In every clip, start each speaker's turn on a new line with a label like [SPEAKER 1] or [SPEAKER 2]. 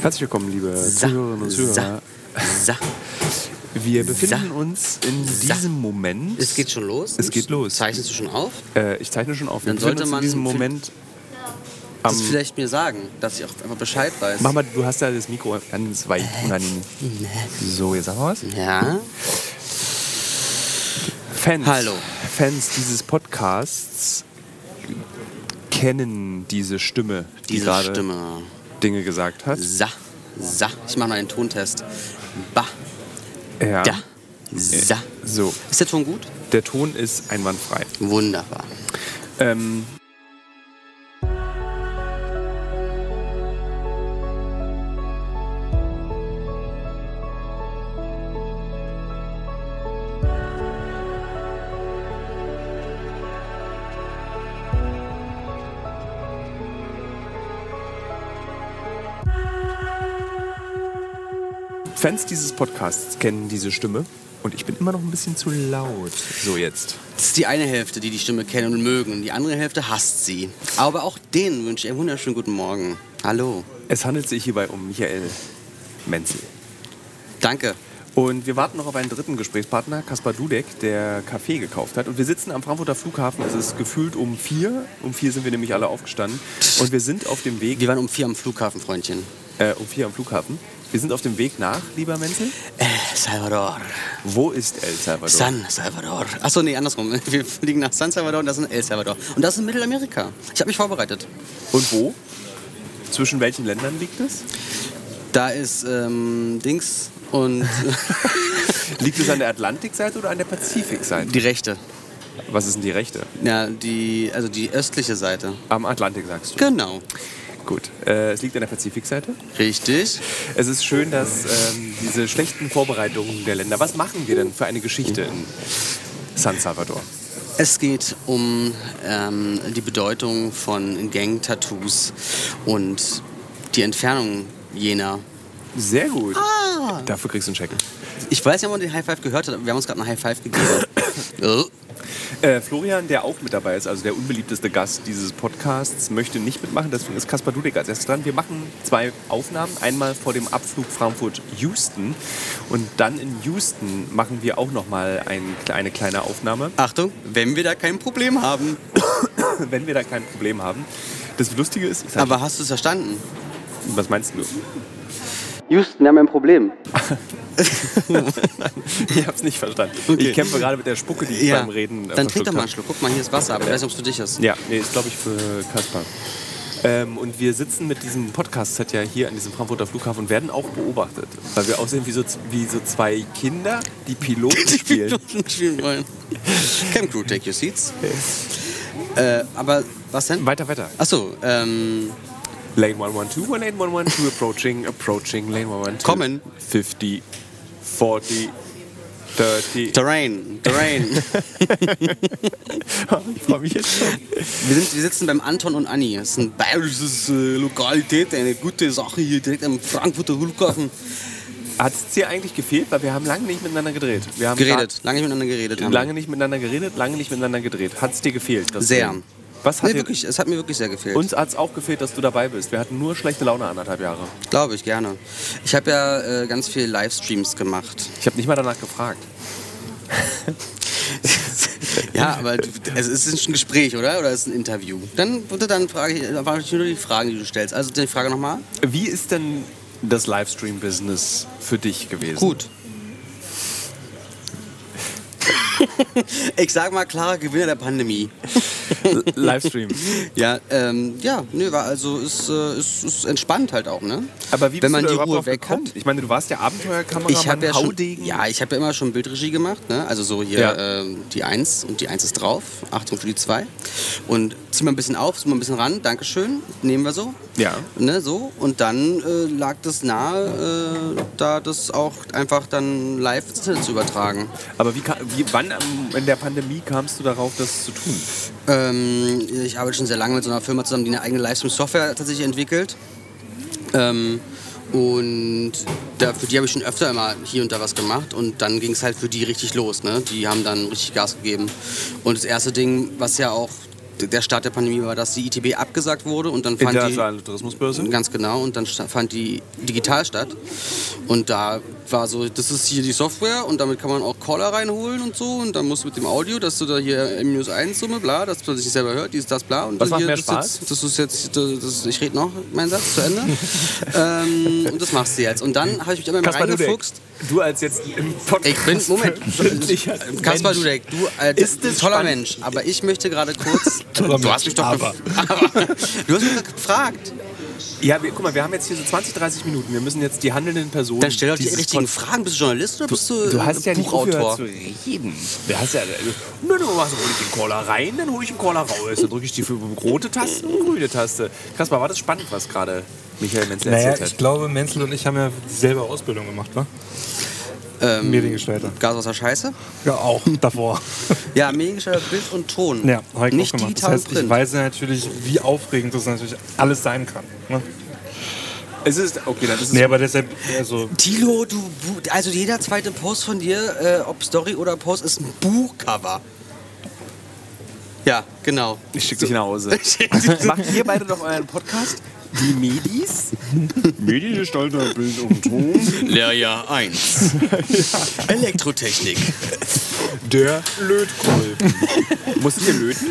[SPEAKER 1] Herzlich willkommen, liebe
[SPEAKER 2] Sa-
[SPEAKER 1] Zuhörerinnen und Zuhörer.
[SPEAKER 2] Sa.
[SPEAKER 1] Wir befinden
[SPEAKER 2] Sa-
[SPEAKER 1] uns in diesem Moment.
[SPEAKER 2] Es geht schon los.
[SPEAKER 1] Es geht los.
[SPEAKER 2] Zeichnest du schon auf?
[SPEAKER 1] Äh, ich zeichne schon auf. Wir
[SPEAKER 2] Dann
[SPEAKER 1] befinden
[SPEAKER 2] sollte
[SPEAKER 1] uns in
[SPEAKER 2] man
[SPEAKER 1] diesem
[SPEAKER 2] viel-
[SPEAKER 1] Moment.
[SPEAKER 2] Das
[SPEAKER 1] am-
[SPEAKER 2] vielleicht mir sagen, dass ich auch einfach Bescheid weiß.
[SPEAKER 1] Mach mal, du hast ja das Mikro ganz weit
[SPEAKER 2] Äh.
[SPEAKER 1] unangenehm. So, jetzt haben wir was.
[SPEAKER 2] Ne, Ja.
[SPEAKER 1] Fans,
[SPEAKER 2] Hallo.
[SPEAKER 1] Fans dieses Podcasts kennen diese Stimme, die
[SPEAKER 2] Diese
[SPEAKER 1] gerade
[SPEAKER 2] Stimme.
[SPEAKER 1] Dinge gesagt hat.
[SPEAKER 2] Sa. Sa. Ich mache noch einen Tontest. Ba.
[SPEAKER 1] Ja.
[SPEAKER 2] Da. Sa.
[SPEAKER 1] So,
[SPEAKER 2] Ist der Ton gut?
[SPEAKER 1] der Ton ist einwandfrei.
[SPEAKER 2] Wunderbar.
[SPEAKER 1] Ähm, Fans dieses Podcasts kennen diese Stimme und ich bin immer noch ein bisschen zu laut. So jetzt.
[SPEAKER 2] Das ist die eine Hälfte, die die Stimme kennen und mögen. Und die andere Hälfte hasst sie. Aber auch denen wünsche ich einen wunderschönen guten Morgen. Hallo.
[SPEAKER 1] Es handelt sich hierbei um Michael Menzel.
[SPEAKER 2] Danke.
[SPEAKER 1] Und wir warten noch auf einen dritten Gesprächspartner, Kaspar Dudek, der Kaffee gekauft hat. Und wir sitzen am Frankfurter Flughafen. Es ist gefühlt um vier. Um vier sind wir nämlich alle aufgestanden. Und wir sind auf dem Weg,
[SPEAKER 2] Wir waren um vier am Flughafen, Freundchen.
[SPEAKER 1] äh, um vier am Flughafen. Wir sind auf dem Weg nach, lieber Menzel.
[SPEAKER 2] Äh, Salvador.
[SPEAKER 1] Wo ist El Salvador?
[SPEAKER 2] San Salvador. Achso, nee, andersrum. Wir fliegen nach San Salvador und das ist in El Salvador. Und das ist in Mittelamerika. Ich habe mich vorbereitet.
[SPEAKER 1] Und wo? Zwischen welchen Ländern liegt es?
[SPEAKER 2] Da ist ähm, Dings und
[SPEAKER 1] Liegt es an der Atlantikseite oder an der Pazifikseite?
[SPEAKER 2] die rechte.
[SPEAKER 1] Was ist denn die rechte?
[SPEAKER 2] Ja, die, also die östliche Seite.
[SPEAKER 1] Am Atlantik sagst du.
[SPEAKER 2] Genau.
[SPEAKER 1] Gut. Äh, es liegt an der Pazifikseite.
[SPEAKER 2] Richtig.
[SPEAKER 1] Es ist schön, dass ähm, diese schlechten Vorbereitungen der Länder. Was machen wir denn für eine Geschichte in San Salvador?
[SPEAKER 2] Es geht um ähm, die Bedeutung von Gang-Tattoos und die Entfernung jener.
[SPEAKER 1] Sehr gut. Dafür kriegst du einen Check.
[SPEAKER 2] Ich weiß ja, ob man den High Five gehört hat. Wir haben uns gerade einen High Five gegeben. Oh.
[SPEAKER 1] Äh, Florian, der auch mit dabei ist, also der unbeliebteste Gast dieses Podcasts, möchte nicht mitmachen. Deswegen ist Kaspar Dudek als erstes dran. Wir machen zwei Aufnahmen. Einmal vor dem Abflug Frankfurt-Houston. Und dann in Houston machen wir auch nochmal ein, eine kleine Aufnahme.
[SPEAKER 2] Achtung, wenn wir da kein Problem haben.
[SPEAKER 1] Wenn wir da kein Problem haben. Das Lustige ist, ich sag,
[SPEAKER 2] Aber hast du es verstanden?
[SPEAKER 1] was meinst du?
[SPEAKER 2] Houston, wir haben ein Problem.
[SPEAKER 1] Ich hab's nicht verstanden.
[SPEAKER 2] Okay.
[SPEAKER 1] Ich kämpfe gerade mit der Spucke, die ich
[SPEAKER 2] Ja.
[SPEAKER 1] beim Reden äh,
[SPEAKER 2] Dann
[SPEAKER 1] verschluckt
[SPEAKER 2] trink doch mal
[SPEAKER 1] hab.
[SPEAKER 2] einen Schluck. Guck mal, hier ist Wasser, aber ich weiß nicht, ob es für dich ist.
[SPEAKER 1] Ja, nee, ist glaube ich für Kaspar. Ähm, und wir sitzen mit diesem Podcast-Set ja hier an diesem Frankfurter Flughafen und werden auch beobachtet. Weil wir aussehen wie so, z- wie so zwei Kinder, die Piloten spielen.
[SPEAKER 2] Piloten spielen wollen. Cam Crew, take your seats. Äh, aber was denn?
[SPEAKER 1] Weiter, weiter.
[SPEAKER 2] Achso, ähm,
[SPEAKER 1] Lane 112, lane 112, approaching, approaching, lane 112.
[SPEAKER 2] Kommen.
[SPEAKER 1] 50, 40, 30.
[SPEAKER 2] Terrain, Terrain.
[SPEAKER 1] ich freue mich jetzt schon.
[SPEAKER 2] wir, sind, wir sitzen beim Anton und Anni. Das ist eine bayerisches äh, Lokalität, eine gute Sache hier direkt am Frankfurter Flughafen.
[SPEAKER 1] Hat es dir eigentlich gefehlt? Weil wir haben lange nicht miteinander gedreht. Wir haben
[SPEAKER 2] Geredet, lange nicht miteinander geredet
[SPEAKER 1] gra-
[SPEAKER 2] haben.
[SPEAKER 1] Lange nicht miteinander geredet, lange nicht miteinander gedreht. Hat es dir gefehlt? das
[SPEAKER 2] Sehr.
[SPEAKER 1] Drehen? Was hat
[SPEAKER 2] Nee,
[SPEAKER 1] dir
[SPEAKER 2] wirklich, es hat mir wirklich sehr gefehlt.
[SPEAKER 1] Uns hat es auch gefehlt, dass du dabei bist. Wir hatten nur schlechte Laune anderthalb Jahre.
[SPEAKER 2] Glaube ich, gerne. Ich habe ja äh, ganz viele Livestreams gemacht.
[SPEAKER 1] Ich habe nicht mal danach gefragt.
[SPEAKER 2] Ja, aber du- also es ist ein Gespräch, oder? Oder es ist ein Interview? Dann, dann frage ich, dann frage ich nur die Fragen, die du stellst. Also die Frage nochmal.
[SPEAKER 1] Wie ist denn das Livestream-Business für dich gewesen?
[SPEAKER 2] Gut. Ich sag mal, klarer Gewinner der Pandemie.
[SPEAKER 1] Livestream.
[SPEAKER 2] Ja, ähm, ja, nö, war also ist, äh, ist, ist entspannt halt auch, ne?
[SPEAKER 1] Aber wie bist
[SPEAKER 2] Wenn man
[SPEAKER 1] du da
[SPEAKER 2] die
[SPEAKER 1] überhaupt
[SPEAKER 2] Ruhe
[SPEAKER 1] drauf
[SPEAKER 2] weg
[SPEAKER 1] gekommen?
[SPEAKER 2] hat.
[SPEAKER 1] Ich meine, du warst ja Abenteuerkameramann,
[SPEAKER 2] Ich habe ja schon,
[SPEAKER 1] Haudegen.
[SPEAKER 2] ja, ich habe ja immer schon Bildregie gemacht, ne? Also so hier
[SPEAKER 1] Ja.
[SPEAKER 2] ähm, die 1 und die 1 ist drauf, Achtung für die 2. Und zieh mal ein bisschen auf, zieh mal ein bisschen ran, Dankeschön, nehmen wir so.
[SPEAKER 1] Ja.
[SPEAKER 2] Ne, so und dann äh, lag das nahe, äh, da das auch einfach dann live ins Internet zu übertragen.
[SPEAKER 1] Aber wie, ka- wie, wann am- in der Pandemie kamst du darauf, das zu tun?
[SPEAKER 2] Ähm, ich arbeite schon sehr lange mit so einer Firma zusammen, die eine eigene Livestream-Software tatsächlich entwickelt. Ähm, und da, für die habe ich schon öfter immer hier und da was gemacht und dann ging es halt für die richtig los. Ne? Die haben dann richtig Gas gegeben. Und das erste Ding, was ja auch der Start der Pandemie war, dass die ITB abgesagt wurde und dann fand
[SPEAKER 1] Internationale
[SPEAKER 2] die
[SPEAKER 1] Tourismusbörse.
[SPEAKER 2] ganz genau und dann sta- fand die digital statt und da war so, das ist hier die Software und damit kann man auch Caller reinholen und so und dann musst du mit dem Audio, dass du da hier M-1-Summe, bla, dass man sich selber hört, dies, das, bla. Und
[SPEAKER 1] Was macht
[SPEAKER 2] hier,
[SPEAKER 1] mehr
[SPEAKER 2] das
[SPEAKER 1] Spaß?
[SPEAKER 2] Jetzt, das ist jetzt, das, das, ich rede noch meinen Satz zu Ende ähm, und das machst du jetzt. Und dann habe ich mich immer mal
[SPEAKER 1] Kaspar Dudek,
[SPEAKER 2] reingefuchst.
[SPEAKER 1] du als jetzt im Podcast.
[SPEAKER 2] Ich bin, Moment,
[SPEAKER 1] befindlicher
[SPEAKER 2] Kaspar
[SPEAKER 1] Mensch.
[SPEAKER 2] Dudek, du äh,
[SPEAKER 1] Ist es
[SPEAKER 2] toller
[SPEAKER 1] spannend?
[SPEAKER 2] Mensch, aber ich möchte gerade kurz.
[SPEAKER 3] Toller
[SPEAKER 2] du hast mich
[SPEAKER 3] Mensch,
[SPEAKER 2] doch
[SPEAKER 3] aber.
[SPEAKER 2] gef- aber. Du hast mich doch gefragt.
[SPEAKER 1] Ja, wir, guck mal, wir haben jetzt hier so 20, 30 Minuten. Wir müssen jetzt die handelnden Personen.
[SPEAKER 2] Dann stell doch die
[SPEAKER 1] dieses
[SPEAKER 2] richtigen
[SPEAKER 1] Pod-
[SPEAKER 2] Fragen. Bist du Journalist oder bist du, ähm,
[SPEAKER 1] Du hast ja nicht aufgehört
[SPEAKER 2] Buchautor?
[SPEAKER 1] zu reden. Du hast ja. Nö, du machst, hol ich den Caller rein, dann hol ich den Caller raus. Dann drücke ich die für rote Taste und grüne Taste. Kaspar, war das spannend, was gerade Michael Menzel
[SPEAKER 3] Naja,
[SPEAKER 1] erzählt
[SPEAKER 3] ich
[SPEAKER 1] hat?
[SPEAKER 3] glaube, Menzel und ich haben ja dieselbe Ausbildung gemacht, wa?
[SPEAKER 2] Ähm,
[SPEAKER 3] Mediengestalter.
[SPEAKER 2] Gas aus der Scheiße?
[SPEAKER 3] Ja, auch davor.
[SPEAKER 2] Ja, Mediengestalter, Bild und Ton.
[SPEAKER 3] Ja, habe ich
[SPEAKER 2] nicht
[SPEAKER 3] auch gemacht. Das
[SPEAKER 2] digital
[SPEAKER 3] heißt, ich
[SPEAKER 2] Print.
[SPEAKER 3] weiß natürlich, wie aufregend das natürlich alles sein kann. Ne?
[SPEAKER 1] Es ist. Okay, dann ist es.
[SPEAKER 3] Nee, aber deshalb, also,
[SPEAKER 2] Tilo, du, Bu- also jeder zweite Post von dir, äh, ob Story oder Post, ist ein Buchcover. Ja, genau.
[SPEAKER 1] Ich schicke dich nach Hause. Macht ihr beide doch euren Podcast? Die Medis? Mediengestalter, Bild und Ton.
[SPEAKER 2] Lehrjahr 1. Elektrotechnik.
[SPEAKER 3] der Lötkolb.
[SPEAKER 1] Musstet ihr löten?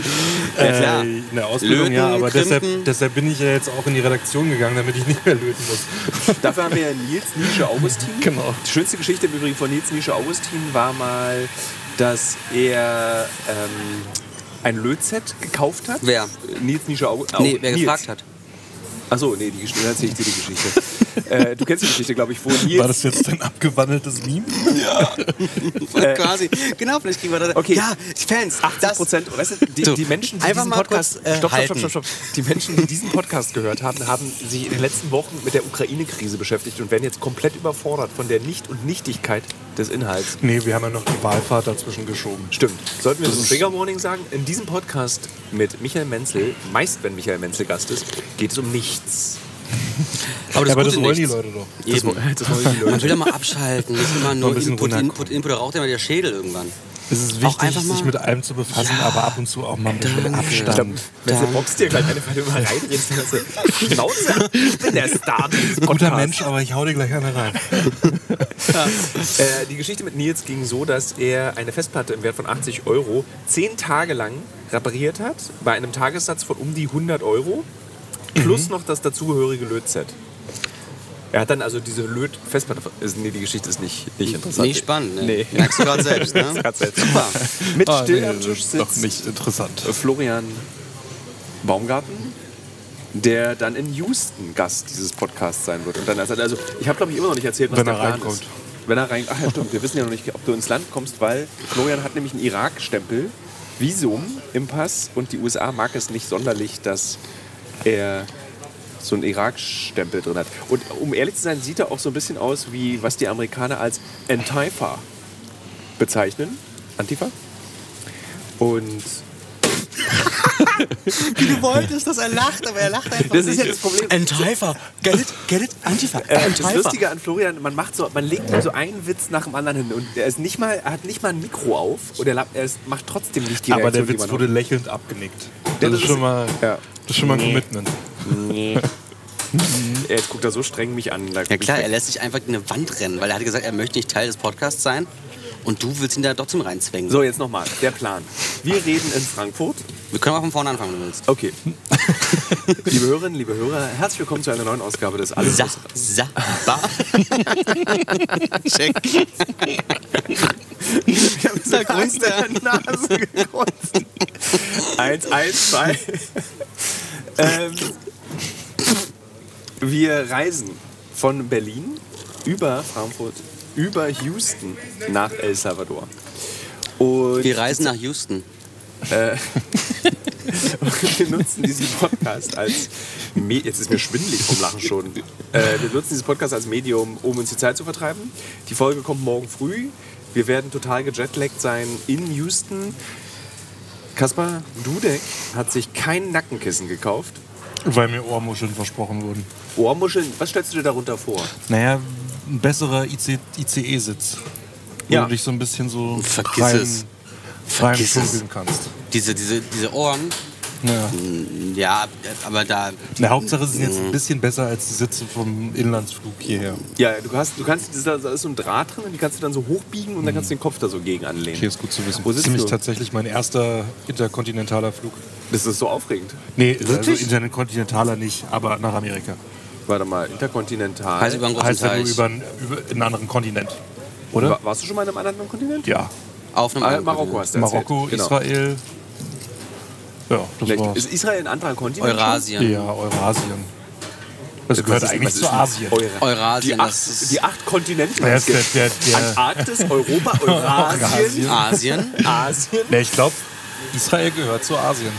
[SPEAKER 3] Ja,
[SPEAKER 2] klar.
[SPEAKER 3] Äh, eine Ausbildung,
[SPEAKER 2] Löten,
[SPEAKER 3] ja, aber deshalb,
[SPEAKER 2] Krimpen.
[SPEAKER 3] deshalb bin ich ja jetzt auch in die Redaktion gegangen, damit ich nicht mehr löten muss.
[SPEAKER 1] Dafür haben wir Nils Nische Augustin.
[SPEAKER 3] Genau.
[SPEAKER 1] Die schönste Geschichte im Übrigen von Nils Nische Augustin war mal, dass er ähm, ein Lötset gekauft hat.
[SPEAKER 2] Wer?
[SPEAKER 1] Nils Nische
[SPEAKER 3] oh,
[SPEAKER 1] Augustin.
[SPEAKER 2] Nee, wer gefragt hat.
[SPEAKER 1] Achso, nee, die Geschichte, erzähl ich dir die Geschichte. äh, du kennst die Geschichte, glaube ich, wo Nils.
[SPEAKER 3] War das jetzt ein abgewandeltes Meme?
[SPEAKER 2] Quasi. Genau, vielleicht kriegen wir da.
[SPEAKER 1] Okay.
[SPEAKER 2] Ja, die Fans.
[SPEAKER 1] 80 Prozent, weißt du, die,
[SPEAKER 2] So,
[SPEAKER 1] die Menschen, die
[SPEAKER 2] einfach
[SPEAKER 1] diesen
[SPEAKER 2] mal
[SPEAKER 1] Podcast,
[SPEAKER 2] kurz, äh,
[SPEAKER 1] stopp, stopp,
[SPEAKER 2] halten.
[SPEAKER 1] stopp, stopp, stopp. Die Menschen, die diesen Podcast gehört haben, haben sich in den letzten Wochen mit der Ukraine-Krise beschäftigt und werden jetzt komplett überfordert von der Nicht- und Nichtigkeit des Inhalts.
[SPEAKER 3] Nee, wir haben ja noch die Wahlfahrt dazwischen geschoben.
[SPEAKER 1] Stimmt. Sollten wir so ein Trigger Warning sagen? In diesem Podcast mit Michael Menzel, meist wenn Michael Menzel Gast ist, geht es um nichts.
[SPEAKER 2] Das, aber
[SPEAKER 3] Ja,
[SPEAKER 2] das,
[SPEAKER 3] aber das
[SPEAKER 2] Gute
[SPEAKER 3] wollen die
[SPEAKER 2] nichts.
[SPEAKER 3] Leute doch.
[SPEAKER 1] Das, das wollen die
[SPEAKER 2] Man
[SPEAKER 1] Leute.
[SPEAKER 2] will ja mal abschalten. Nicht immer nur
[SPEAKER 3] Mal ein bisschen
[SPEAKER 2] Input,
[SPEAKER 3] runterkommen.
[SPEAKER 2] Input, Input. Da raucht immer der Schädel irgendwann.
[SPEAKER 3] Es ist
[SPEAKER 2] Auch
[SPEAKER 3] wichtig,
[SPEAKER 2] einfach
[SPEAKER 3] sich
[SPEAKER 2] mal-
[SPEAKER 3] mit allem zu befassen, aber ab und zu auch mal ein bisschen
[SPEAKER 2] Danke.
[SPEAKER 3] Abstand.
[SPEAKER 1] Ich glaub, Menzel boxt dir gleich eine, weil du mal reinredest. dann hast du also Schnauze, ab, ich bin der Star dieses
[SPEAKER 3] Guter
[SPEAKER 1] Podcasts.
[SPEAKER 3] Mensch, aber ich hau dir gleich eine rein.
[SPEAKER 1] Äh, die Geschichte mit Nils ging so, dass er eine Festplatte im Wert von 80 Euro zehn Tage lang repariert hat, bei einem Tagessatz von um die 100 Euro, plus noch das dazugehörige Lötset. Er hat dann also diese Löt-Festplatte. ver- ist- Nee, die Geschichte ist nicht, nicht interessant.
[SPEAKER 2] Nicht spannend, ne?
[SPEAKER 1] Nee.
[SPEAKER 2] Merkst du gerade selbst, ne?
[SPEAKER 1] Merkst du grad selbst.
[SPEAKER 2] Super.
[SPEAKER 1] Mit
[SPEAKER 3] Ah,
[SPEAKER 1] still
[SPEAKER 3] nee,
[SPEAKER 1] am
[SPEAKER 3] das
[SPEAKER 1] Tisch
[SPEAKER 3] ist
[SPEAKER 1] sitzt
[SPEAKER 3] Doch nicht interessant.
[SPEAKER 1] Florian Baumgarten, der dann in Houston Gast dieses Podcasts sein wird. Und dann also, also ich habe glaube ich immer noch nicht erzählt, was
[SPEAKER 3] Wenn
[SPEAKER 1] der
[SPEAKER 3] er
[SPEAKER 1] Plan
[SPEAKER 3] reinkommt.
[SPEAKER 1] ist. Wenn er reinkommt. Ach ja, stimmt. Wir wissen ja noch nicht, ob du ins Land kommst, weil Florian hat nämlich einen Irak-Stempel, Visum im Pass und die USA mag es nicht sonderlich, dass er so einen Irak-Stempel drin hat. Und um ehrlich zu sein, sieht er auch so ein bisschen aus wie was die Amerikaner als Antifa bezeichnen. Antifa? Und
[SPEAKER 2] Du wolltest, dass er lacht, aber er lacht einfach
[SPEAKER 1] Das ist ja das Problem.
[SPEAKER 2] Antifa. Get it? Get it? Antifa.
[SPEAKER 1] Äh, das Lustige an Florian, man macht so, man legt ihm so einen Witz nach dem anderen hin und er ist nicht mal, er hat nicht mal ein Mikro auf und er, la- er ist, macht trotzdem nicht die
[SPEAKER 3] Aber der
[SPEAKER 1] Reaktion,
[SPEAKER 3] Witz wurde lächelnd abgenickt.
[SPEAKER 1] Ja,
[SPEAKER 3] Das,
[SPEAKER 1] das
[SPEAKER 3] ist schon
[SPEAKER 1] ist-
[SPEAKER 3] mal,
[SPEAKER 1] Ja.
[SPEAKER 3] das ist schon mal ein Commitment.
[SPEAKER 1] die man Er guckt da so streng mich an. Da
[SPEAKER 2] Ja klar, er lässt sich einfach gegen eine Wand rennen, weil er hat gesagt, er möchte nicht Teil des Podcasts sein. Und du willst ihn da trotzdem reinzwängen.
[SPEAKER 1] So, jetzt nochmal, der Plan. Wir reden in Frankfurt.
[SPEAKER 2] Wir können auch von vorne anfangen, wenn du willst.
[SPEAKER 1] Okay. liebe Hörerinnen, liebe Hörer, herzlich willkommen zu einer neuen Ausgabe des Alles
[SPEAKER 2] Sa,
[SPEAKER 1] aus-
[SPEAKER 2] sa, ba. Check.
[SPEAKER 1] Ich hab so
[SPEAKER 2] Da grunzt er.
[SPEAKER 1] an der Nase gekreuzt. Eins, eins, zwei. ähm, wir reisen von Berlin über Frankfurt, über Houston nach El Salvador. Und
[SPEAKER 2] Wir reisen nach Houston.
[SPEAKER 1] wir nutzen diesen Podcast als. Me Jetzt ist mir schwindelig vom Lachen schon. Äh, wir nutzen diesen Podcast als Medium, um uns die Zeit zu vertreiben. Die Folge kommt morgen früh. Wir werden total gejetlaggt sein in Houston. Kaspar Dudek hat sich kein Nackenkissen gekauft.
[SPEAKER 3] Weil mir Ohrmuscheln versprochen wurden.
[SPEAKER 1] Ohrmuscheln, was stellst du dir darunter vor?
[SPEAKER 3] Naja, ein besserer IC, ICE-Sitz. Wo
[SPEAKER 1] Ja.
[SPEAKER 3] du dich so ein bisschen so
[SPEAKER 2] Vergiss
[SPEAKER 3] rein,
[SPEAKER 2] es.
[SPEAKER 3] rein
[SPEAKER 2] Vergiss es.
[SPEAKER 3] schunkeln kannst.
[SPEAKER 2] Diese, diese, diese Ohren,
[SPEAKER 3] Ja.
[SPEAKER 2] Ja, aber da.
[SPEAKER 3] Na, Hauptsache es ist jetzt
[SPEAKER 1] Mhm.
[SPEAKER 3] ein bisschen besser als die Sitze vom Inlandsflug hierher.
[SPEAKER 1] Ja, du, hast, du kannst, das ist- da ist so ein Draht drin und die kannst du dann so hochbiegen und dann kannst du den Kopf da so gegen anlehnen.
[SPEAKER 3] Okay, ist gut zu wissen.
[SPEAKER 1] Wo sitzt
[SPEAKER 3] Ziemlich
[SPEAKER 1] du?
[SPEAKER 3] tatsächlich mein erster interkontinentaler Flug.
[SPEAKER 1] Das ist so aufregend.
[SPEAKER 3] Nee, also interkontinentaler nicht, aber nach Amerika.
[SPEAKER 1] Warte mal, interkontinental.
[SPEAKER 2] Also über einen großen
[SPEAKER 3] heißt ja nur
[SPEAKER 2] Teich.
[SPEAKER 3] über, einen- über einen anderen Kontinent.
[SPEAKER 1] Wa-
[SPEAKER 3] Oder?
[SPEAKER 1] Warst du schon mal in einem anderen Kontinent?
[SPEAKER 3] Ja.
[SPEAKER 2] Auf einem
[SPEAKER 1] Ah,
[SPEAKER 2] anderen
[SPEAKER 1] Marokko
[SPEAKER 2] Kontinent.
[SPEAKER 1] hast du
[SPEAKER 3] Marokko,
[SPEAKER 1] erzählt. Genau.
[SPEAKER 3] Israel. Ja, das
[SPEAKER 1] Vielleicht-
[SPEAKER 3] war's.
[SPEAKER 1] Ist Israel ein anderer Kontinent?
[SPEAKER 2] Eurasien.
[SPEAKER 3] Ja, Eurasien. Das
[SPEAKER 1] Was
[SPEAKER 3] gehört
[SPEAKER 1] ist-
[SPEAKER 3] eigentlich
[SPEAKER 1] was
[SPEAKER 3] zu
[SPEAKER 1] ist denn
[SPEAKER 3] Asien.
[SPEAKER 1] Eura-
[SPEAKER 2] Eurasien,
[SPEAKER 1] Die
[SPEAKER 2] das
[SPEAKER 1] acht,
[SPEAKER 2] ist-
[SPEAKER 1] die acht Kontinente.
[SPEAKER 3] Ja,
[SPEAKER 1] die es
[SPEAKER 3] der-
[SPEAKER 1] gibt.
[SPEAKER 3] der- der-
[SPEAKER 1] Antarktis, Europa, Eurasien,
[SPEAKER 2] Asien,
[SPEAKER 1] Asien.
[SPEAKER 3] Ne, ich glaube, Israel gehört zu Asien.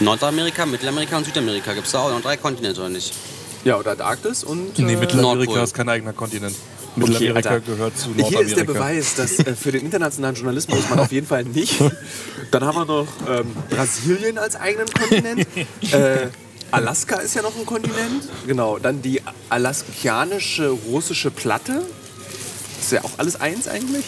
[SPEAKER 2] Nordamerika, Mittelamerika und Südamerika. Gibt es da auch noch drei Kontinente oder nicht?
[SPEAKER 1] Ja, und Antarktis und.
[SPEAKER 3] Nee,
[SPEAKER 1] äh,
[SPEAKER 3] Mittelamerika
[SPEAKER 2] Nordpol.
[SPEAKER 3] ist kein eigener Kontinent. Mittelamerika
[SPEAKER 1] Alter.
[SPEAKER 3] gehört zu
[SPEAKER 1] Hier
[SPEAKER 3] Nordamerika.
[SPEAKER 1] ist der Beweis, dass äh, für den internationalen Journalismus man auf jeden Fall nicht. Dann haben wir noch ähm, Brasilien als eigenen Kontinent. Äh, Alaska ist ja noch ein Kontinent. Genau. Dann die alaskianische russische Platte. Ist ja auch alles eins eigentlich.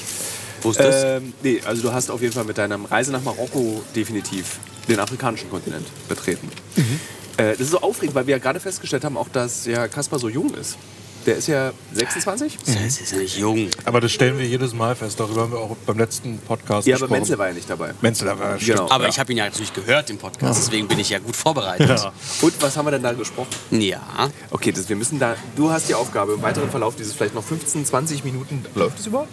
[SPEAKER 2] Wo ist das?
[SPEAKER 1] Ähm, nee, also du hast auf jeden Fall mit deiner Reise nach Marokko definitiv den afrikanischen Kontinent betreten.
[SPEAKER 3] Mhm.
[SPEAKER 1] Äh, das ist so aufregend, weil wir ja gerade festgestellt haben, auch dass ja Kaspar so jung ist. Der ist ja 26?
[SPEAKER 2] Das ist ja nicht jung.
[SPEAKER 3] Aber das stellen wir jedes Mal fest. Darüber haben wir auch beim letzten Podcast
[SPEAKER 1] Ja, aber
[SPEAKER 3] gesprochen.
[SPEAKER 1] Menzel war ja nicht dabei.
[SPEAKER 3] Menzel, aber stimmt.
[SPEAKER 1] Genau.
[SPEAKER 2] Aber ich habe ihn ja natürlich gehört im Podcast, deswegen bin ich ja gut vorbereitet.
[SPEAKER 3] Ja.
[SPEAKER 1] Und was haben wir denn da gesprochen?
[SPEAKER 2] Ja.
[SPEAKER 1] Okay, das, wir müssen da. Du hast die Aufgabe im weiteren Verlauf dieses vielleicht noch 15, 20 Minuten. Läuft es überhaupt?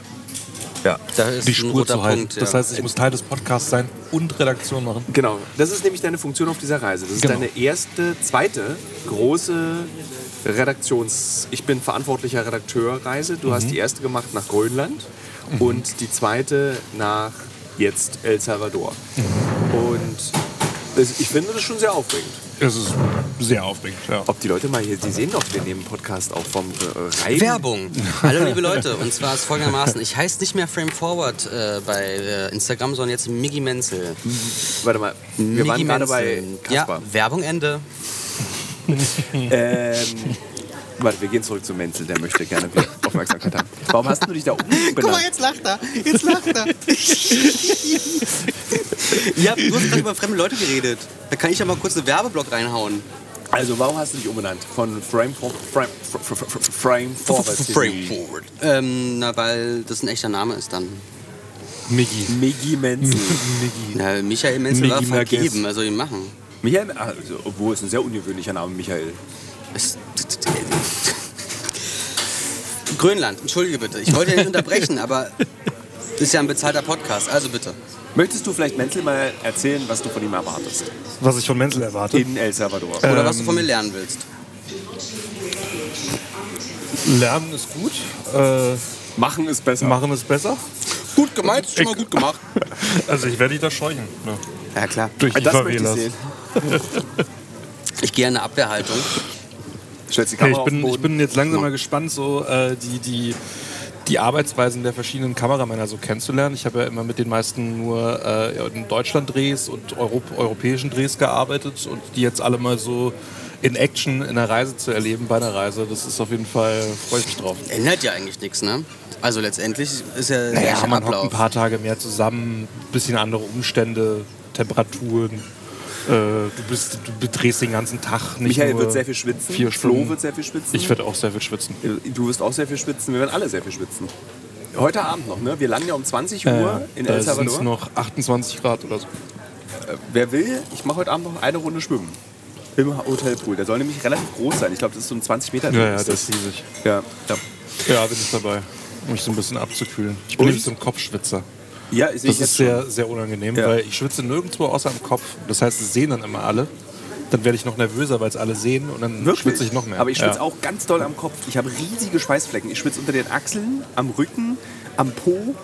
[SPEAKER 1] Ja.
[SPEAKER 2] Da ist
[SPEAKER 3] Die
[SPEAKER 2] ein
[SPEAKER 3] Spur
[SPEAKER 2] roter
[SPEAKER 3] zu halten.
[SPEAKER 2] Punkt. äh, Ja.
[SPEAKER 3] Das heißt, ich muss Teil des Podcasts sein und Redaktion machen.
[SPEAKER 1] Genau. Das ist nämlich deine Funktion auf dieser Reise. Das ist
[SPEAKER 3] Genau.
[SPEAKER 1] deine erste, zweite große Redaktions. Ich bin verantwortlicher Redakteur-Reise. Du
[SPEAKER 3] Mhm.
[SPEAKER 1] hast die erste gemacht nach Grönland und die zweite nach jetzt El Salvador.
[SPEAKER 3] Mhm.
[SPEAKER 1] Und es- ich finde das schon sehr aufregend.
[SPEAKER 3] Es ist sehr aufregend. Ja.
[SPEAKER 1] Ob die Leute mal hier, die sehen doch, wir nehmen Podcast auch vom äh, Reiben.
[SPEAKER 2] Werbung. Hallo liebe Leute, und zwar ist folgendermaßen, ich heiße nicht mehr Frame Forward äh, bei äh, Instagram, sondern jetzt Miggy Menzel.
[SPEAKER 1] Warte mal, wir
[SPEAKER 2] Miggy
[SPEAKER 1] waren gerade bei
[SPEAKER 2] Menzel.
[SPEAKER 1] Kaspar.
[SPEAKER 2] Ja, Werbung Ende.
[SPEAKER 1] Ähm, warte, wir gehen zurück zu Menzel, der möchte gerne wieder Aufmerksamkeit haben. Warum hast du dich da oben benannt?
[SPEAKER 2] jetzt lacht er. Jetzt lacht er. ja, du hast gerade über fremde Leute geredet. Da kann ich ja mal kurz einen Werbeblock reinhauen.
[SPEAKER 1] Also, warum hast du dich umbenannt? Von Frame, for, frame, fr- fr- fr- fr- frame Forward.
[SPEAKER 2] Frame Forward. Ähm, na, weil das ein echter Name ist dann.
[SPEAKER 3] Miggi.
[SPEAKER 1] Miggy Menzel.
[SPEAKER 3] Miggi.
[SPEAKER 2] Na, Michael Menzel war
[SPEAKER 3] Miggy Merkes.
[SPEAKER 2] vergeben, also ihn machen.
[SPEAKER 1] Michael, also, obwohl, ist ein sehr ungewöhnlicher Name, Michael.
[SPEAKER 2] Es- Grönland, entschuldige bitte. Ich wollte ja nicht unterbrechen, aber das ist ja ein bezahlter Podcast, also bitte.
[SPEAKER 1] Möchtest du vielleicht Menzel mal erzählen, was du von ihm erwartest?
[SPEAKER 3] Was ich von Menzel erwarte.
[SPEAKER 1] In El Salvador.
[SPEAKER 3] Äh,
[SPEAKER 2] Oder was du von mir
[SPEAKER 3] Ähm.
[SPEAKER 2] lernen willst.
[SPEAKER 3] Lernen ist gut. Äh,
[SPEAKER 1] Machen ist besser.
[SPEAKER 3] Machen ist besser.
[SPEAKER 2] Gut gemeint, ist schon mal gut gemacht.
[SPEAKER 3] Also ich werde dich da scheuchen. Ne?
[SPEAKER 2] Ja klar.
[SPEAKER 3] Durch die
[SPEAKER 1] Ah, Äh, Das möchte ich
[SPEAKER 3] Favelas.
[SPEAKER 1] sehen.
[SPEAKER 2] Ich gehe in eine Abwehrhaltung.
[SPEAKER 1] Stellst die
[SPEAKER 3] Hey,
[SPEAKER 1] Kamera
[SPEAKER 3] ich, bin,
[SPEAKER 1] auf
[SPEAKER 3] ich
[SPEAKER 1] den Boden.
[SPEAKER 3] bin jetzt langsam mal gespannt, so äh, die, die, die Arbeitsweisen der verschiedenen Kameramänner so kennenzulernen. Ich habe ja immer mit den meisten nur äh, in Deutschland-Drehs und Europ europäischen Drehs gearbeitet und die jetzt alle mal so in Action in einer Reise zu erleben, bei einer Reise, das ist auf jeden Fall, freue ich mich drauf.
[SPEAKER 2] Ändert ja eigentlich nichts, ne? Also letztendlich ist ja der
[SPEAKER 3] Naja,
[SPEAKER 2] gleiche
[SPEAKER 3] man hockt ein
[SPEAKER 2] Ablauf.
[SPEAKER 3] paar Tage mehr zusammen, bisschen andere Umstände, Temperaturen. Äh, du, bist, du bedrehst den ganzen Tag nicht
[SPEAKER 1] Michael
[SPEAKER 3] nur
[SPEAKER 1] wird sehr viel schwitzen.
[SPEAKER 3] Vier
[SPEAKER 1] Flo
[SPEAKER 3] Stunden.
[SPEAKER 1] wird sehr viel schwitzen.
[SPEAKER 3] Ich werde auch sehr viel schwitzen.
[SPEAKER 1] Du wirst auch sehr viel schwitzen, wir werden alle sehr viel schwitzen. Heute Abend noch, ne? Wir landen ja um 20 Uhr in
[SPEAKER 3] da
[SPEAKER 1] El
[SPEAKER 3] sind es
[SPEAKER 1] Salvador.
[SPEAKER 3] noch 28 Grad oder so.
[SPEAKER 1] Wer will, ich mache heute Abend noch eine Runde schwimmen. Im Hotelpool. Der soll nämlich relativ groß sein. Ich glaube, das ist so ein 20 Meter. ist das.
[SPEAKER 3] riesig.
[SPEAKER 1] Ja, ja.
[SPEAKER 3] Ja, bin ich dabei, um mich so ein bisschen abzukühlen. Ich bin
[SPEAKER 1] Und?
[SPEAKER 3] nämlich so ein Kopfschwitzer.
[SPEAKER 1] ja sehe
[SPEAKER 3] Das
[SPEAKER 1] ich jetzt
[SPEAKER 3] ist
[SPEAKER 1] schon.
[SPEAKER 3] sehr, sehr unangenehm,
[SPEAKER 1] Ja.
[SPEAKER 3] weil ich schwitze nirgendwo außer am Kopf. Das heißt, es sehen dann immer alle. Dann werde ich noch nervöser, weil es alle sehen und dann schwitze ich noch mehr.
[SPEAKER 1] Aber ich schwitze
[SPEAKER 3] ja.
[SPEAKER 1] auch ganz doll am Kopf. Ich habe riesige Schweißflecken. Ich schwitze unter den Achseln, am Rücken, am Po,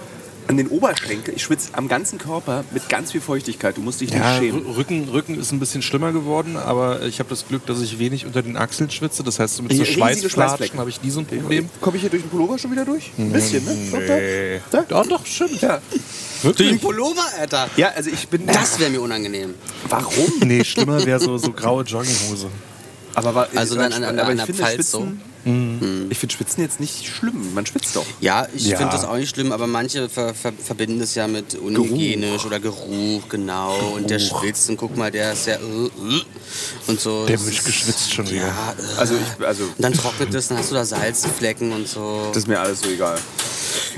[SPEAKER 1] an den Oberschenkeln. Ich schwitze am ganzen Körper mit ganz viel Feuchtigkeit. Du musst dich
[SPEAKER 3] Ja,
[SPEAKER 1] nicht schämen.
[SPEAKER 3] Rü- Rücken, Rücken ist ein bisschen schlimmer geworden, aber ich habe das Glück, dass ich wenig unter den Achseln schwitze. Das heißt, so mit so
[SPEAKER 1] Riesige
[SPEAKER 3] Schweißflatschen
[SPEAKER 1] Schweißflecken.
[SPEAKER 3] habe ich nie so ein Problem.
[SPEAKER 1] Komme ich hier durch den Pullover schon wieder durch? Ein bisschen, ne?
[SPEAKER 3] Nee.
[SPEAKER 1] Da?
[SPEAKER 3] Ja, doch, stimmt.
[SPEAKER 1] Ja.
[SPEAKER 2] Durch
[SPEAKER 3] Wirklich?
[SPEAKER 2] den Pullover, Alter.
[SPEAKER 1] ja, also ich bin.
[SPEAKER 2] Das wäre mir unangenehm.
[SPEAKER 1] Warum?
[SPEAKER 3] Nee, schlimmer wäre so, so graue Jogginghose.
[SPEAKER 1] Aber war,
[SPEAKER 2] Also
[SPEAKER 1] aber
[SPEAKER 2] dann
[SPEAKER 1] ich-
[SPEAKER 2] an- an-
[SPEAKER 1] aber
[SPEAKER 2] an
[SPEAKER 1] ich
[SPEAKER 2] der
[SPEAKER 1] finde,
[SPEAKER 2] Pfalz Mhm.
[SPEAKER 1] Schwitzen- Ich finde Schwitzen jetzt nicht schlimm. Man schwitzt doch.
[SPEAKER 2] Ja, ich
[SPEAKER 4] Ja.
[SPEAKER 2] finde das auch nicht schlimm, aber manche ver ver verbinden das ja mit unhygienisch oder Geruch, genau. Und der schwitzt und guck mal, der ist ja äh, äh, und so.
[SPEAKER 4] Der
[SPEAKER 2] Das
[SPEAKER 4] Mensch
[SPEAKER 2] ist-
[SPEAKER 4] geschwitzt schon wieder.
[SPEAKER 2] Ja, äh.
[SPEAKER 1] Also, ich, also
[SPEAKER 2] Und dann trocknet das, dann hast du da Salzflecken und so.
[SPEAKER 1] das ist mir alles so egal.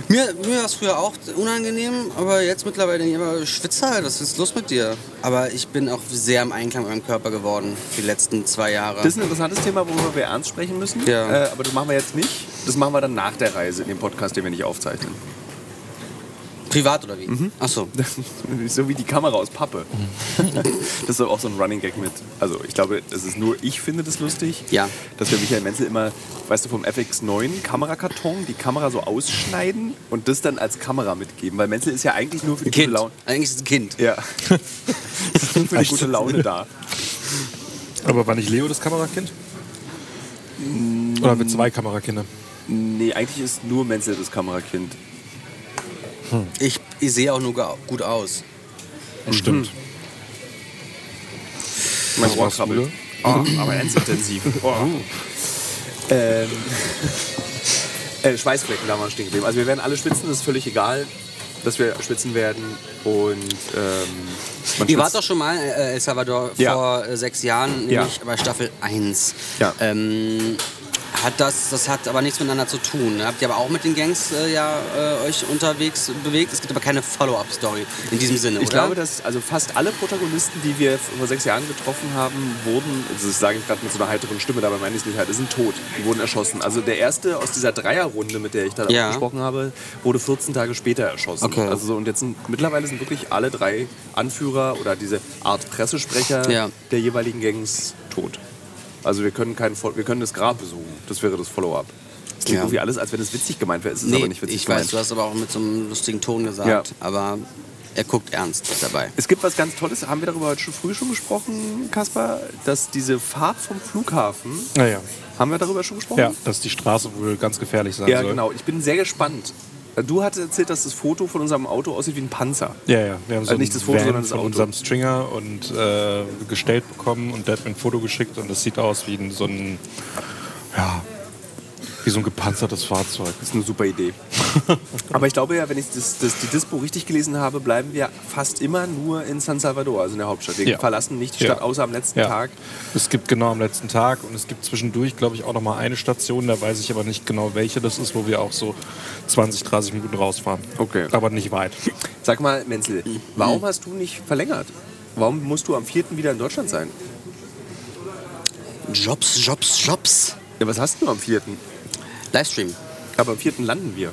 [SPEAKER 2] Mir, mir war es früher auch unangenehm, aber jetzt mittlerweile denke ich immer, schwitze halt, was ist los mit dir? Aber ich bin auch sehr im Einklang mit meinem Körper geworden, die letzten zwei Jahre.
[SPEAKER 1] Das ist ein interessantes Thema, worüber wir ernst sprechen müssen.
[SPEAKER 2] Ja.
[SPEAKER 1] Äh, aber das machen wir jetzt nicht. Das machen wir dann nach der Reise in dem Podcast, den wir nicht aufzeichnen.
[SPEAKER 2] Privat oder wie? Ach so.
[SPEAKER 1] so wie die Kamera aus Pappe. das ist aber auch so ein Running Gag mit. Also ich glaube, das ist nur ich finde das lustig.
[SPEAKER 2] Ja.
[SPEAKER 1] Dass wir Michael Menzel immer, weißt du, vom FX9 Kamerakarton die Kamera so ausschneiden und das dann als Kamera mitgeben. Weil Menzel ist ja eigentlich nur für die gute
[SPEAKER 2] Kind.
[SPEAKER 1] Laune.
[SPEAKER 2] Eigentlich ist es ein Kind.
[SPEAKER 1] Ja. ist nur für die gute Laune da.
[SPEAKER 3] Aber war nicht Leo das Kamerakind? Oder mit zwei Kamerakinder?
[SPEAKER 1] Nee, eigentlich ist nur Menzel das Kamerakind.
[SPEAKER 2] Ich, ich sehe auch nur ga- gut aus.
[SPEAKER 3] Stimmt.
[SPEAKER 1] Mein Ohr
[SPEAKER 3] machst du,
[SPEAKER 1] krabbelt. Oh, aber ganz intensiv. Oh. ähm, äh, Schweißflecken da mal stehen geblieben. Also wir werden alle schwitzen, das ist völlig egal, dass wir schwitzen werden. Und ähm, man
[SPEAKER 2] Ihr wart
[SPEAKER 1] schwitzt-
[SPEAKER 2] doch schon mal in äh, El Salvador
[SPEAKER 1] Ja.
[SPEAKER 2] vor äh, sechs Jahren,
[SPEAKER 1] Ja.
[SPEAKER 2] nämlich bei Staffel 1.
[SPEAKER 1] Ja.
[SPEAKER 2] Ähm, hat das, das hat aber nichts miteinander zu tun. ne? Habt ihr aber auch mit den Gangs äh, ja äh, euch unterwegs bewegt? Es gibt aber keine Follow-up-Story in diesem Sinne,
[SPEAKER 1] Ich
[SPEAKER 2] oder?
[SPEAKER 1] glaube, dass also fast alle Protagonisten, die wir vor sechs Jahren getroffen haben, wurden, also das sage ich gerade mit so einer heiteren Stimme, dabei meine ich es nicht halt, die sind tot, die wurden erschossen. Also der erste aus dieser Dreierrunde, mit der ich da
[SPEAKER 2] Ja.
[SPEAKER 1] gesprochen habe, wurde 14 Tage später erschossen.
[SPEAKER 2] Okay.
[SPEAKER 1] Also so, und jetzt sind mittlerweile sind wirklich alle drei Anführer oder diese Art Pressesprecher
[SPEAKER 2] Ja.
[SPEAKER 1] der jeweiligen Gangs tot. Also wir können kein Fol- wir können das Grab besuchen. Das wäre das Follow-up. Es klingt
[SPEAKER 2] Ja.
[SPEAKER 1] irgendwie alles, als wenn es witzig gemeint wäre. Es ist
[SPEAKER 2] nee,
[SPEAKER 1] aber nicht witzig
[SPEAKER 2] ich
[SPEAKER 1] gemeint.
[SPEAKER 2] weiß, du hast aber auch mit so einem lustigen Ton gesagt,
[SPEAKER 1] Ja.
[SPEAKER 2] aber er guckt ernst dabei.
[SPEAKER 1] Es gibt was ganz Tolles, haben wir darüber heute schon früh schon gesprochen, Kaspar, dass diese Fahrt vom Flughafen,
[SPEAKER 3] Naja.
[SPEAKER 1] haben wir darüber schon gesprochen?
[SPEAKER 3] Ah Ja, Also. dass die Straße wohl ganz gefährlich sein
[SPEAKER 1] Ja,
[SPEAKER 3] soll.
[SPEAKER 1] genau. Ich bin sehr gespannt. Du hattest erzählt, dass das Foto von unserem Auto aussieht wie ein Panzer.
[SPEAKER 3] Ja, ja. Wir haben so
[SPEAKER 1] Also nicht
[SPEAKER 3] ein
[SPEAKER 1] das Foto,
[SPEAKER 3] Van
[SPEAKER 1] sondern das
[SPEAKER 3] von
[SPEAKER 1] Auto.
[SPEAKER 3] unserem Stringer und äh, gestellt bekommen und der hat mir ein Foto geschickt und das sieht aus wie ein, so ein ja wie so ein gepanzertes Fahrzeug.
[SPEAKER 1] Das ist eine super Idee. Aber ich glaube ja, wenn ich das, das, die Dispo richtig gelesen habe, bleiben wir fast immer nur in San Salvador, also in der Hauptstadt. Wir
[SPEAKER 3] Ja.
[SPEAKER 1] verlassen nicht die
[SPEAKER 3] Ja.
[SPEAKER 1] Stadt, außer am letzten
[SPEAKER 3] Ja.
[SPEAKER 1] Tag.
[SPEAKER 3] Es gibt genau am letzten Tag und es gibt zwischendurch, glaube ich, auch noch mal eine Station, da weiß ich aber nicht genau, welche das ist, wo wir auch so 20, 30 Minuten rausfahren.
[SPEAKER 1] Okay.
[SPEAKER 3] Aber nicht weit.
[SPEAKER 1] Sag mal, Menzel, warum hast du nicht verlängert? Warum musst du am 4. wieder in Deutschland sein?
[SPEAKER 2] Jobs, Jobs, Jobs.
[SPEAKER 1] Ja, was hast du am 4.?
[SPEAKER 2] Livestream.
[SPEAKER 1] Aber am 4. landen wir.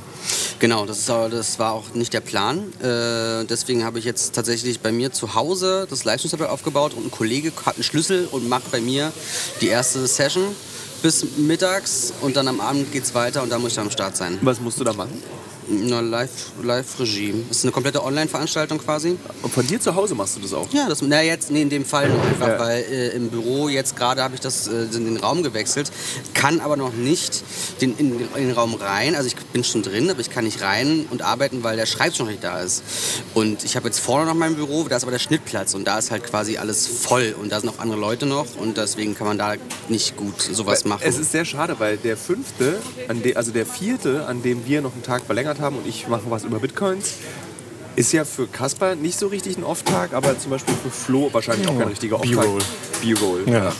[SPEAKER 2] Genau, das, ist aber, das war auch nicht der Plan. Äh, deswegen habe ich jetzt tatsächlich bei mir zu Hause das Leistungstablet aufgebaut und ein Kollege hat einen Schlüssel und macht bei mir die erste Session bis mittags und dann am Abend geht's weiter und da muss ich dann am Start sein.
[SPEAKER 1] Was musst du da machen?
[SPEAKER 2] Na, Live- Live-Regie. das ist eine komplette Online-Veranstaltung quasi.
[SPEAKER 1] Und von dir zu Hause machst du das auch?
[SPEAKER 2] Ja, das, na jetzt, nee, in dem Fall nur einfach,
[SPEAKER 1] Ja.
[SPEAKER 2] weil äh, im Büro jetzt gerade habe ich das, äh, in den Raum gewechselt, kann aber noch nicht den, in, in den Raum rein. Also ich bin schon drin, aber ich kann nicht rein und arbeiten, weil der Schreibtisch noch nicht da ist. Und ich habe jetzt vorne noch mein Büro, da ist aber der Schnittplatz und da ist halt quasi alles voll und da sind auch andere Leute noch und deswegen kann man da nicht gut sowas machen.
[SPEAKER 1] Äh, Es ist sehr schade, weil der fünfte, an de, also der vierte, an dem wir noch einen Tag verlängert haben und ich mache was über Bitcoins, ist ja für Kasper nicht so richtig ein Off-Tag, aber zum Beispiel für Flo wahrscheinlich auch kein richtiger Off-Tag.
[SPEAKER 3] B-Roll.
[SPEAKER 1] B-Roll.
[SPEAKER 3] Ja.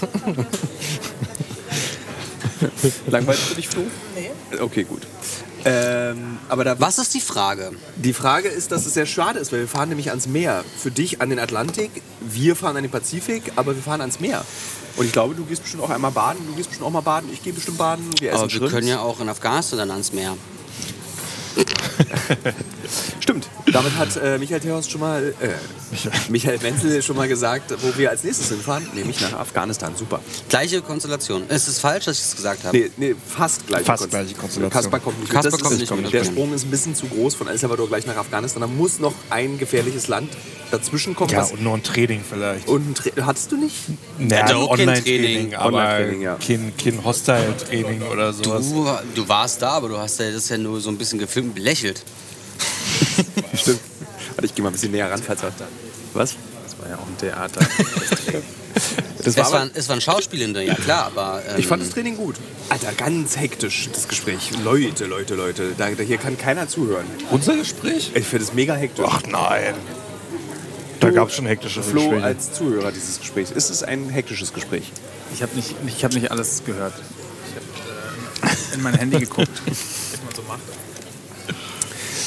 [SPEAKER 1] Langweilig für dich, Flo? Nee. Okay, gut. Ähm, aber da
[SPEAKER 2] Was ist die Frage?
[SPEAKER 1] Die Frage ist, dass es sehr schade ist, weil wir fahren nämlich ans Meer. Für dich an den Atlantik, wir fahren an den Pazifik, aber wir fahren ans Meer. Und ich glaube, du gehst bestimmt auch einmal baden, du gehst bestimmt auch mal baden, ich gehe bestimmt baden, wir essen
[SPEAKER 2] Aber Also wir
[SPEAKER 1] Shrimps.
[SPEAKER 2] können ja auch in Afghanistan dann ans Meer.
[SPEAKER 1] Stimmt, damit hat äh, Michael Theos schon mal, äh, Michael Wenzel schon mal gesagt, wo wir als nächstes hinfahren, nämlich nach Afghanistan, super.
[SPEAKER 2] Gleiche Konstellation. Es ist falsch, dass ich es gesagt habe.
[SPEAKER 1] Nee, nee fast gleiche
[SPEAKER 3] Fast
[SPEAKER 1] Konst-
[SPEAKER 3] gleiche Konstellation.
[SPEAKER 1] Kaspar kommt nicht
[SPEAKER 2] Kaspar
[SPEAKER 1] mit. Das
[SPEAKER 2] kommt
[SPEAKER 1] ist,
[SPEAKER 2] nicht mit.
[SPEAKER 1] Der Sprung ist ein bisschen zu groß von El Salvador gleich nach Afghanistan. Da muss noch ein gefährliches Land dazwischen kommen.
[SPEAKER 3] Ja,
[SPEAKER 1] was-
[SPEAKER 3] und noch ein Training vielleicht.
[SPEAKER 1] und ein Tra- hattest du nicht?
[SPEAKER 3] Naja,
[SPEAKER 2] Also
[SPEAKER 3] ein
[SPEAKER 2] auch kein Training.
[SPEAKER 3] Online-Training, aber
[SPEAKER 1] Online-Training, ja.
[SPEAKER 3] kein, kein Hostile-Training oder sowas.
[SPEAKER 2] Du, wa- du warst da, aber du hast ja das ja nur so ein bisschen gefilmt und belächelt.
[SPEAKER 1] Stimmt. Warte, ich gehe mal ein bisschen näher ran, falls er- Was?
[SPEAKER 5] Das war ja auch ein Theater.
[SPEAKER 1] Das Das war
[SPEAKER 2] Es
[SPEAKER 1] aber,
[SPEAKER 2] waren, es waren Schauspielende, ja klar, aber. Ähm,
[SPEAKER 1] ich fand das Training gut. Alter, ganz hektisch, das Gespräch. Leute, Leute, Leute. Da, da, hier kann keiner zuhören.
[SPEAKER 3] Unser Gespräch?
[SPEAKER 1] Ich finde es mega hektisch.
[SPEAKER 3] Ach nein. Da gab es schon hektische
[SPEAKER 1] Flo
[SPEAKER 3] Gespräche.
[SPEAKER 1] als Zuhörer dieses Gesprächs. Ist es ein hektisches Gespräch?
[SPEAKER 6] Ich habe nicht, ich hab nicht alles gehört. Ich habe äh, in mein Handy geguckt.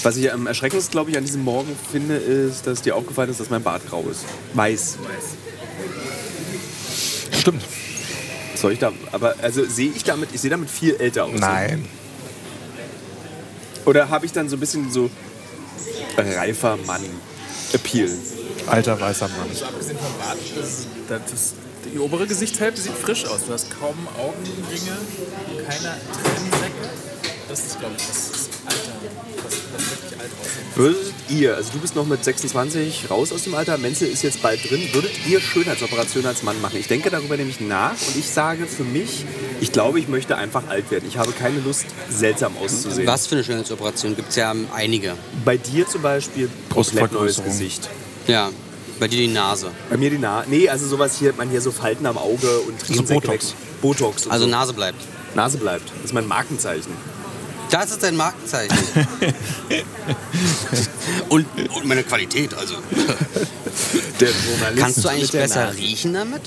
[SPEAKER 1] Was ich am erschreckendsten, glaube ich, an diesem Morgen finde, ist, dass dir aufgefallen ist, dass mein Bart grau ist. Weiß.
[SPEAKER 3] Stimmt.
[SPEAKER 1] Soll ich da, aber also sehe ich damit, ich sehe damit viel älter aus.
[SPEAKER 3] Nein.
[SPEAKER 1] Oder habe ich dann so ein bisschen so reifer Mann Appeal?
[SPEAKER 3] Alter weißer Mann.
[SPEAKER 6] Abgesehen vom Bart, das, das, die obere Gesichtshälfte sieht frisch aus. Du hast kaum Augenringe, keine Tränensäcke. Das ist, glaube ich, das, das Alter, was was wirklich alt aussieht.
[SPEAKER 1] Würdet ihr, also du bist noch mit 26 raus aus dem Alter, Menzel ist jetzt bald drin, würdet ihr Schönheitsoperation als Mann machen? Ich denke darüber nämlich nach und ich sage für mich, ich glaube, ich möchte einfach alt werden. Ich habe keine Lust, seltsam auszusehen.
[SPEAKER 2] was für eine Schönheitsoperation? Gibt es ja einige.
[SPEAKER 1] Bei dir zum Beispiel komplett neues
[SPEAKER 3] Brustvergrößerung.
[SPEAKER 1] Gesicht.
[SPEAKER 2] Ja. Bei dir die Nase.
[SPEAKER 1] Bei mir die Nase. Nee, also sowas hier, man hier so Falten am Auge und Tränensäcke
[SPEAKER 3] Botox.
[SPEAKER 1] weg. Botox. Und
[SPEAKER 2] Also
[SPEAKER 1] so.
[SPEAKER 2] Nase bleibt.
[SPEAKER 1] Nase bleibt. Das ist mein Markenzeichen.
[SPEAKER 2] Das ist dein Markenzeichen. und, und meine Qualität, also.
[SPEAKER 1] Der Journalist
[SPEAKER 2] Kannst du eigentlich
[SPEAKER 1] mit der
[SPEAKER 2] besser
[SPEAKER 1] Nase.
[SPEAKER 2] riechen damit?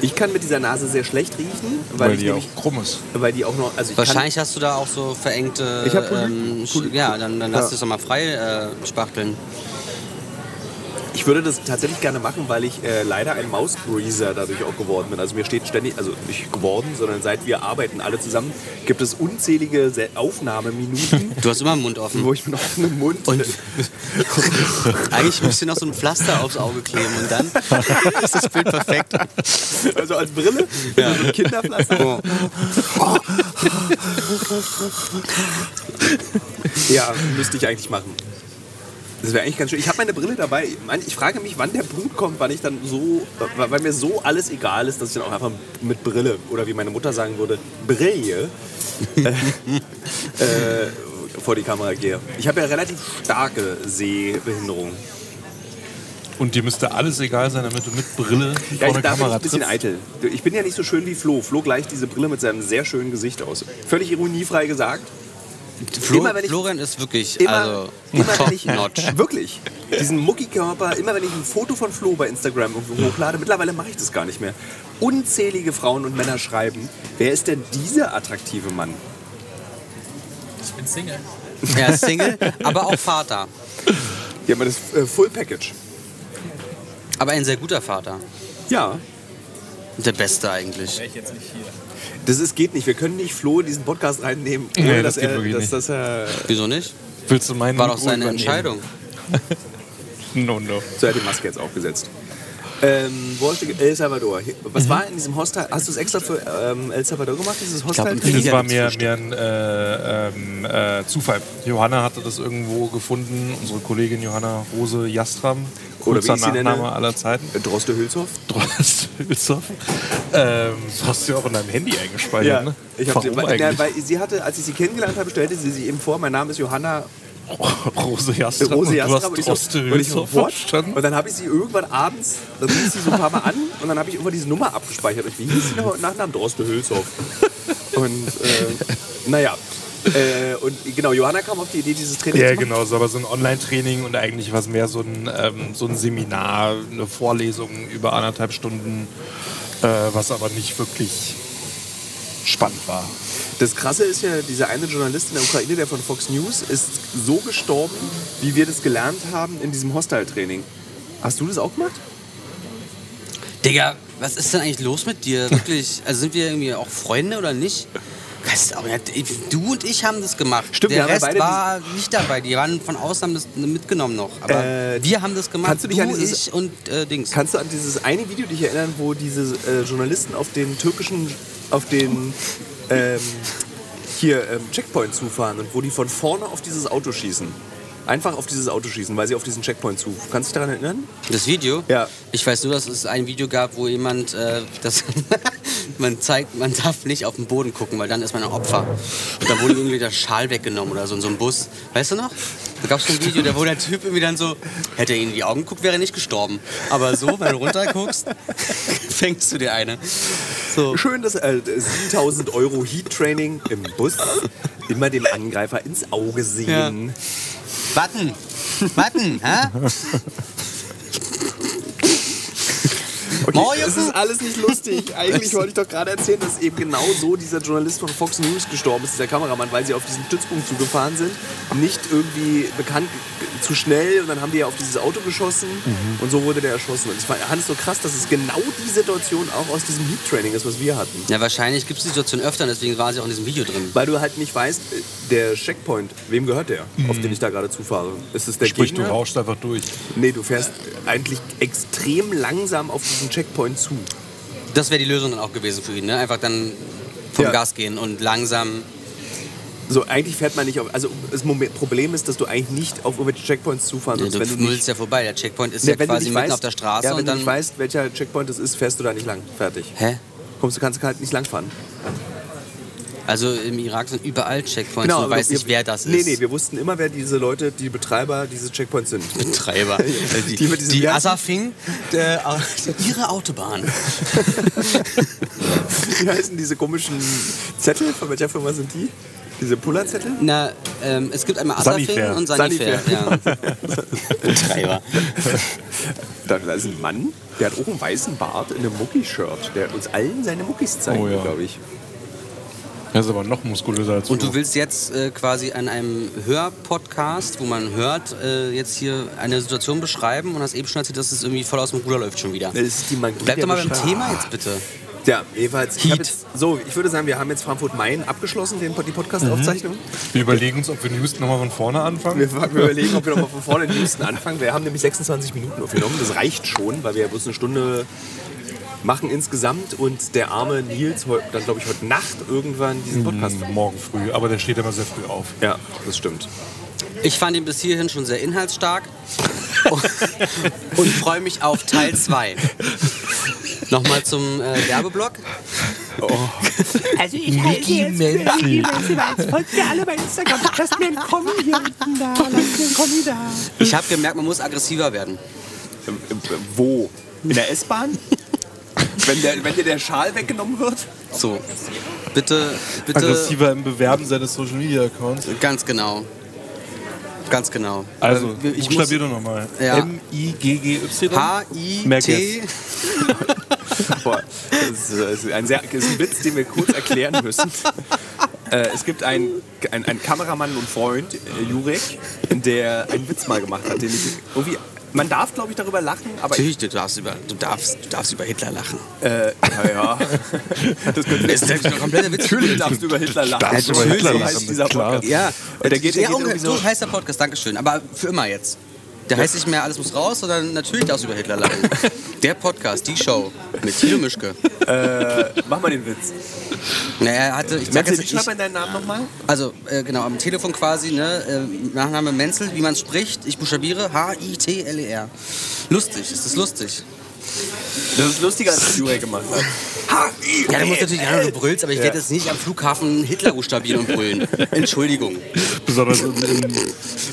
[SPEAKER 1] Ich kann mit dieser Nase sehr schlecht riechen, weil,
[SPEAKER 3] Weil,
[SPEAKER 1] ich
[SPEAKER 3] die auch
[SPEAKER 1] nämlich,
[SPEAKER 3] krumm ist.
[SPEAKER 1] weil die auch noch, also ich
[SPEAKER 2] Wahrscheinlich hast du da auch so verengte.
[SPEAKER 1] Ich hab Polypen.
[SPEAKER 2] ähm,
[SPEAKER 1] Polypen.
[SPEAKER 2] Ja, dann, dann
[SPEAKER 1] Ja.
[SPEAKER 2] lass es doch mal frei äh, spachteln.
[SPEAKER 1] kann, ich würde das tatsächlich gerne machen, weil ich äh, leider ein Mausbreezer dadurch auch geworden bin. Also mir steht ständig, also nicht geworden, sondern seit wir arbeiten alle zusammen, gibt es unzählige Se- Aufnahmeminuten,
[SPEAKER 2] Du hast immer den Mund offen.
[SPEAKER 1] wo ich mit offenem Mund
[SPEAKER 2] Und eigentlich müsst ihr noch so ein Pflaster aufs Auge kleben und dann ist das Bild perfekt.
[SPEAKER 1] Also als Brille? Ja. So ein Kinderpflaster? ja, müsste ich eigentlich machen. Das wäre eigentlich ganz schön. Ich habe meine Brille dabei. Mann, Ich frage mich, wann der Punkt kommt, wann ich dann so, weil weil mir so alles egal ist, dass ich dann auch einfach mit Brille oder wie meine Mutter sagen würde, Brille äh, äh, vor die Kamera gehe. Ich habe ja relativ starke Sehbehinderung.
[SPEAKER 3] Und dir müsste alles egal sein, damit du mit Brille
[SPEAKER 1] Ja,
[SPEAKER 3] vor
[SPEAKER 1] ich
[SPEAKER 3] der
[SPEAKER 1] darf
[SPEAKER 3] Kamera
[SPEAKER 1] ein bisschen
[SPEAKER 3] trittst.
[SPEAKER 1] eitel. Ich bin ja nicht so schön wie Flo. Flo gleicht diese Brille mit seinem sehr schönen Gesicht aus. Völlig ironiefrei gesagt.
[SPEAKER 2] Flo,
[SPEAKER 1] Immer, wenn ich-
[SPEAKER 2] Florian ist wirklich
[SPEAKER 1] Immer,
[SPEAKER 2] also
[SPEAKER 1] immer
[SPEAKER 2] top
[SPEAKER 1] wenn ich
[SPEAKER 2] notch.
[SPEAKER 1] wirklich diesen Muckikörper, immer wenn ich ein Foto von Flo bei Instagram
[SPEAKER 3] Hm.
[SPEAKER 1] irgendwo hochlade, mittlerweile mache ich das gar nicht mehr. Unzählige Frauen und Männer schreiben, wer ist denn dieser attraktive Mann?
[SPEAKER 6] Ich bin Single.
[SPEAKER 2] Er ist Single, aber auch Vater.
[SPEAKER 1] Ja, aber das äh, Full Package.
[SPEAKER 2] Aber ein sehr guter Vater.
[SPEAKER 1] Ja,
[SPEAKER 2] Der Beste eigentlich.
[SPEAKER 6] Wäre ich jetzt nicht hier.
[SPEAKER 1] das ist, geht nicht. Wir können nicht Flo in diesen Podcast reinnehmen, ohne
[SPEAKER 3] Nee, das
[SPEAKER 1] dass
[SPEAKER 3] geht
[SPEAKER 1] er,
[SPEAKER 3] wirklich
[SPEAKER 1] dass, äh,
[SPEAKER 3] nicht.
[SPEAKER 1] dass er
[SPEAKER 2] Wieso nicht?
[SPEAKER 3] Willst du meinen
[SPEAKER 2] War doch
[SPEAKER 3] Mikro
[SPEAKER 2] seine
[SPEAKER 3] übernehmen?
[SPEAKER 2] Entscheidung.
[SPEAKER 3] No, no.
[SPEAKER 1] So, er hat die Maske jetzt aufgesetzt. Ähm, wo hast du, ge- El Salvador. Hier-
[SPEAKER 3] Mhm.
[SPEAKER 1] Was war in diesem Hostel? Hast du es extra für ähm, El Salvador gemacht, dieses Hostel?
[SPEAKER 2] im Krieg.
[SPEAKER 3] Das
[SPEAKER 2] Ja,
[SPEAKER 3] war
[SPEAKER 2] das
[SPEAKER 3] mir,
[SPEAKER 2] Frühstück.
[SPEAKER 3] mir ein äh, ähm, äh, Zufall. Johanna hatte das irgendwo gefunden. Unsere Kollegin Johanna Rose Jastram.
[SPEAKER 1] Oder wie
[SPEAKER 3] Kurzer
[SPEAKER 1] ich sie nenne.
[SPEAKER 3] Nachname aller Zeiten.
[SPEAKER 1] Droste Hülshoff?
[SPEAKER 3] Drost Hülshoff. Ähm, das hast du ja auch in deinem Handy eingespeichert, ne?
[SPEAKER 1] Ich hab sie,
[SPEAKER 3] Warum
[SPEAKER 1] weil, na,
[SPEAKER 3] eigentlich?
[SPEAKER 1] weil sie hatte, als ich sie kennengelernt habe, stellte sie sich eben vor, mein Name ist Johanna
[SPEAKER 3] Rose Jastram.
[SPEAKER 1] Rose
[SPEAKER 3] und
[SPEAKER 1] Jastrab.
[SPEAKER 3] Du hast
[SPEAKER 1] so,
[SPEAKER 3] Droste
[SPEAKER 1] und ich so,
[SPEAKER 3] Hülshoff
[SPEAKER 1] what?
[SPEAKER 3] verstanden.
[SPEAKER 1] Und dann habe ich sie irgendwann abends, dann rief sie so ein paar Mal an und dann habe ich irgendwann diese Nummer abgespeichert. Und wie hieß sie noch? Nachnamen Droste Hülshoff. Und, äh, naja. Äh, und genau, Johanna kam auf die Idee, dieses Training
[SPEAKER 3] Ja,
[SPEAKER 1] zu machen.
[SPEAKER 3] genau, so, aber so ein Online-Training und eigentlich was mehr so ein, ähm, so ein Seminar, eine Vorlesung über anderthalb Stunden, äh, was aber nicht wirklich spannend war.
[SPEAKER 1] Das Krasse ist ja, dieser eine Journalist in der Ukraine, der von Fox News, ist so gestorben, wie wir das gelernt haben in diesem Hostile-Training. Hast du das auch gemacht?
[SPEAKER 2] Digga, was ist denn eigentlich los mit dir? Wirklich, also sind wir irgendwie auch Freunde oder nicht? Das ist auch- Du und ich haben das gemacht.
[SPEAKER 1] Stimmt, wir
[SPEAKER 2] Der
[SPEAKER 1] haben ja
[SPEAKER 2] Rest
[SPEAKER 1] beide
[SPEAKER 2] war nicht dabei. Die waren von außen haben das mitgenommen noch. Aber
[SPEAKER 1] Äh,
[SPEAKER 2] wir haben das gemacht.
[SPEAKER 1] kannst du dich an dieses-
[SPEAKER 2] ich und äh, Dings.
[SPEAKER 1] Kannst du an dieses eine Video dich erinnern, wo diese äh, Journalisten auf den türkischen, auf den ähm, hier ähm, Checkpoint zufahren und wo die von vorne auf dieses Auto schießen? Einfach auf dieses Auto schießen, weil sie auf diesen Checkpoint zu. Kannst du dich daran erinnern?
[SPEAKER 2] Das Video?
[SPEAKER 1] Ja.
[SPEAKER 2] Ich weiß nur, dass es ein Video gab, wo jemand äh, das man zeigt, man darf nicht auf den Boden gucken, weil dann ist man ein Opfer. Und da wurde irgendwie der Schal weggenommen oder so in so einem Bus. Weißt du noch? Da gab es so ein Video, da wo der Typ irgendwie dann so, hätte er ihnen in die Augen geguckt, wäre er nicht gestorben. Aber so, wenn du runterguckst, schenkst du dir eine. So.
[SPEAKER 1] Schön, dass äh, 7000 Euro Heat Training im Bus immer dem Angreifer ins Auge sehen.
[SPEAKER 2] Warten! Warten! Hä?
[SPEAKER 1] Okay,
[SPEAKER 2] Moin,
[SPEAKER 1] das
[SPEAKER 2] Jungs.
[SPEAKER 1] ist alles nicht lustig. Eigentlich wollte ich doch gerade erzählen, dass eben genau so dieser Journalist von Fox News gestorben ist, dieser Kameramann, weil sie auf diesen Stützpunkt zugefahren sind, nicht irgendwie bekannt zu schnell und dann haben die ja auf dieses Auto geschossen
[SPEAKER 2] Mhm.
[SPEAKER 1] und so wurde der erschossen. Und ich fand es so krass, dass es genau die Situation auch aus diesem Heat Training ist, was wir hatten.
[SPEAKER 2] Ja, wahrscheinlich gibt es die Situation öfter, und deswegen war sie auch in diesem Video drin.
[SPEAKER 1] Weil du halt nicht weißt, der Checkpoint, wem gehört der, auf
[SPEAKER 2] Mhm.
[SPEAKER 1] den ich da gerade zufahre? Ist es der
[SPEAKER 3] Sprich, du
[SPEAKER 1] Gegner?
[SPEAKER 3] rauschst einfach durch.
[SPEAKER 1] Nee, du fährst eigentlich extrem langsam auf diesen Checkpoint zu.
[SPEAKER 2] Das wäre die Lösung dann auch gewesen für ihn, ne? Einfach dann vom
[SPEAKER 1] Ja.
[SPEAKER 2] Gas gehen und langsam.
[SPEAKER 1] So, eigentlich fährt man nicht auf. Also, das Moment, Problem ist, dass du eigentlich nicht auf irgendwelche Checkpoints zufahren
[SPEAKER 2] Ja,
[SPEAKER 1] sollst.
[SPEAKER 2] du
[SPEAKER 1] wenn du
[SPEAKER 2] müllst
[SPEAKER 1] nicht,
[SPEAKER 2] ja vorbei. Der Checkpoint ist
[SPEAKER 1] Ja,
[SPEAKER 2] ja,
[SPEAKER 1] wenn du
[SPEAKER 2] quasi
[SPEAKER 1] nicht
[SPEAKER 2] mitten
[SPEAKER 1] weißt-
[SPEAKER 2] auf der Straße
[SPEAKER 1] ja, wenn
[SPEAKER 2] und
[SPEAKER 1] du
[SPEAKER 2] dann.
[SPEAKER 1] nicht weißt, welcher Checkpoint es ist, fährst du da nicht lang. Fertig.
[SPEAKER 2] Hä?
[SPEAKER 1] Kommst du, kannst du halt nicht langfahren.
[SPEAKER 2] Also im Irak sind überall Checkpoints. du
[SPEAKER 1] aber
[SPEAKER 2] weißt
[SPEAKER 1] Genau, also wir-
[SPEAKER 2] nicht, wer das
[SPEAKER 1] Nee,
[SPEAKER 2] ist.
[SPEAKER 1] nee, wir wussten immer, wer diese Leute, die Betreiber dieses Checkpoints sind.
[SPEAKER 2] Genau. Betreiber. Also
[SPEAKER 1] Die
[SPEAKER 2] die die,
[SPEAKER 1] mit diesem ganzen-
[SPEAKER 2] Asafing, der, äh, ihre Autobahn.
[SPEAKER 1] Wie heißen diese komischen Zettel? Von welcher Firma sind die? Diese Pullerzettel?
[SPEAKER 2] Na, ähm, es gibt einmal Asafing
[SPEAKER 3] Sanifair.
[SPEAKER 2] und Sanifair. Ja. Betreiber.
[SPEAKER 1] Da da ist ein Mann, der hat auch einen weißen Bart in einem Mucki-Shirt. Der hat uns allen seine Muckis zeigen,
[SPEAKER 3] Oh ja.
[SPEAKER 1] glaube ich.
[SPEAKER 3] Er ist aber noch muskulöser als
[SPEAKER 2] Und du willst jetzt äh, quasi an einem Hörpodcast, wo man hört, äh, jetzt hier eine Situation beschreiben und hast eben schon erzählt, dass es irgendwie voll aus dem Ruder läuft schon wieder.
[SPEAKER 1] Das ist die Magie
[SPEAKER 2] Bleib
[SPEAKER 1] der
[SPEAKER 2] doch mal beim
[SPEAKER 1] Beschreibung.
[SPEAKER 2] Thema jetzt bitte.
[SPEAKER 1] Ja, jedenfalls. Ich hab
[SPEAKER 2] Heat.
[SPEAKER 1] jetzt, so, ich würde sagen, wir haben jetzt Frankfurt Main abgeschlossen, den, die Podcast-Aufzeichnung.
[SPEAKER 3] Wir überlegen uns, ob wir News nochmal von vorne anfangen.
[SPEAKER 1] Wir, fragen- wir überlegen, ob wir nochmal von vorne in Houston anfangen. Wir haben nämlich 26 Minuten aufgenommen. Das reicht schon, weil wir ja bloß eine Stunde machen insgesamt. Und der arme Nils, heu- dann glaube ich heute Nacht irgendwann diesen Podcast.
[SPEAKER 3] Morgen früh, aber der steht immer sehr früh auf.
[SPEAKER 1] Ja, das stimmt.
[SPEAKER 2] Ich fand ihn bis hierhin schon sehr inhaltsstark und freue mich auf Teil 2. Äh, Nochmal zum äh, Werbeblock.
[SPEAKER 7] Also ich heiße jetzt Mickey Menzel, weil es folgt mir alle bei Instagram. Lasst mir einen Kommi hier unten da. Lasst mir einen Kommi da.
[SPEAKER 2] Ich habe gemerkt, man muss aggressiver werden.
[SPEAKER 1] Im- im- im- Wo? In der S-Bahn? wenn, der, wenn dir der Schal weggenommen wird?
[SPEAKER 2] So, bitte, bitte.
[SPEAKER 3] Aggressiver im Bewerben seines Social Media Accounts.
[SPEAKER 2] Ganz genau. Ganz genau.
[SPEAKER 3] Also,
[SPEAKER 2] Weil wir- ich muss
[SPEAKER 3] buchstabier doch nochmal.
[SPEAKER 2] Ja.
[SPEAKER 3] M-I-G-G-Y. Merk
[SPEAKER 2] H-I-T.
[SPEAKER 3] jetzt.
[SPEAKER 1] Boah, das ist, das ist ein, sehr, das ist ein Witz, den wir kurz erklären müssen. Äh, es gibt einen, einen, einen Kameramann und Freund, äh, Jurek, der einen Witz mal gemacht hat. Den ich irgendwie, man darf, glaube ich, darüber lachen, aber ich,
[SPEAKER 2] Natürlich, du darfst über, du darfst, du darfst über Hitler lachen.
[SPEAKER 1] äh, naja, das könnte
[SPEAKER 2] Das ist ein kompletter Witz.
[SPEAKER 1] Natürlich darfst du über Hitler lachen.
[SPEAKER 3] Darfst du über
[SPEAKER 1] Natürlich,
[SPEAKER 3] Hitler
[SPEAKER 1] so
[SPEAKER 3] lachen,
[SPEAKER 1] heißt dieser
[SPEAKER 3] klar.
[SPEAKER 1] Podcast.
[SPEAKER 2] Ja,
[SPEAKER 1] Und der geht, der
[SPEAKER 2] ja,
[SPEAKER 1] geht
[SPEAKER 2] auch-
[SPEAKER 1] irgendwie so.
[SPEAKER 2] so heißt der Podcast, Dankeschön. Aber für immer jetzt. Der heißt nicht mehr Alles muss raus, sondern natürlich darfst du über Hitler lachen. der Podcast, die Show mit Thilo Mischke.
[SPEAKER 1] Äh, mach mal den Witz.
[SPEAKER 2] Naja, er hatte, ich sag
[SPEAKER 1] Merkst du,
[SPEAKER 2] jetzt
[SPEAKER 1] ich
[SPEAKER 2] nicht,
[SPEAKER 1] schreib mal deinen Namen nochmal.
[SPEAKER 2] also äh, genau, am Telefon quasi, ne, äh, Nachname Menzel, wie man spricht, ich buchstabiere H-I-T-L-E-R. E Lustig, ist das lustig?
[SPEAKER 1] Das ist lustiger, als Jurek gemacht hat.
[SPEAKER 2] Ja, du musst natürlich, ja, du brüllst, aber ich werde jetzt nicht am Flughafen Hitler buchstabieren und brüllen. Entschuldigung.
[SPEAKER 3] Besonders im, im,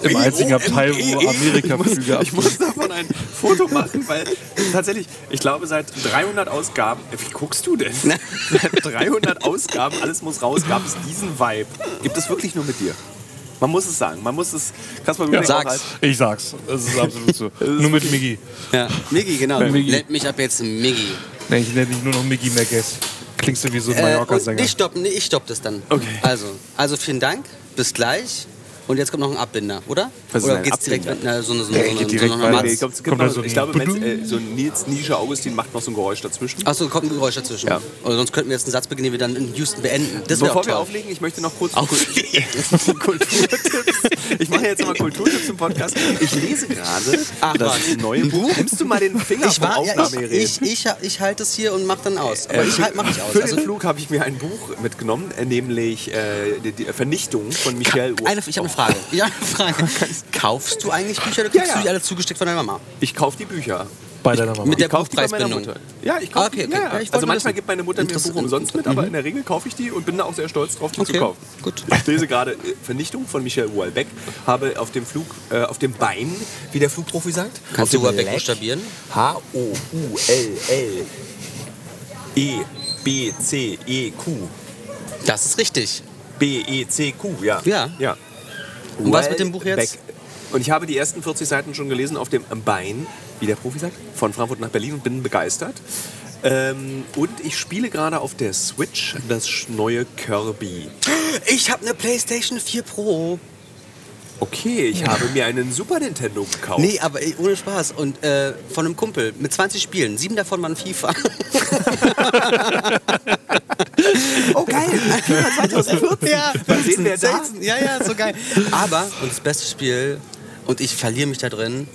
[SPEAKER 3] im einzigen
[SPEAKER 2] E.
[SPEAKER 3] Abteil, wo Amerika-Flüge ab.
[SPEAKER 1] Ich muss davon ein Foto machen, weil tatsächlich, ich glaube, seit 300 Ausgaben, wie guckst du denn?
[SPEAKER 2] Ne?
[SPEAKER 1] Seit 300 Ausgaben, alles muss raus, gab es diesen Vibe. Gibt es wirklich nur mit dir? Man muss es sagen, man muss es. Kaspar Rüdiger
[SPEAKER 2] sag's.
[SPEAKER 1] auch als-
[SPEAKER 3] Ich sag's, es ist absolut so. nur mit Miggi.
[SPEAKER 2] Ja, Miggi, genau.
[SPEAKER 3] Miggi.
[SPEAKER 2] Nennt mich ab jetzt Miggi.
[SPEAKER 3] Nee, ich nenne dich nur noch Miggi Merkes. Klingst du wie so ein
[SPEAKER 2] Äh, und
[SPEAKER 3] Mallorca-Sänger.
[SPEAKER 2] nicht stoppen, nee, ich stopp das dann.
[SPEAKER 1] Okay.
[SPEAKER 2] Also, also vielen Dank, bis gleich. Und jetzt kommt noch ein Abbinder, oder?
[SPEAKER 1] Was ist
[SPEAKER 2] oder
[SPEAKER 1] ein
[SPEAKER 2] geht's direkt mit
[SPEAKER 1] Abbinder?
[SPEAKER 2] einer so eine so
[SPEAKER 3] Nee,
[SPEAKER 2] eine
[SPEAKER 3] geht
[SPEAKER 2] so eine- so
[SPEAKER 3] direkt
[SPEAKER 2] eine
[SPEAKER 3] weiter.
[SPEAKER 1] Nee, ich
[SPEAKER 2] Matz-
[SPEAKER 1] glaube, es gibt
[SPEAKER 3] Kommt da
[SPEAKER 1] noch,
[SPEAKER 3] so ein
[SPEAKER 1] ich glaube Menz,
[SPEAKER 3] Badum?
[SPEAKER 1] äh, so ein Nils Nische Augustin macht noch so ein Geräusch dazwischen.
[SPEAKER 2] Achso, kommt ein Geräusch dazwischen.
[SPEAKER 1] Ja.
[SPEAKER 2] Oder sonst könnten wir jetzt einen Satz beginnen, den wir dann in Houston beenden. Das wäre auch
[SPEAKER 1] Bevor
[SPEAKER 2] toll.
[SPEAKER 1] wir auflegen, ich möchte noch kurz
[SPEAKER 2] Auf-
[SPEAKER 1] Kulturtipps. Ich mache jetzt immer Kulturtipps im Podcast. Ich lese gerade
[SPEAKER 2] Ach,
[SPEAKER 1] das
[SPEAKER 2] was?
[SPEAKER 1] neue
[SPEAKER 2] Ein
[SPEAKER 1] Buch.
[SPEAKER 2] Buch?
[SPEAKER 1] Nimmst du mal den Finger
[SPEAKER 2] Ah, ich,
[SPEAKER 1] vom
[SPEAKER 2] war, ja, ich,
[SPEAKER 1] Aufnahmegerät?
[SPEAKER 2] ich, ich, ich halte es hier und mach dann aus. Aber ich halt, mach ich aus.
[SPEAKER 1] Äh, Für
[SPEAKER 2] Also,
[SPEAKER 1] den Flug habe ich mir ein Buch mitgenommen, äh, nämlich äh, die, die Vernichtung von Michel Uhr.
[SPEAKER 2] eine, ich habe eine Frage. Ich hab eine Frage. Kaufst du eigentlich Bücher oder
[SPEAKER 1] Oh. Ja,
[SPEAKER 2] kriegst
[SPEAKER 1] ja.
[SPEAKER 2] du die alle zugesteckt von deiner Mama?
[SPEAKER 1] Ich kaufe die Bücher.
[SPEAKER 3] Bei deiner Mama.
[SPEAKER 2] mit der-
[SPEAKER 1] ich kauf die bei meiner
[SPEAKER 2] Buchpreisbindung.
[SPEAKER 1] Mutter. Ja, ich kaufe
[SPEAKER 2] Ah, okay,
[SPEAKER 1] die.
[SPEAKER 2] okay.
[SPEAKER 1] Ja,
[SPEAKER 2] Ja, ich wollte
[SPEAKER 1] also
[SPEAKER 2] nur
[SPEAKER 1] manchmal
[SPEAKER 2] wissen.
[SPEAKER 1] gibt meine Mutter mir ein Buch
[SPEAKER 2] Interessant.
[SPEAKER 1] umsonst mit, aber in der Regel kaufe ich die und bin da auch sehr stolz drauf, die
[SPEAKER 2] Okay,
[SPEAKER 1] Mhm. zu kaufen.
[SPEAKER 2] gut.
[SPEAKER 1] Ich lese gerade äh, Vernichtung von Michel Houellebecq. Habe auf dem Flug, äh, auf dem Bein, wie der Flugprofi sagt.
[SPEAKER 2] Kannst du
[SPEAKER 1] Auf dem
[SPEAKER 2] Houellebecq
[SPEAKER 1] Leg-
[SPEAKER 2] buchstabieren?
[SPEAKER 1] H-O-U-L-L.
[SPEAKER 8] E, B, C, E, Q.
[SPEAKER 2] Das ist richtig.
[SPEAKER 8] B, E, C, Q, ja.
[SPEAKER 2] Ja.
[SPEAKER 8] ja.
[SPEAKER 2] Und was mit dem Buch jetzt?
[SPEAKER 8] Und ich habe die ersten 40 Seiten schon gelesen auf dem Bein, wie der Profi sagt, von Frankfurt nach Berlin und bin begeistert. Ähm, und ich spiele gerade auf der Switch das neue Kirby.
[SPEAKER 2] Ich habe eine PlayStation 4 Pro.
[SPEAKER 8] Okay, ich habe mir einen Super Nintendo gekauft.
[SPEAKER 2] Nee, aber ey, ohne Spaß. Und äh, von einem Kumpel mit 20 Spielen. Sieben davon waren FIFA.
[SPEAKER 8] Oh geil, 2014.
[SPEAKER 2] ja,
[SPEAKER 8] Was sehen wir da?
[SPEAKER 2] 16, ja, ja, so geil. Aber, und das beste Spiel, und ich verliere mich da drin,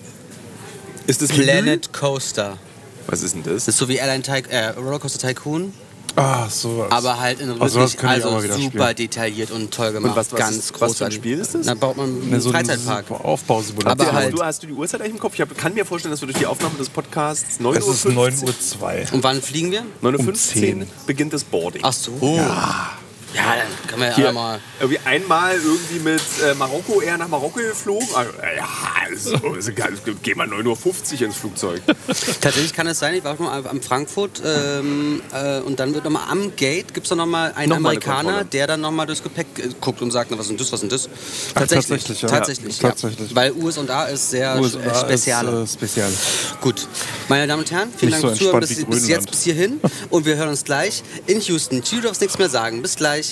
[SPEAKER 3] Mhm.
[SPEAKER 8] Ist das
[SPEAKER 2] Planet Coaster.
[SPEAKER 8] Menü? Was ist denn das?
[SPEAKER 2] Das ist so wie Airline Tyc äh, Rollercoaster Tycoon,
[SPEAKER 3] Ah, sowas.
[SPEAKER 2] aber halt in
[SPEAKER 3] sowas
[SPEAKER 2] wirklich
[SPEAKER 3] könnte ich auch
[SPEAKER 2] also
[SPEAKER 3] mal wieder
[SPEAKER 2] super
[SPEAKER 3] spielen.
[SPEAKER 2] detailliert und toll gemacht.
[SPEAKER 8] was- was
[SPEAKER 2] Ganz
[SPEAKER 8] ist- was für ein
[SPEAKER 2] großartig.
[SPEAKER 8] Spiel ist das?
[SPEAKER 2] Da baut man einen
[SPEAKER 3] Ne, so ein
[SPEAKER 2] Freizeitpark.
[SPEAKER 3] Aufbausimulation.
[SPEAKER 2] Aber
[SPEAKER 8] hast,
[SPEAKER 2] halt-
[SPEAKER 8] du, hast du die Uhrzeit eigentlich im Kopf? Ich hab, kann mir vorstellen, dass wir durch die Aufnahme des Podcasts 9
[SPEAKER 3] es
[SPEAKER 8] Uhr
[SPEAKER 3] ist 9.02 Uhr.
[SPEAKER 2] Und wann fliegen wir?
[SPEAKER 8] 9.15 Uhr
[SPEAKER 3] um 10.
[SPEAKER 8] beginnt das Boarding.
[SPEAKER 2] Ach so.
[SPEAKER 3] Oh.
[SPEAKER 2] Ja. ja, dann können wir ja
[SPEAKER 8] Hier,
[SPEAKER 2] alle mal.
[SPEAKER 8] irgendwie einmal irgendwie mit äh, Marokko eher nach Marokko geflogen. Also, ja, also, ist egal, geh mal 9.50 Uhr ins Flugzeug.
[SPEAKER 2] Tatsächlich kann es sein, ich war schon mal am Frankfurt ähm, äh, und dann wird nochmal am Gate, gibt es nochmal einen
[SPEAKER 8] Nochmal eine
[SPEAKER 2] Amerikaner,
[SPEAKER 8] Kontrolle.
[SPEAKER 2] der dann nochmal durchs Gepäck äh, guckt und sagt, na, was ist denn das, was ist denn das?
[SPEAKER 3] tatsächlich, ja.
[SPEAKER 2] tatsächlich,
[SPEAKER 3] Ja,
[SPEAKER 2] ja.
[SPEAKER 3] tatsächlich.
[SPEAKER 2] Weil USA ist sehr
[SPEAKER 3] USA
[SPEAKER 2] äh, spezial.
[SPEAKER 3] Ist, äh, spezial.
[SPEAKER 2] Gut, meine Damen und Herren, vielen
[SPEAKER 3] Nicht
[SPEAKER 2] Dank fürs
[SPEAKER 3] so
[SPEAKER 2] Zuhören
[SPEAKER 3] entspannt
[SPEAKER 2] bis,
[SPEAKER 3] wie
[SPEAKER 2] bis jetzt,
[SPEAKER 3] Grönland.
[SPEAKER 2] bis hierhin und wir hören uns gleich in Houston. Du darfst nichts mehr sagen, bis gleich.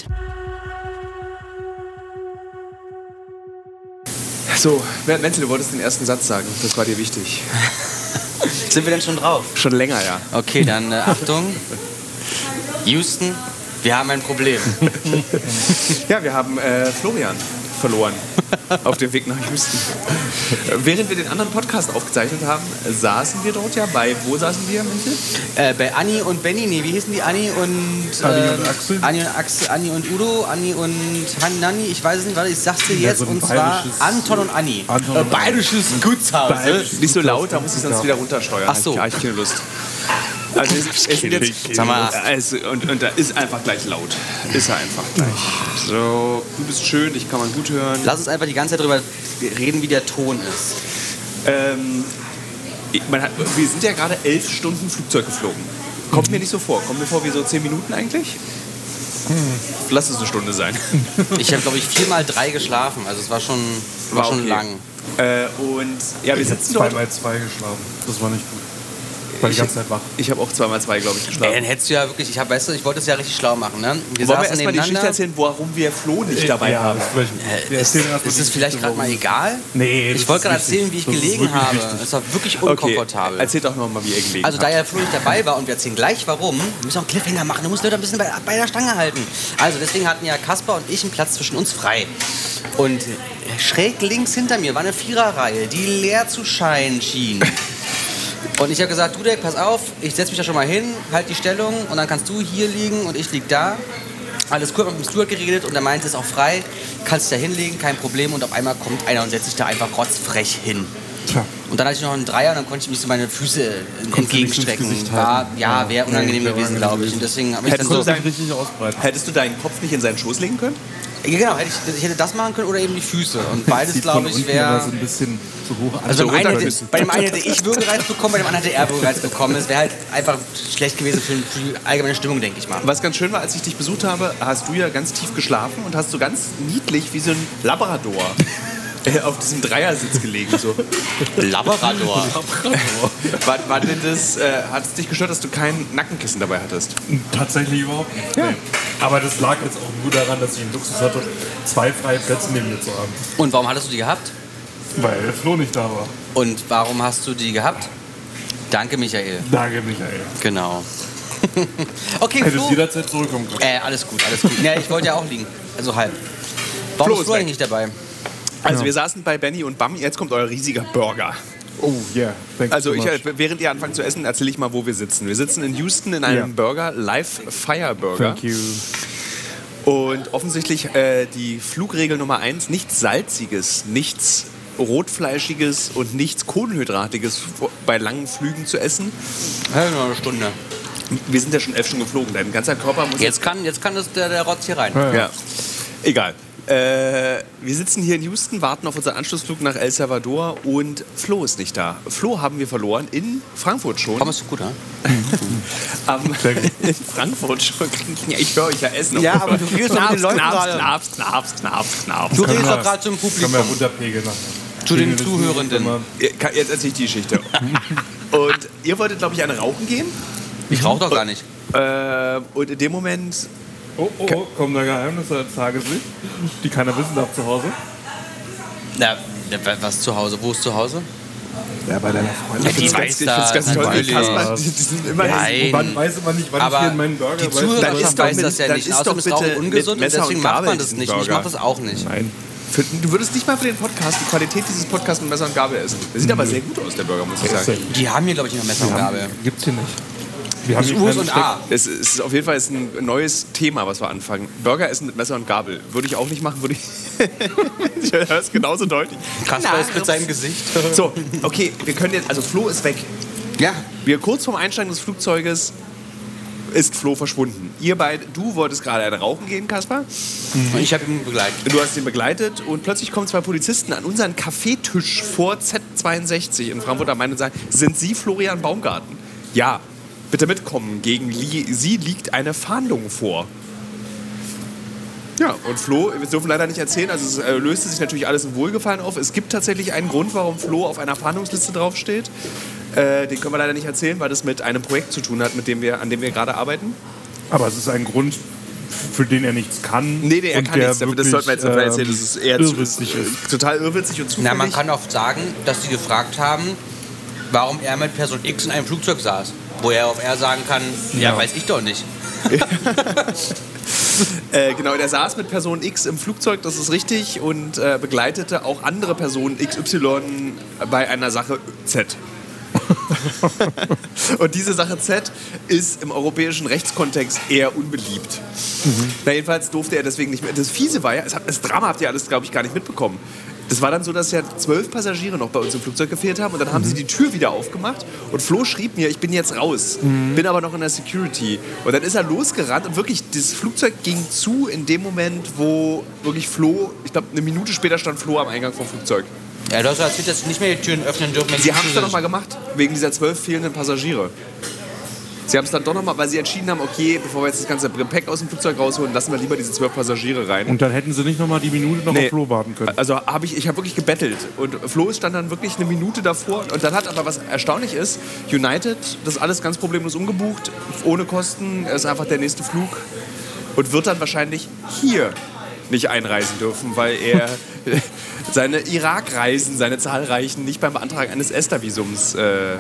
[SPEAKER 1] So, Menzel, du wolltest den ersten Satz sagen. Das war dir wichtig.
[SPEAKER 2] Sind wir denn schon drauf?
[SPEAKER 1] Schon länger, ja.
[SPEAKER 2] Okay, dann äh, Achtung. Houston, wir haben ein Problem.
[SPEAKER 1] Ja, wir haben äh, Florian verloren auf dem Weg nach Houston. Äh, Während wir den anderen Podcast aufgezeichnet haben, äh, saßen wir dort ja bei, wo saßen wir, Menzel?
[SPEAKER 2] Äh, bei Anni und Benny, nee, wie hießen die? Anni und.
[SPEAKER 3] Anni und
[SPEAKER 2] ähm,
[SPEAKER 3] Axel?
[SPEAKER 2] Anni und Axel, Anni und Udo, Anni und Han- Nanni, ich weiß es nicht, warte, ich sag's dir
[SPEAKER 3] Ja,
[SPEAKER 2] jetzt.
[SPEAKER 3] so ein
[SPEAKER 2] und zwar
[SPEAKER 3] bayerisches-
[SPEAKER 2] Anton und Anni.
[SPEAKER 3] Anton und Äh,
[SPEAKER 2] bayerisches Gutshaus. ne?
[SPEAKER 1] Äh, Nicht so laut, da muss ich sonst wieder runtersteuern.
[SPEAKER 2] Ach so.
[SPEAKER 1] Ja, ich hab keine Lust. Also, es, es sind jetzt,
[SPEAKER 2] Sag mal.
[SPEAKER 1] Es, und, und da ist einfach gleich laut. Ist er einfach gleich. So, du bist schön, dich kann man gut hören.
[SPEAKER 2] Lass uns einfach die ganze Zeit drüber reden, wie der Ton ist.
[SPEAKER 1] Ähm, man hat, wir sind ja gerade elf Stunden Flugzeug geflogen. Kommt mir nicht so vor. Kommt mir vor wie so zehn Minuten eigentlich?
[SPEAKER 3] Hm.
[SPEAKER 1] Lass es eine Stunde sein.
[SPEAKER 2] Ich habe, glaube ich, viermal drei geschlafen, also es war schon, war schon
[SPEAKER 1] okay.
[SPEAKER 2] lang.
[SPEAKER 1] Äh, und ja, wir
[SPEAKER 3] Ich habe
[SPEAKER 1] sitzen dort.
[SPEAKER 3] zweimal zwei geschlafen. Das war nicht gut. Ich war die
[SPEAKER 1] Ich-
[SPEAKER 3] ganze Zeit wach.
[SPEAKER 1] Ich habe auch zweimal zwei, glaube ich,
[SPEAKER 2] Ey, dann
[SPEAKER 1] geschlafen.
[SPEAKER 2] hättest du ja wirklich, ich habe, weißt du, ich wollte es ja richtig schlau machen, ne? Wir
[SPEAKER 1] Wollen wir erstmal
[SPEAKER 2] saßen
[SPEAKER 1] die Geschichte
[SPEAKER 2] nebeneinander.
[SPEAKER 1] erzählen, warum wir Flo nicht dabei
[SPEAKER 3] Äh, ja,
[SPEAKER 1] haben?
[SPEAKER 3] das weiß ich nicht.
[SPEAKER 2] Äh,
[SPEAKER 3] Wir
[SPEAKER 2] Ist,
[SPEAKER 3] erzählen erst mal
[SPEAKER 2] ist
[SPEAKER 3] die
[SPEAKER 2] es vielleicht
[SPEAKER 3] Geschichte,
[SPEAKER 2] gerade mal
[SPEAKER 3] warum-
[SPEAKER 2] egal?
[SPEAKER 3] Nee, das
[SPEAKER 2] ich wollte
[SPEAKER 3] ist
[SPEAKER 2] gerade
[SPEAKER 3] richtig.
[SPEAKER 2] erzählen, wie ich
[SPEAKER 3] Das ist
[SPEAKER 2] gelegen
[SPEAKER 3] wirklich
[SPEAKER 2] habe.
[SPEAKER 3] richtig.
[SPEAKER 2] Es war wirklich
[SPEAKER 1] Okay,
[SPEAKER 2] unkomfortabel.
[SPEAKER 1] erzähl doch nochmal, wie ihr gelegen
[SPEAKER 2] Also da
[SPEAKER 1] habt.
[SPEAKER 2] ja Flo nicht dabei war und wir erzählen gleich warum, wir müssen auch Cliffhanger machen, du musst Leute ein bisschen bei, bei der Stange halten. Also deswegen hatten ja Kasper und ich einen Platz zwischen uns frei. Und schräg links hinter mir war eine Viererreihe, die leer zu scheinen schien. Und ich habe gesagt, Dudek, pass auf, ich setze mich da schon mal hin, halt die Stellung und dann kannst du hier liegen und ich lieg da. Alles cool, hab mit dem Stuart geredet und er meinte, ist auch frei, kannst dich da hinlegen, kein Problem. Und auf einmal kommt einer und setzt sich da einfach rotzfrech hin.
[SPEAKER 3] Tja.
[SPEAKER 2] Und dann hatte ich noch einen Dreier und dann konnte ich mich so meine Füße entgegenstrecken.
[SPEAKER 3] nicht ins Gesicht
[SPEAKER 2] War,
[SPEAKER 3] halten.
[SPEAKER 2] ja,
[SPEAKER 3] Ja.
[SPEAKER 2] wäre unangenehm
[SPEAKER 3] Nee, wäre
[SPEAKER 2] gewesen,
[SPEAKER 3] unangenehm
[SPEAKER 2] glaube ich.
[SPEAKER 3] gewesen.
[SPEAKER 2] Und deswegen habe ich dann
[SPEAKER 1] Hättest
[SPEAKER 2] so.
[SPEAKER 1] du
[SPEAKER 2] Ja,
[SPEAKER 3] Nicht richtig ausbreiten.
[SPEAKER 1] Hättest du deinen Kopf nicht in seinen Schoß legen können?
[SPEAKER 2] genau, hätte ich, ich hätte das machen können oder eben die Füße. Und beides,
[SPEAKER 3] Sieht von
[SPEAKER 2] glaube ich,
[SPEAKER 3] unten immer
[SPEAKER 2] wäre.
[SPEAKER 3] so ein bisschen zu hoch.
[SPEAKER 2] Also beim einen, hätte,
[SPEAKER 3] runtergebissen.
[SPEAKER 2] bei dem einen hätte ich Würgereiz bekommen, bei dem anderen hätte er Würgereiz bekommen. Es wäre halt einfach schlecht gewesen für, für die allgemeine Stimmung, denke ich mal.
[SPEAKER 1] Was ganz schön war, als ich dich besucht habe, hast du ja ganz tief geschlafen und hast so ganz niedlich wie so ein Labrador äh, auf diesem Dreiersitz gelegen. So.
[SPEAKER 2] Labrador.
[SPEAKER 1] War, war denn das, äh, hat es dich gestört, dass du kein Nackenkissen dabei hattest?
[SPEAKER 3] Tatsächlich überhaupt nicht. Nee. Aber das lag jetzt auch nur daran, dass ich den Luxus hatte, zwei freie Plätze neben mir zu haben.
[SPEAKER 2] Und warum hattest du die gehabt?
[SPEAKER 3] Weil Flo nicht da war.
[SPEAKER 2] Und warum hast du die gehabt? Danke, Michael.
[SPEAKER 3] Danke, Michael.
[SPEAKER 2] Genau. okay,
[SPEAKER 3] Hättest
[SPEAKER 2] Flo.
[SPEAKER 3] jederzeit zurückkommen können.
[SPEAKER 2] Äh, alles gut, alles gut. Nee, ich wollte ja auch liegen. Also halb.
[SPEAKER 1] Flo
[SPEAKER 2] Warum ist
[SPEAKER 1] ist
[SPEAKER 2] Flo
[SPEAKER 1] weg.
[SPEAKER 2] eigentlich nicht dabei?
[SPEAKER 1] Also
[SPEAKER 3] Genau.
[SPEAKER 1] wir saßen bei Benny und Bam, jetzt kommt euer riesiger Burger.
[SPEAKER 3] Oh, yeah. Thanks
[SPEAKER 1] Also
[SPEAKER 3] so
[SPEAKER 1] ich,
[SPEAKER 3] much.
[SPEAKER 1] während ihr anfangt zu essen, erzähle ich mal, wo wir sitzen. Wir sitzen in Houston in einem
[SPEAKER 3] Ja.
[SPEAKER 1] Burger, Live Fire Burger.
[SPEAKER 3] Thank you.
[SPEAKER 1] Und offensichtlich äh, die Flugregel Nummer eins, nichts Salziges, nichts Rotfleischiges und nichts Kohlenhydratiges vor- bei langen Flügen zu essen.
[SPEAKER 2] Halb eine Stunde.
[SPEAKER 1] Wir sind ja schon elf Stunden geflogen, dein ganzer Körper muss
[SPEAKER 2] Jetzt kann, jetzt kann das der, der Rotz hier rein.
[SPEAKER 1] Ja. Egal. Äh, wir sitzen hier in Houston, warten auf unseren Anschlussflug nach El Salvador und Flo ist nicht da. Flo haben wir verloren in Frankfurt schon.
[SPEAKER 2] Aber ist gut, ja?
[SPEAKER 1] Am- in Frankfurt schon. Ja, ich höre euch ja essen.
[SPEAKER 2] Ja, aber du redest doch mit den Leuten
[SPEAKER 1] Knarps,
[SPEAKER 2] gerade.
[SPEAKER 1] knarps, knarps, knarps, knarps.
[SPEAKER 2] Du redest doch gerade zum
[SPEAKER 3] Können wir
[SPEAKER 2] Publikum.
[SPEAKER 3] runterpegeln.
[SPEAKER 2] Zu den Zuhörenden.
[SPEAKER 1] Ihr- kann- Jetzt erzähle ich die Geschichte. Und ihr wolltet, glaube ich, eine rauchen gehen.
[SPEAKER 2] Ich rauche doch gar nicht.
[SPEAKER 1] Äh, und in dem Moment
[SPEAKER 3] Oh, oh, oh, kommen da Geheimnisse ans Tageslicht, die keiner wissen darf zu Hause.
[SPEAKER 2] Na, was zu Hause? Wo ist zu Hause?
[SPEAKER 7] Ja, bei deiner Freundin.
[SPEAKER 2] Die
[SPEAKER 1] ganz- ich find's ganz toll, wie
[SPEAKER 2] natürlich.
[SPEAKER 1] Kasper, die, die sind immer
[SPEAKER 3] Wann
[SPEAKER 2] Nein.
[SPEAKER 3] weiß man nicht, wann
[SPEAKER 2] Aber
[SPEAKER 3] ich hier in meinen Burger
[SPEAKER 2] die
[SPEAKER 3] beißen soll?
[SPEAKER 1] Dann
[SPEAKER 2] Zuhörerschaft
[SPEAKER 1] ist doch
[SPEAKER 2] weiß
[SPEAKER 1] mit-
[SPEAKER 2] das ja
[SPEAKER 1] dann
[SPEAKER 2] nicht.
[SPEAKER 1] ist
[SPEAKER 2] Außerdem
[SPEAKER 1] doch
[SPEAKER 2] ist Rauchen
[SPEAKER 1] bitte mit
[SPEAKER 2] ungesund und
[SPEAKER 1] Messer
[SPEAKER 2] deswegen
[SPEAKER 1] und
[SPEAKER 2] macht
[SPEAKER 1] Gabel
[SPEAKER 2] man das
[SPEAKER 1] essen,
[SPEAKER 2] nicht. Ich
[SPEAKER 1] Burger.
[SPEAKER 2] mache das auch nicht.
[SPEAKER 1] Nein. Für, du würdest nicht mal für den Podcast die Qualität dieses Podcasts mit Messer und Gabel essen. Der sieht aber sehr gut aus, Mhm. der Burger, muss ich sagen.
[SPEAKER 2] Die haben hier, glaube ich, noch Messer und Gabel.
[SPEAKER 3] Gibt's hier nicht. Wir haben
[SPEAKER 2] Das
[SPEAKER 3] hier
[SPEAKER 2] U
[SPEAKER 3] keine
[SPEAKER 2] und A.
[SPEAKER 1] Es ist auf jeden Fall ist ein neues Thema, was wir anfangen. Burger essen mit Messer und Gabel. Würde ich auch nicht machen, würde ich. ich höre es genauso deutlich.
[SPEAKER 2] Kasper ist mit seinem Gesicht.
[SPEAKER 1] So, okay, wir können jetzt. Also, Flo ist weg.
[SPEAKER 2] Ja,
[SPEAKER 1] Wir kurz vorm Einsteigen des Flugzeuges ist Flo verschwunden. Ihr beide, du wolltest gerade eine rauchen gehen, Kaspar.
[SPEAKER 2] und ich habe ihn begleitet.
[SPEAKER 1] Du hast ihn begleitet und plötzlich kommen zwei Polizisten an unseren Kaffeetisch vor Z62 in Frankfurt am Main und sagen, sind Sie Florian Baumgarten? Ja, bitte mitkommen. Gegen Li Sie liegt eine Fahndung vor. Ja, und Flo, wir dürfen leider nicht erzählen, also es äh, löste sich natürlich alles in Wohlgefallen auf. Es gibt tatsächlich einen Grund, warum Flo auf einer Fahndungsliste draufsteht. Äh, den können wir leider nicht erzählen, weil das mit einem Projekt zu tun hat, mit dem wir, an dem wir gerade arbeiten.
[SPEAKER 9] Aber es ist ein Grund, für den er nichts kann.
[SPEAKER 1] Nee, nee, er
[SPEAKER 9] und
[SPEAKER 1] kann nichts dafür. Das
[SPEAKER 9] wirklich,
[SPEAKER 1] sollten wir jetzt nicht
[SPEAKER 9] äh,
[SPEAKER 1] erzählen. Das ist eher zu- äh,
[SPEAKER 9] irrwitzig ist.
[SPEAKER 1] Total irrwitzig und zufällig.
[SPEAKER 2] Na, man kann auch sagen, dass sie gefragt haben, warum er mit Person X in einem Flugzeug saß. Wo er auf R sagen kann, ja, weiß ich doch nicht.
[SPEAKER 1] Äh, genau, der saß mit Person X im Flugzeug, das ist richtig, und äh, begleitete auch andere Personen XY bei einer Sache Z. und diese Sache Z ist im europäischen Rechtskontext eher unbeliebt. Na, jedenfalls durfte er deswegen nicht mehr. Das Fiese war ja, es hat- das Drama habt ihr alles, glaube ich, gar nicht mitbekommen. Das war dann so, dass ja zwölf Passagiere noch bei uns im Flugzeug gefehlt haben und dann haben sie die Tür wieder aufgemacht und Flo schrieb mir, ich bin jetzt raus, bin aber noch in der Security. Und dann ist er losgerannt und wirklich, das Flugzeug ging zu in dem Moment, wo wirklich Flo, ich glaube, eine Minute später stand Flo am Eingang vom Flugzeug.
[SPEAKER 2] Ja, du hast doch erzählt, dass sie nicht mehr die Türen öffnen dürfen, wenn
[SPEAKER 1] Sie
[SPEAKER 2] die
[SPEAKER 1] haben es
[SPEAKER 2] zu
[SPEAKER 1] dann
[SPEAKER 2] sind.
[SPEAKER 1] nochmal gemacht, wegen dieser zwölf fehlenden Passagiere. Sie haben es dann doch nochmal, weil sie entschieden haben, okay, bevor wir jetzt das ganze Gepäck aus dem Flugzeug rausholen, lassen wir lieber diese zwölf Passagiere rein.
[SPEAKER 9] Und dann hätten sie nicht nochmal die Minute noch
[SPEAKER 1] Nee.
[SPEAKER 9] auf Flo warten können.
[SPEAKER 1] Also habe ich, ich habe wirklich gebettelt und Flo stand dann wirklich eine Minute davor und dann hat aber was erstaunlich ist, United das alles ganz problemlos umgebucht, ohne Kosten, ist einfach der nächste Flug und wird dann wahrscheinlich hier nicht einreisen dürfen, weil er seine Irak-Reisen, seine zahlreichen, nicht beim Antrag eines ESTA-Visums äh,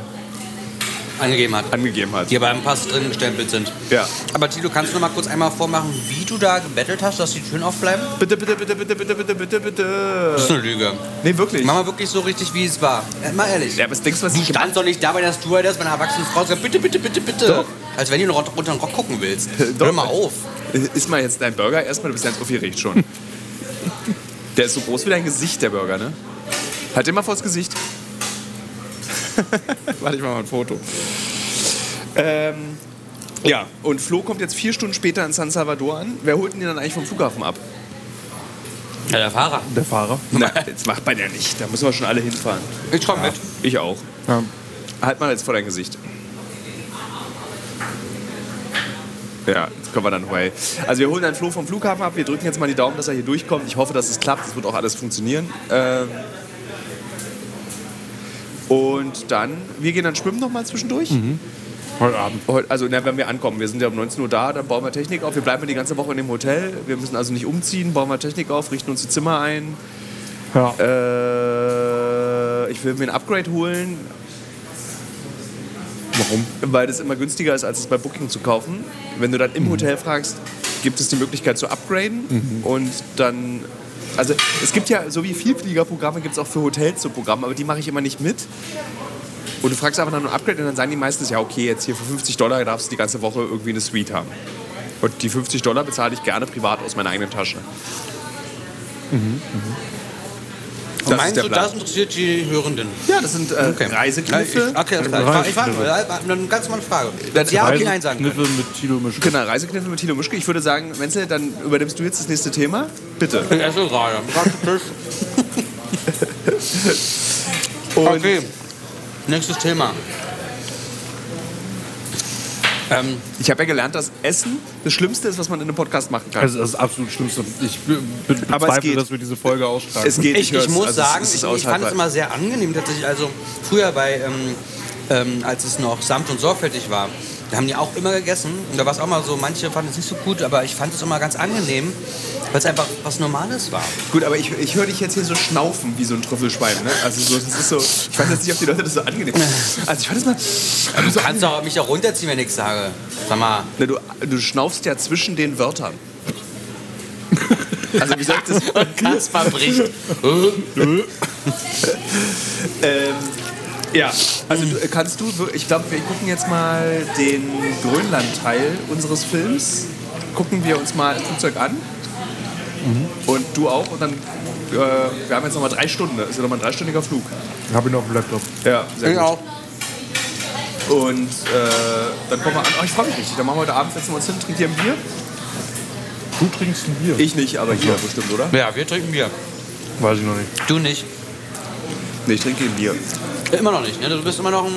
[SPEAKER 2] angegeben hat.
[SPEAKER 1] angegeben hat.
[SPEAKER 2] Die aber im Pass drin gestempelt sind.
[SPEAKER 1] Ja.
[SPEAKER 2] Aber Tilo, kannst du noch mal kurz einmal vormachen, wie du da gebettelt hast, dass die Türen aufbleiben?
[SPEAKER 1] Bitte, bitte, bitte, bitte, bitte, bitte, bitte, bitte.
[SPEAKER 2] Das ist eine Lüge.
[SPEAKER 1] Nee, wirklich.
[SPEAKER 2] Mach mal wirklich so richtig, wie es war. Äh, Mal ehrlich.
[SPEAKER 1] Ja, was denkst du, was
[SPEAKER 2] Du
[SPEAKER 1] ich gemacht
[SPEAKER 2] standst doch nicht dabei, dass du halt meiner erwachsenen Frau sagst, bitte, bitte, bitte, bitte.
[SPEAKER 1] Doch.
[SPEAKER 2] Als wenn du noch unter den Rock gucken willst.
[SPEAKER 1] Doch.
[SPEAKER 2] Hör mal auf.
[SPEAKER 1] Iss mal jetzt dein Burger erstmal, du bist ganz aufgeregt schon. Der ist so groß wie dein Gesicht, der Burger, ne? Halt den mal vors Gesicht. Warte, ich mach mal ein Foto. Ähm, ja, und Flo kommt jetzt vier Stunden später in San Salvador an. Wer holt ihn denn dann eigentlich vom Flughafen ab?
[SPEAKER 2] Ja, der Fahrer.
[SPEAKER 9] Der Fahrer.
[SPEAKER 1] Na, das macht man ja nicht. Da müssen wir schon alle hinfahren.
[SPEAKER 2] Ich komm mit.
[SPEAKER 1] Ich auch.
[SPEAKER 9] Ja.
[SPEAKER 1] Halt mal jetzt vor dein Gesicht. Ja, jetzt kommen wir dann Hawaii. Also wir holen dann Flo vom Flughafen ab. Wir drücken jetzt mal die Daumen, dass er hier durchkommt. Ich hoffe, dass es klappt. Es wird auch alles funktionieren. Ähm und dann, wir gehen dann schwimmen noch mal zwischendurch.
[SPEAKER 9] Heute Abend.
[SPEAKER 1] Heu- Also na, wenn wir ankommen, wir sind ja um 19 Uhr da, dann bauen wir Technik auf. Wir bleiben die ganze Woche in dem Hotel. Wir müssen also nicht umziehen, bauen wir Technik auf, richten uns die Zimmer ein.
[SPEAKER 9] Ja.
[SPEAKER 1] Äh, ich will mir ein Upgrade holen,
[SPEAKER 9] Warum?
[SPEAKER 1] weil das immer günstiger ist, als es bei Booking zu kaufen. Wenn du dann im Hotel fragst, gibt es die Möglichkeit zu upgraden und dann. Also es gibt ja, so wie Vielfliegerprogramme, gibt es auch für Hotels so Programme, aber die mache ich immer nicht mit. Und du fragst einfach nach einem Upgrade und dann sagen die meistens, ja okay, jetzt hier für 50 Dollar darfst du die ganze Woche irgendwie eine Suite haben. Und die 50 Dollar bezahle ich gerne privat aus meiner eigenen Tasche. Das ist
[SPEAKER 2] Mhm, Meinst
[SPEAKER 1] der
[SPEAKER 2] du,
[SPEAKER 1] Plan.
[SPEAKER 2] das interessiert die Hörenden?
[SPEAKER 1] Ja, das sind äh, Reisekniffe.
[SPEAKER 2] Ich, okay, das war, ich war, ich war, eine ganz normale Frage. Ja, okay, nein sagen können.
[SPEAKER 9] Kniffe mit Tilo Mischke.
[SPEAKER 1] Genau, Reisekniffe mit Thilo Mischke. Ich würde sagen, Wenzel, dann übernimmst du jetzt das nächste Thema. Bitte.
[SPEAKER 2] Ich esse gerade. Tisch.
[SPEAKER 1] Und
[SPEAKER 2] Okay. Nächstes Thema. Ähm,
[SPEAKER 1] Ich habe ja gelernt, dass Essen das Schlimmste ist, was man in einem Podcast machen kann.
[SPEAKER 9] Also, das ist das absolut Schlimmste. Ich be- be-
[SPEAKER 1] Aber es
[SPEAKER 9] bezweifle,
[SPEAKER 1] geht.
[SPEAKER 9] dass wir diese Folge ausstrahlen.
[SPEAKER 1] es geht
[SPEAKER 2] ich,
[SPEAKER 1] hör's.
[SPEAKER 2] ich muss
[SPEAKER 1] Also,
[SPEAKER 2] sagen,
[SPEAKER 1] es ist
[SPEAKER 2] ich, ich fand es
[SPEAKER 1] aushaltbar.
[SPEAKER 2] immer sehr angenehm tatsächlich. Also früher bei, ähm, ähm, als es noch samt und sorgfältig war, da haben die auch immer gegessen. Und da war es auch mal so, manche fanden es nicht so gut, aber ich fand es immer ganz angenehm, weil es einfach was Normales war.
[SPEAKER 1] Gut, aber ich, ich höre dich jetzt hier so schnaufen wie so ein Trüffelschwein. Ne? Also so, das ist so, ich weiß jetzt nicht, ob die Leute das so angenehm Also ich fand es mal... aber so
[SPEAKER 2] Du kannst auch mich auch runterziehen, wenn ich nichts sage. Sag mal,
[SPEAKER 1] Na, du, du schnaufst ja zwischen den Wörtern. Also wie sagt das?
[SPEAKER 2] Kaspar bricht.
[SPEAKER 1] Ähm, ja, also du, kannst du, wir- ich glaube, wir gucken jetzt mal den Grönland-Teil unseres Films. Gucken wir uns mal im Flugzeug an.
[SPEAKER 2] Mhm.
[SPEAKER 1] Und du auch. Und dann, äh, wir haben jetzt nochmal drei Stunden. Das ist ja nochmal ein dreistündiger Flug.
[SPEAKER 9] Ich habe ihn auf dem Laptop.
[SPEAKER 1] Ja, sehr
[SPEAKER 2] Ich auch.
[SPEAKER 1] Und äh, dann kommen wir an. Oh, ich freue mich richtig. Dann machen wir heute Abend, setzen wir uns hin, trinken hier ein Bier.
[SPEAKER 9] Du trinkst ein Bier.
[SPEAKER 1] Ich nicht, aber hier bestimmt, oder?
[SPEAKER 2] Ja, wir trinken Bier.
[SPEAKER 9] Weiß ich noch nicht.
[SPEAKER 2] Du nicht.
[SPEAKER 1] Nee, ich trinke ein Bier.
[SPEAKER 2] Immer noch nicht, ne? Du bist immer noch ein,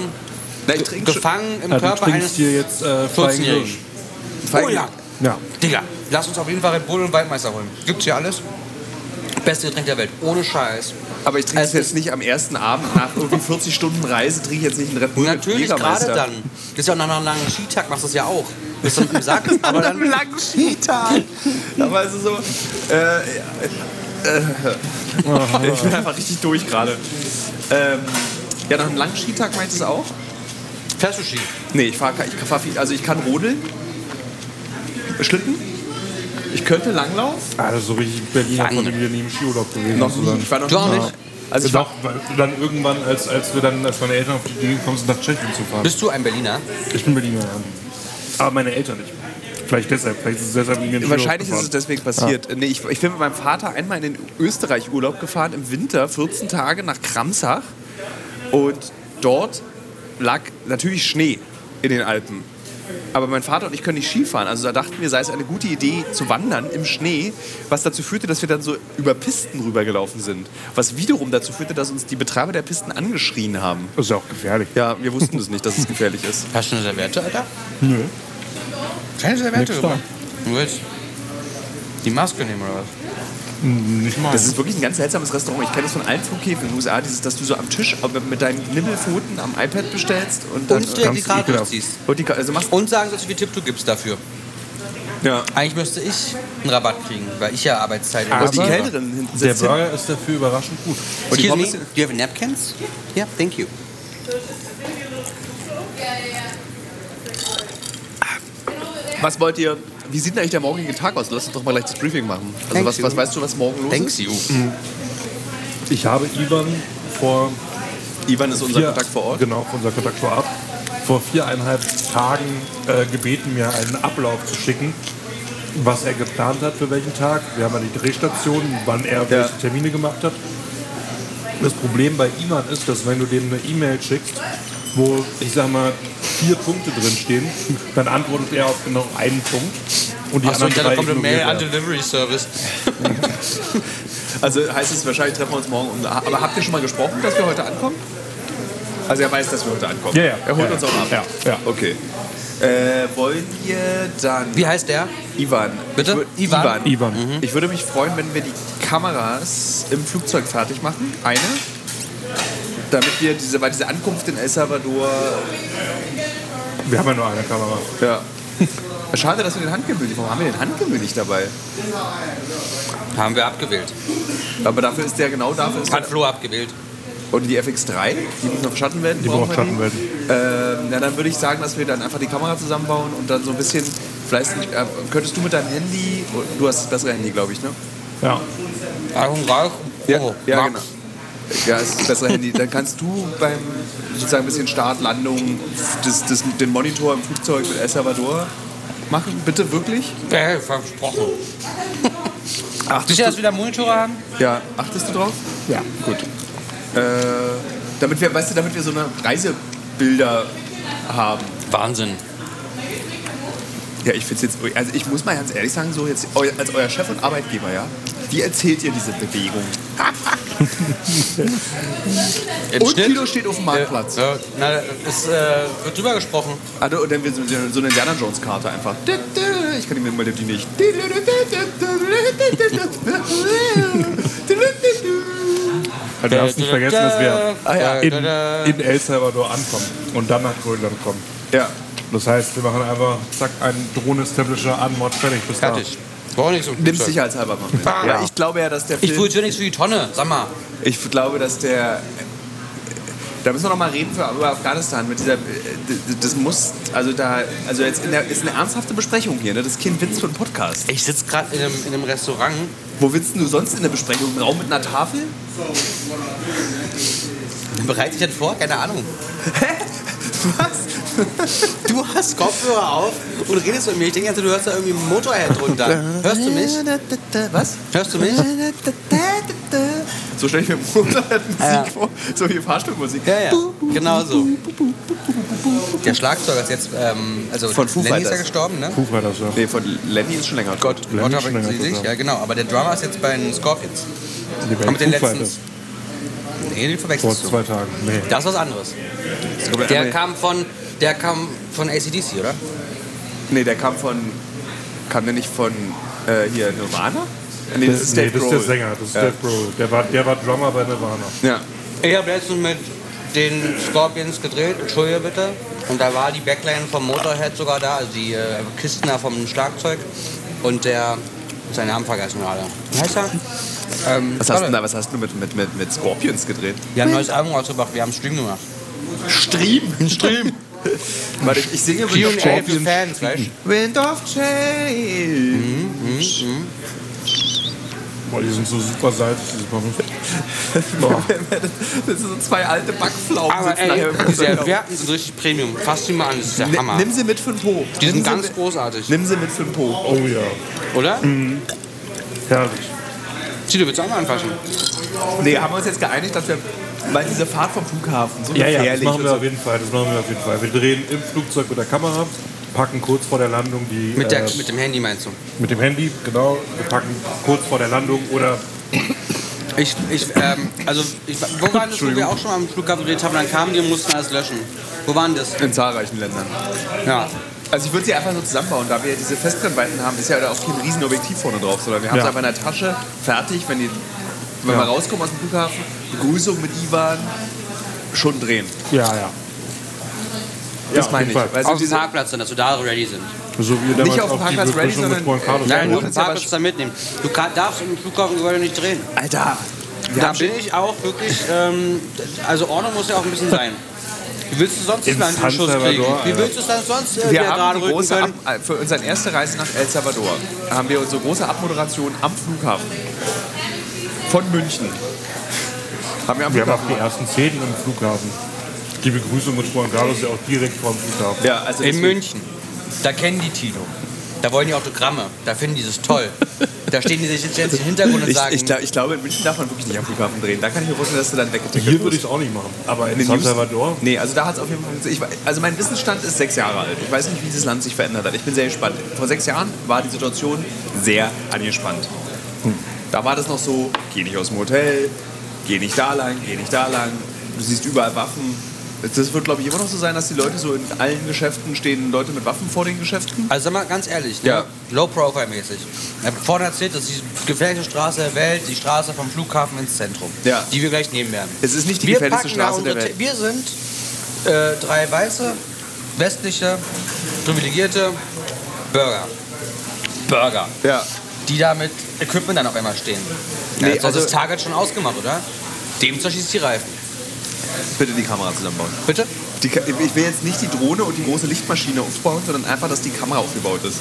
[SPEAKER 1] Na, ich trinke schon-
[SPEAKER 2] gefangen im
[SPEAKER 9] Ja, du
[SPEAKER 2] Körper eines
[SPEAKER 9] trinkst hier jetzt äh, Flying
[SPEAKER 2] 14-Jährigen.
[SPEAKER 9] Hirsch.
[SPEAKER 2] Oh ja.
[SPEAKER 9] Ja.
[SPEAKER 2] Digga, lass uns auf jeden Fall Red Bull und Waldmeister holen. Gibt's hier alles? Beste Getränk der Welt, ohne Scheiß.
[SPEAKER 1] Aber ich trinke es
[SPEAKER 2] Also-
[SPEAKER 1] jetzt nicht am ersten Abend nach irgendwie 40 Stunden Reise, trinke ich jetzt nicht einen Red Bull. mit
[SPEAKER 2] Natürlich, gerade
[SPEAKER 1] Jägermeister.
[SPEAKER 2] dann. Das ist ja auch nach einem langen Skitag, machst du das ja auch. Bist dann im Sack, aber dann...
[SPEAKER 1] langen Skitag. Aber es ist so. Äh, äh, äh, ich bin einfach richtig durch gerade. Ähm, ja, nach einem langen Skitag meinst du es auch?
[SPEAKER 2] Fährst du Ski?
[SPEAKER 1] Nee, ich fahre ich fahr viel. Also ich kann rodeln. Schlitten. Ich könnte Langlauf.
[SPEAKER 9] Also so richtig Berlin hat man wieder nie im Skiurlaub gewesen.
[SPEAKER 1] Noch nie.
[SPEAKER 9] sozusagen.
[SPEAKER 1] Ich war noch
[SPEAKER 2] Du auch
[SPEAKER 1] nie-
[SPEAKER 2] nicht?
[SPEAKER 1] Also ich war,
[SPEAKER 9] Doch, weil dann irgendwann, als, als wir dann, als meine Eltern auf die Idee gekommen sind, nach Tschechien zu fahren.
[SPEAKER 2] Bist du ein Berliner?
[SPEAKER 9] Ich bin Berliner, ja. Aber meine Eltern nicht. Vielleicht deshalb, vielleicht ist es deshalb nie in den
[SPEAKER 1] Wahrscheinlich ist
[SPEAKER 9] Skiurlaub
[SPEAKER 1] es deswegen passiert. Nee, ich, ich bin mit meinem Vater einmal in den Österreich Urlaub gefahren, im Winter, 14 Tage nach Kramsach. Und dort lag natürlich Schnee in den Alpen. Aber mein Vater und ich können nicht Skifahren. Also da dachten wir, sei es eine gute Idee zu wandern im Schnee, was dazu führte, dass wir dann so über Pisten rübergelaufen sind. Was wiederum dazu führte, dass uns die Betreiber der Pisten angeschrien haben.
[SPEAKER 9] gefahren. Ist ja auch gefährlich.
[SPEAKER 1] Ja, wir wussten es nicht, dass es gefährlich ist.
[SPEAKER 2] Hast du eine Serviette, Alter?
[SPEAKER 9] Nö.
[SPEAKER 2] Keine Serviette,
[SPEAKER 9] Nix
[SPEAKER 2] oder? Du willst die Maske nehmen, oder was?
[SPEAKER 9] Nicht mal.
[SPEAKER 1] Das ist wirklich ein ganz seltsames Restaurant. Ich kenne das von allen Flughäfen in den USA, dieses, dass du so am Tisch aber mit deinen Nibbelpfoten am iPad bestellst und dann.
[SPEAKER 2] Und dir die
[SPEAKER 9] ganz
[SPEAKER 2] Karte
[SPEAKER 9] ekelhaft.
[SPEAKER 2] durchziehst.
[SPEAKER 1] und die, Ka- also machst,
[SPEAKER 2] Und sagen sollst, wie viel Tipp du gibst dafür.
[SPEAKER 1] ja.
[SPEAKER 2] Eigentlich müsste ich einen Rabatt kriegen, weil ich ja Arbeitszeit...
[SPEAKER 1] Und die
[SPEAKER 9] Aber-
[SPEAKER 1] Kellnerin hinten
[SPEAKER 9] Der
[SPEAKER 1] sitzt. hin.
[SPEAKER 9] Burger ist dafür überraschend gut.
[SPEAKER 1] Und die
[SPEAKER 2] Excuse me,
[SPEAKER 1] Pommes
[SPEAKER 2] do you have napkins? Yeah, thank you.
[SPEAKER 1] was wollt ihr? Wie sieht denn eigentlich der morgige Tag aus? Lass uns doch mal gleich das Briefing machen. Also,
[SPEAKER 2] Thank
[SPEAKER 1] was,
[SPEAKER 2] you.
[SPEAKER 1] was weißt du, was morgen los
[SPEAKER 2] Thanks you.
[SPEAKER 9] Ich habe Ivan vor
[SPEAKER 1] ist? Ivan ist unser
[SPEAKER 9] vier,
[SPEAKER 1] Kontakt vor Ort.
[SPEAKER 9] Genau, unser Kontakt vor Ort. Vor viereinhalb Tagen äh, gebeten, mir einen Ablauf zu schicken, was er geplant hat für welchen Tag. Wir haben ja die Drehstation, wann er welche Termine gemacht hat. Das Problem bei Ivan ist, dass wenn du dem eine E-Mail schickst, wo ich sag mal vier Punkte drin stehen, dann antwortet er auf genau einen Punkt. Und die
[SPEAKER 2] Achso,
[SPEAKER 9] anderen
[SPEAKER 2] ich dachte,
[SPEAKER 9] drei
[SPEAKER 2] da kommt eine Mail
[SPEAKER 9] ignoriert
[SPEAKER 2] an
[SPEAKER 9] er.
[SPEAKER 2] Delivery Service.
[SPEAKER 1] Also heißt es wahrscheinlich, treffen wir uns morgen. Um, aber habt ihr schon mal gesprochen, dass wir heute ankommen? Also er weiß, dass wir heute ankommen.
[SPEAKER 9] Ja, ja.
[SPEAKER 1] Er holt
[SPEAKER 9] Ja,
[SPEAKER 1] uns auch ab.
[SPEAKER 9] ja, ja.
[SPEAKER 1] Okay. Äh, wollen wir dann
[SPEAKER 2] Wie heißt der?
[SPEAKER 1] Ivan.
[SPEAKER 2] Bitte?
[SPEAKER 1] Ich wür-
[SPEAKER 2] Ivan?
[SPEAKER 1] Ivan. Mhm. Ich würde mich freuen, wenn wir die Kameras im Flugzeug fertig machen. Eine. Damit wir diese, weil diese Ankunft in El Salvador.
[SPEAKER 9] Wir haben ja nur eine Kamera.
[SPEAKER 1] Ja. Schade, dass wir den Handgemüll nicht Warum haben wir den Handgemüll nicht dabei?
[SPEAKER 2] Haben wir abgewählt.
[SPEAKER 1] Aber dafür ist der genau dafür. Ist
[SPEAKER 2] Hat Flo abgewählt.
[SPEAKER 1] und die FX3, die muss noch Schatten werden.
[SPEAKER 9] Die braucht Schatten werden.
[SPEAKER 1] Ähm, na, dann würde ich sagen, dass wir dann einfach die Kamera zusammenbauen und dann so ein bisschen. Vielleicht äh, könntest du mit deinem Handy. Du hast das bessere Handy, glaube ich, ne?
[SPEAKER 9] Ja. Also
[SPEAKER 2] Achtung, Rauch.
[SPEAKER 1] Ja,
[SPEAKER 2] Oh,
[SPEAKER 1] ja
[SPEAKER 2] Max.
[SPEAKER 1] genau. Ja, ist das bessere Handy. Dann kannst du beim sozusagen ein bisschen Start, Landung, das, das, den Monitor im Flugzeug mit El Salvador machen. Bitte wirklich?
[SPEAKER 2] Äh, Hey, versprochen.
[SPEAKER 1] Achtest
[SPEAKER 2] Sicher, dass wir da Monitore haben?
[SPEAKER 1] du, ja, achtest du drauf?
[SPEAKER 9] Ja.
[SPEAKER 1] Gut. Äh, damit wir, weißt du, damit wir so eine Reisebilder haben.
[SPEAKER 2] Wahnsinn.
[SPEAKER 1] Ja, ich finde jetzt, also ich muss mal ganz ehrlich sagen, so jetzt eu- als euer Chef und Arbeitgeber, ja, Wie erzählt ihr diese Bewegung?
[SPEAKER 2] Im
[SPEAKER 1] Und
[SPEAKER 2] Schnitt? Äh,
[SPEAKER 1] Kilo steht auf dem Marktplatz.
[SPEAKER 2] Ja, na, es äh, wird drüber gesprochen.
[SPEAKER 1] Also, und dann wird so so eine Indiana Jones Karte einfach. Ich kann die Melodie die nicht.
[SPEAKER 9] Du darfst nicht vergessen, dass wir
[SPEAKER 2] Äh,
[SPEAKER 1] Ah, ja.
[SPEAKER 9] in, in El Salvador ankommen und dann nach Grönland kommen.
[SPEAKER 1] Ja.
[SPEAKER 9] Das heißt, wir machen einfach zack, einen Drohnen-Establisher an, Mod, fertig, bis da.
[SPEAKER 2] Fertig. Brauche nicht so ein
[SPEAKER 1] Nimm
[SPEAKER 2] Flugzeug.
[SPEAKER 1] sicherheitshalber mal mit.
[SPEAKER 2] Ah.
[SPEAKER 1] Ja. Ich glaube ja, dass der
[SPEAKER 2] Ich
[SPEAKER 1] Film.
[SPEAKER 2] produziere nichts für die Tonne, sag mal.
[SPEAKER 1] Ich, glaube, dass der. Da müssen wir noch mal reden für, über Afghanistan mit dieser. Das muss. Also da. Also jetzt in der, ist eine ernsthafte Besprechung hier. Ne? Das ist kein Witz für einen Podcast.
[SPEAKER 2] Ich sitze gerade in einem, in einem Restaurant.
[SPEAKER 1] Wo willst du sonst in der Besprechung? Im Raum mit einer Tafel?
[SPEAKER 2] Bereite ich das vor? Keine Ahnung.
[SPEAKER 1] Was?
[SPEAKER 2] Du hast Kopfhörer auf und redest mit mir. Ich denke, du hörst da irgendwie einen Motorhead drunter. Hörst du mich?
[SPEAKER 1] Was?
[SPEAKER 2] Hörst du mich?
[SPEAKER 1] So stelle ich mir Motorhead-Musik
[SPEAKER 2] Ja.
[SPEAKER 1] vor. So wie Fahrstuhlmusik.
[SPEAKER 2] Ja, ja. Genau so. Der Schlagzeuger ist jetzt, ähm, also
[SPEAKER 1] Von Foo
[SPEAKER 2] Lenny ist ja
[SPEAKER 1] Fighters.
[SPEAKER 2] gestorben, ne?
[SPEAKER 9] Puh, war das ja.
[SPEAKER 1] Nee, von Lenny ist schon länger. Gott.
[SPEAKER 9] Lenny
[SPEAKER 2] Roger
[SPEAKER 9] schon länger
[SPEAKER 2] Backley,
[SPEAKER 9] tot,
[SPEAKER 2] ja genau. Aber der Drummer ist jetzt bei den Scorpions.
[SPEAKER 9] Die
[SPEAKER 2] Haben
[SPEAKER 9] Band
[SPEAKER 2] mit den
[SPEAKER 9] Foo
[SPEAKER 2] letzten.
[SPEAKER 9] Fighters.
[SPEAKER 2] Nee, den
[SPEAKER 9] Vor
[SPEAKER 2] verwechselst du.
[SPEAKER 9] zwei Tagen. Nee.
[SPEAKER 2] Das ist was anderes.
[SPEAKER 1] komplett
[SPEAKER 2] Der
[SPEAKER 1] andere-
[SPEAKER 2] kam von, der kam von ACDC, oder?
[SPEAKER 1] Nee, der kam von. Kam der nicht von äh, hier Nirvana? Nee, das ist
[SPEAKER 9] nee,
[SPEAKER 1] Dave
[SPEAKER 9] das ist der
[SPEAKER 1] Grohl.
[SPEAKER 9] Sänger, das ist
[SPEAKER 1] Ja.
[SPEAKER 9] Dave Grohl. Der war, der war Drummer bei Nirvana.
[SPEAKER 1] Ja.
[SPEAKER 2] Ich habe letztens mit den Scorpions gedreht, entschuldige bitte. Und da war die Backline vom Motorhead sogar da, also die äh, Kisten da vom Schlagzeug. Und der, seinen Namen vergessen gerade. Wie heißt er? Ähm,
[SPEAKER 1] Was hast du denn da? Was hast du mit, mit, mit, mit Scorpions gedreht?
[SPEAKER 9] Hm.
[SPEAKER 2] Wir haben ein neues Album rausgebracht, wir haben einen Stream gemacht.
[SPEAKER 1] Stream! Stream! Warte, ich singe Wind of
[SPEAKER 2] Q&A für
[SPEAKER 1] Change.
[SPEAKER 2] Fans, weißt du?
[SPEAKER 1] Wind of Change!
[SPEAKER 9] Hm, Boah, die sind so super salzig, diese Pommes.
[SPEAKER 1] Das sind so zwei alte Backflaumen.
[SPEAKER 2] Aber
[SPEAKER 1] sitzen
[SPEAKER 2] ey,
[SPEAKER 1] da.
[SPEAKER 2] diese Werten sind richtig Premium. Fass die mal an, das ist der
[SPEAKER 1] Nimm-
[SPEAKER 2] Hammer.
[SPEAKER 1] Nimm sie mit für den Po.
[SPEAKER 2] Die sind
[SPEAKER 1] Nimm sie
[SPEAKER 2] ganz
[SPEAKER 1] mit-
[SPEAKER 2] großartig,
[SPEAKER 1] Nimm sie mit für den Po.
[SPEAKER 9] Oh ja,
[SPEAKER 2] oder?
[SPEAKER 1] Hm.
[SPEAKER 9] herrlich.
[SPEAKER 2] Tito, willst du auch mal anfassen?
[SPEAKER 1] Nee, haben wir uns jetzt geeinigt, dass wir. Weil diese Fahrt vom Flughafen so
[SPEAKER 9] Ja, ja, das
[SPEAKER 1] gefährlich
[SPEAKER 9] machen
[SPEAKER 1] und
[SPEAKER 9] wir
[SPEAKER 1] so.
[SPEAKER 9] auf jeden Fall. Das machen wir auf jeden Fall. Wir drehen im Flugzeug mit der Kamera, packen kurz vor der Landung die
[SPEAKER 2] Mit, der,
[SPEAKER 9] äh,
[SPEAKER 2] mit dem Handy meinst du?
[SPEAKER 9] mit dem Handy, genau. Wir packen kurz vor der Landung oder
[SPEAKER 2] Ich, ich, ähm, also, ich, wo waren das, wo wir auch schon mal am Flughafen gedreht haben, dann kamen die und mussten alles löschen. Wo waren das?
[SPEAKER 1] In zahlreichen Ländern.
[SPEAKER 2] Ja.
[SPEAKER 1] Also ich würde sie einfach so zusammenbauen, da wir diese Festbrennweiten haben, ist ja da auch kein riesen Objektiv vorne drauf, sondern wir haben es
[SPEAKER 9] Ja.
[SPEAKER 1] einfach in der Tasche, fertig, wenn, die, wenn wir rauskommen aus dem Flughafen, Begrüßung mit Ivan, schon drehen.
[SPEAKER 9] Ja, ja.
[SPEAKER 1] Das
[SPEAKER 9] auf
[SPEAKER 1] meine
[SPEAKER 9] jeden
[SPEAKER 1] ich.
[SPEAKER 9] Fall.
[SPEAKER 1] Weißt du,
[SPEAKER 2] Auf dem
[SPEAKER 1] diese,
[SPEAKER 2] Parkplatz dann, dass wir da ready sind.
[SPEAKER 9] So wie damals
[SPEAKER 1] auf dem
[SPEAKER 9] auch die
[SPEAKER 1] Parkplatz
[SPEAKER 9] Begrüßung
[SPEAKER 1] ready,
[SPEAKER 9] mit
[SPEAKER 1] sondern-
[SPEAKER 9] Juan Carlos
[SPEAKER 2] Nein, du
[SPEAKER 9] Jr.
[SPEAKER 2] musst den
[SPEAKER 1] Ja, aber-
[SPEAKER 2] Parkplatz dann mitnehmen. Du kann, darfst im Flughafengebäude nicht drehen.
[SPEAKER 1] Alter, wir
[SPEAKER 2] da
[SPEAKER 1] haben schon-
[SPEAKER 2] bin ich auch wirklich, ähm, also Ordnung muss ja auch ein bisschen sein. Wie willst du sonst das
[SPEAKER 9] Im
[SPEAKER 2] Land in den
[SPEAKER 9] San
[SPEAKER 2] Schuss kriegen?
[SPEAKER 9] Salvador,
[SPEAKER 2] Wie
[SPEAKER 9] Alter.
[SPEAKER 2] willst du es dann sonst äh,
[SPEAKER 1] wir
[SPEAKER 2] wieder gerade
[SPEAKER 1] haben die
[SPEAKER 2] rücken
[SPEAKER 1] große Ab
[SPEAKER 2] können?
[SPEAKER 1] äh, für unsere erste Reise nach El Salvador haben wir unsere große Abmoderation am Flughafen von München. Haben wir am
[SPEAKER 9] Wir haben
[SPEAKER 1] Flughafen.
[SPEAKER 9] auch die ersten Szenen im Flughafen. Die Begrüßung mit Juan Carlos ist ja auch direkt vor dem Flughafen.
[SPEAKER 1] Ja, also
[SPEAKER 2] In
[SPEAKER 1] deswegen-
[SPEAKER 2] München. Da kennen die Tino. Da wollen die Autogramme. Da finden die das toll. Da stehen die sich jetzt im Hintergrund und
[SPEAKER 1] Ich,
[SPEAKER 2] sagen,
[SPEAKER 1] ich, glaub- ich glaube, in München darf man wirklich nicht am Flughafen drehen. Da kann ich mir vorstellen, dass du dann weggetickert
[SPEAKER 9] Hier würde
[SPEAKER 1] wirst.
[SPEAKER 9] ich es auch nicht machen. Aber in
[SPEAKER 1] In den
[SPEAKER 9] San
[SPEAKER 1] News-
[SPEAKER 9] Salvador?
[SPEAKER 1] Nee, also da hat es auf jeden Fall funktioniert. Ich, wei- also mein Wissensstand ist sechs Jahre alt. Ich weiß nicht, wie dieses Land sich verändert hat. Ich bin sehr gespannt. Vor sechs Jahren war die Situation sehr angespannt.
[SPEAKER 9] Hm.
[SPEAKER 1] Da war das noch so, geh nicht aus dem Hotel, geh nicht da lang, geh nicht da lang. Du siehst überall Waffen. Das wird, glaube ich, immer noch so sein, dass die Leute so in allen Geschäften stehen, Leute mit Waffen vor den Geschäften.
[SPEAKER 2] Also sag mal ganz ehrlich, ne?
[SPEAKER 1] Ja.
[SPEAKER 2] Low-Profile-mäßig. Er hat Vorne erzählt, das ist die gefährlichste Straße der Welt, die Straße vom Flughafen ins Zentrum,
[SPEAKER 1] Ja.
[SPEAKER 2] die wir gleich nehmen werden.
[SPEAKER 1] Es ist nicht die
[SPEAKER 2] Wir
[SPEAKER 1] gefährlichste
[SPEAKER 2] packen da
[SPEAKER 1] Straße der
[SPEAKER 2] unsere
[SPEAKER 1] Welt.
[SPEAKER 2] Te- Wir sind äh, drei weiße, westliche, privilegierte Bürger. Bürger.
[SPEAKER 1] Ja.
[SPEAKER 2] Die da mit Equipment dann auf einmal stehen. Ja,
[SPEAKER 1] Nee,
[SPEAKER 2] jetzt also
[SPEAKER 1] also-
[SPEAKER 2] das Target schon ausgemacht, oder? Dem zerschießt die Reifen.
[SPEAKER 1] Bitte die Kamera zusammenbauen.
[SPEAKER 2] Bitte?
[SPEAKER 1] Die, Ka- ich will jetzt nicht die Drohne und die große Lichtmaschine aufbauen, sondern einfach, dass die Kamera aufgebaut ist.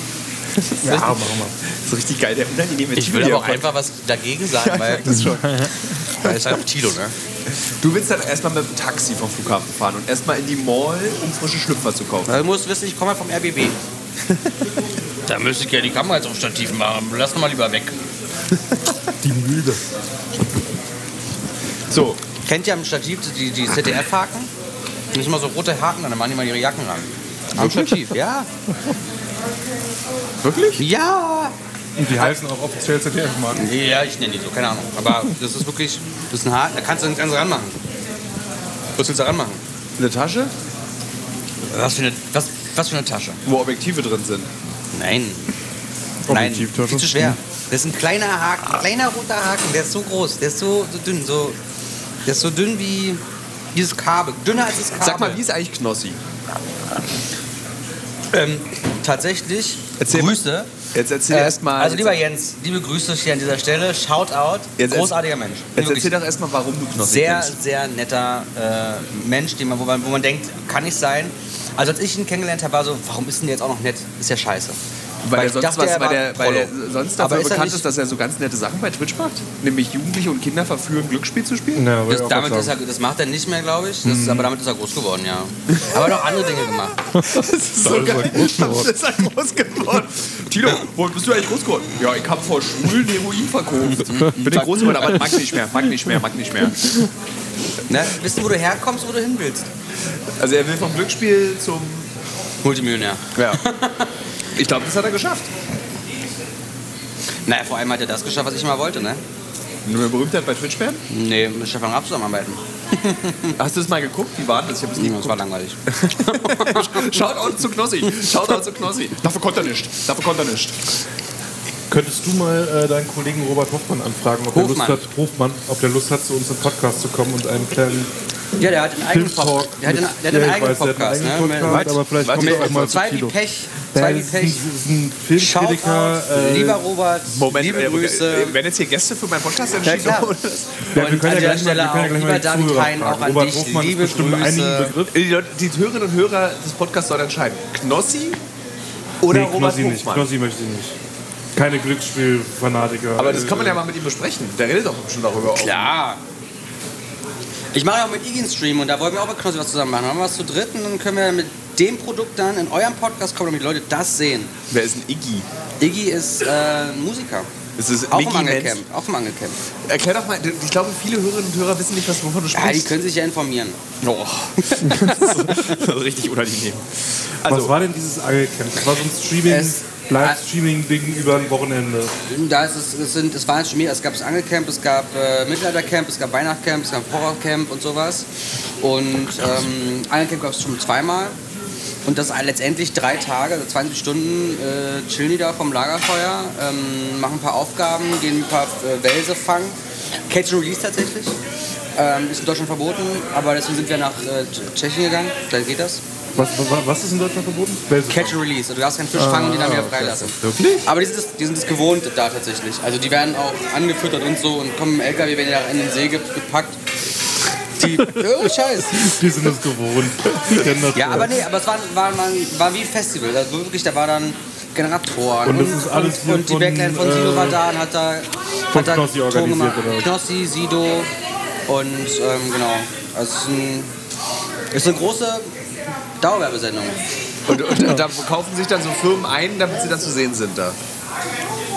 [SPEAKER 9] Ja, machen wir.
[SPEAKER 1] Das ist richtig geil, der unangenehme
[SPEAKER 2] Ich
[SPEAKER 1] Typ
[SPEAKER 2] will
[SPEAKER 1] hier
[SPEAKER 2] aber auch
[SPEAKER 1] auf-
[SPEAKER 2] einfach was dagegen sagen,
[SPEAKER 1] Ja, ich
[SPEAKER 2] weil
[SPEAKER 1] merk das schon.
[SPEAKER 2] weil es ist halt auch Tilo, ne?
[SPEAKER 1] Du willst dann erstmal mit dem Taxi vom Flughafen fahren und erstmal in die Mall, um frische Schlüpfer zu kaufen.
[SPEAKER 2] Weil du musst wissen, ich komme ja vom RBB. da müsste ich ja die Kamera jetzt auf Stativ machen. Lass doch mal lieber weg.
[SPEAKER 9] Die Mühle.
[SPEAKER 1] So,
[SPEAKER 2] Kennt ihr am Stativ die, die ZDF-Haken? Da sind immer so rote Haken, dran, dann machen die mal ihre Jacken ran. Am Stativ, ja.
[SPEAKER 1] wirklich?
[SPEAKER 2] Ja!
[SPEAKER 9] Und die heißen auch offiziell ZDF-Marken.
[SPEAKER 2] Nee, ja, ich nenne die so, keine Ahnung. Aber das ist wirklich, das ist ein hart, da kannst du nicht ganz ranmachen. Was willst du ranmachen?
[SPEAKER 1] Eine Tasche,
[SPEAKER 2] Was für eine, was, was für eine Tasche?
[SPEAKER 1] wo Objektive drin sind.
[SPEAKER 2] Nein. Nein, viel
[SPEAKER 9] Objektivtasche.
[SPEAKER 2] zu
[SPEAKER 1] Mhm.
[SPEAKER 2] schwer. Das ist ein kleiner Haken, ein kleiner roter Haken, der ist so groß, der ist so, so dünn, so, der ist so dünn wie dieses Kabel, dünner als das Kabel.
[SPEAKER 1] Sag mal, wie ist eigentlich Knossi?
[SPEAKER 2] Ähm, tatsächlich,
[SPEAKER 1] Erzähl mal.
[SPEAKER 2] Grüße.
[SPEAKER 1] Jetzt erzähl erst mal.
[SPEAKER 2] Also lieber Jens, liebe Grüße hier an dieser Stelle. Shoutout,
[SPEAKER 1] Jetzt
[SPEAKER 2] großartiger Mensch.
[SPEAKER 1] Jetzt
[SPEAKER 2] Wirklich
[SPEAKER 1] erzähl doch erstmal, warum du Knossi
[SPEAKER 2] sehr,
[SPEAKER 1] kennst.
[SPEAKER 2] sehr netter äh, Mensch, den man, wo, man, wo man denkt, kann ich sein. Also als ich ihn kennengelernt habe, war so, warum ist denn der jetzt auch noch nett? Ist ja scheiße.
[SPEAKER 1] Weil,
[SPEAKER 2] Weil
[SPEAKER 1] er
[SPEAKER 2] ich
[SPEAKER 1] sonst,
[SPEAKER 2] dachte,
[SPEAKER 1] was, weil,
[SPEAKER 2] er war
[SPEAKER 1] der, weil er
[SPEAKER 2] Prollo.
[SPEAKER 1] sonst
[SPEAKER 2] Aber
[SPEAKER 1] dafür
[SPEAKER 2] ist er
[SPEAKER 1] bekannt
[SPEAKER 2] nicht-
[SPEAKER 1] ist, dass er so ganz nette Sachen bei Twitch macht. Nämlich Jugendliche und Kinder verführen, Glücksspiel zu spielen.
[SPEAKER 9] Ja, wollte
[SPEAKER 2] Das,
[SPEAKER 9] ich auch
[SPEAKER 2] damit
[SPEAKER 9] grad
[SPEAKER 2] ist er,
[SPEAKER 9] sagen. Mhm.
[SPEAKER 2] das macht er nicht mehr, glaube ich. Das, Aber damit ist er groß geworden, ja. Aber er hat auch andere Dinge gemacht.
[SPEAKER 1] Das ist so geil. Das ist halt groß geworden. Tino, wo bist du eigentlich groß geworden? Ja, ich hab vor Schwulen Heroin verkauft. Bin ich groß geworden, aber mag nicht mehr, mag nicht mehr, mag nicht mehr.
[SPEAKER 2] Ne? Wissen, wo du herkommst, wo du hin willst.
[SPEAKER 1] Also er will vom Glücksspiel zum...
[SPEAKER 2] Multimillionär.
[SPEAKER 1] Ja. Ich glaube, das hat er geschafft.
[SPEAKER 2] Naja, vor allem hat er das geschafft, was ich mal wollte, ne?
[SPEAKER 1] Nur mehr Berühmtheit bei Twitch werden?
[SPEAKER 2] Nee, mit Stefan Raab zusammenarbeiten.
[SPEAKER 1] Hast du das mal geguckt? Wie war das? Ich hab es nie
[SPEAKER 2] Das war langweilig.
[SPEAKER 1] Schaut out zu Knossi. Schaut out zu Knossi. Dafür konnte er nicht. Dafür konnte er nicht.
[SPEAKER 9] Könntest du mal äh, deinen Kollegen Robert Hofmann anfragen, ob er Lust
[SPEAKER 2] Hofmann.
[SPEAKER 9] hat, Hofmann, ob der Lust hat, zu uns im Podcast zu kommen und einen kleinen
[SPEAKER 2] Ja, der hat einen eigenen
[SPEAKER 9] Filmtalk.
[SPEAKER 2] Podcast. Der hat einen, der hat
[SPEAKER 9] Ja,
[SPEAKER 2] einen
[SPEAKER 9] ich
[SPEAKER 2] eigenen
[SPEAKER 9] weiß, der hat einen
[SPEAKER 2] Podcast,
[SPEAKER 9] eigenen
[SPEAKER 2] ne?
[SPEAKER 9] Podcast, aber vielleicht kommt er auch mal zu
[SPEAKER 2] Zwei wie
[SPEAKER 9] Kino.
[SPEAKER 2] Pech.
[SPEAKER 9] Ja,
[SPEAKER 2] Zwei wie
[SPEAKER 9] das ist ein,
[SPEAKER 2] Pech.
[SPEAKER 9] das ist ein
[SPEAKER 2] Shoutout,
[SPEAKER 9] Filmkritiker. Äh,
[SPEAKER 2] lieber Robert,
[SPEAKER 1] Moment,
[SPEAKER 2] liebe
[SPEAKER 1] äh,
[SPEAKER 2] Grüße.
[SPEAKER 1] äh, werden jetzt hier Gäste für meinen Podcast
[SPEAKER 2] Ja,
[SPEAKER 1] entschieden?
[SPEAKER 2] klar.
[SPEAKER 1] oder?
[SPEAKER 9] ja, wir
[SPEAKER 2] Und an
[SPEAKER 9] können ja
[SPEAKER 2] der
[SPEAKER 9] gleich mal, wir
[SPEAKER 2] Stelle
[SPEAKER 9] können
[SPEAKER 2] auch,
[SPEAKER 9] ja gleich
[SPEAKER 2] lieber
[SPEAKER 9] mal die David
[SPEAKER 2] David
[SPEAKER 9] Zuhörer
[SPEAKER 2] Hein,
[SPEAKER 9] fragen.
[SPEAKER 2] auch an
[SPEAKER 9] Robert
[SPEAKER 2] dich.
[SPEAKER 9] Hofmann
[SPEAKER 2] Liebe
[SPEAKER 9] ist bestimmt einigen
[SPEAKER 2] Grüße.
[SPEAKER 9] Begriff.
[SPEAKER 1] Die, Leute, die Hörerinnen und Hörer des Podcasts sollen entscheiden. Knossi oder
[SPEAKER 9] nee,
[SPEAKER 1] Robert
[SPEAKER 9] Knossi nicht.
[SPEAKER 1] Hofmann?
[SPEAKER 9] Knossi möchte ich nicht. Keine Glücksspielfanatiker.
[SPEAKER 1] Aber das kann man ja mal mit ihm besprechen. Der redet doch schon darüber. auch.
[SPEAKER 2] Klar. Ich mache ja auch mit Iggy einen Stream und da wollen wir auch mit Knossi was zusammen machen. Machen wir was zu dritt und dann können wir mit dem Produkt dann in eurem Podcast kommen, damit die Leute das sehen.
[SPEAKER 1] Wer ist ein Iggy?
[SPEAKER 2] Iggy ist äh, ein Musiker.
[SPEAKER 1] Das ist
[SPEAKER 2] Auch im
[SPEAKER 1] Mickey Menz.
[SPEAKER 2] Angelcamp. Auch im Angelcamp.
[SPEAKER 1] Erklär doch mal, ich glaube, viele Hörerinnen und Hörer wissen nicht, was, wovon du
[SPEAKER 2] Ja, die
[SPEAKER 1] sprichst.
[SPEAKER 2] können sich ja informieren.
[SPEAKER 1] Oh. das ist richtig unangenehm.
[SPEAKER 9] was
[SPEAKER 1] Also,
[SPEAKER 9] war denn dieses Angelcamp? Das war so ein Streaming,
[SPEAKER 2] Es-
[SPEAKER 9] Live-Streaming-Ding über ein Wochenende.
[SPEAKER 2] Da ist es, es, sind, es waren jetzt schon mehr, es gab das Angelcamp, es gab äh, Mittelaltercamp, es gab Weihnachtscamp, es gab Horrorcamp und sowas. Und ähm, Angelcamp gab es schon zweimal. Und das letztendlich drei Tage, also 20 Stunden, äh, chillen die da vom Lagerfeuer, ähm, machen ein paar Aufgaben, gehen ein paar äh, Wälse fangen. Catch and Release tatsächlich. Ähm, ist in Deutschland verboten, aber deswegen sind wir nach äh, Tschechien gegangen, da geht das.
[SPEAKER 9] Was, was, was ist in Deutschland verboten? Wälse
[SPEAKER 2] Catch and Release. Also du darfst keinen Fisch fangen und die dann
[SPEAKER 9] Ah,
[SPEAKER 2] wieder freilassen. Wirklich? Aber die sind, es, die sind es gewohnt da tatsächlich. Also die werden auch angefüttert und so und kommen im LKW, werden ja in den See ge- gepackt. Die, oh, Scheiß.
[SPEAKER 9] Die sind es gewohnt. Die kennen das
[SPEAKER 2] Ja,
[SPEAKER 9] schon.
[SPEAKER 2] aber nee, aber es war, war, war, war wie ein Festival. Also wirklich, da war dann Generatoren
[SPEAKER 9] Und das ist alles
[SPEAKER 2] und,
[SPEAKER 9] hier
[SPEAKER 2] und die
[SPEAKER 9] von,
[SPEAKER 2] Backline von Sido
[SPEAKER 9] äh,
[SPEAKER 2] war da und hat da,
[SPEAKER 9] von
[SPEAKER 2] hat da
[SPEAKER 9] Knossi
[SPEAKER 2] Ton
[SPEAKER 9] organisiert,
[SPEAKER 2] gemacht.
[SPEAKER 9] oder was?
[SPEAKER 2] Knossi, Sido und ähm, genau. Also es ist, ein, es ist eine große Dauerwerbesendung.
[SPEAKER 1] und, und, und da kaufen sich dann so Firmen ein, damit sie dann zu sehen sind da.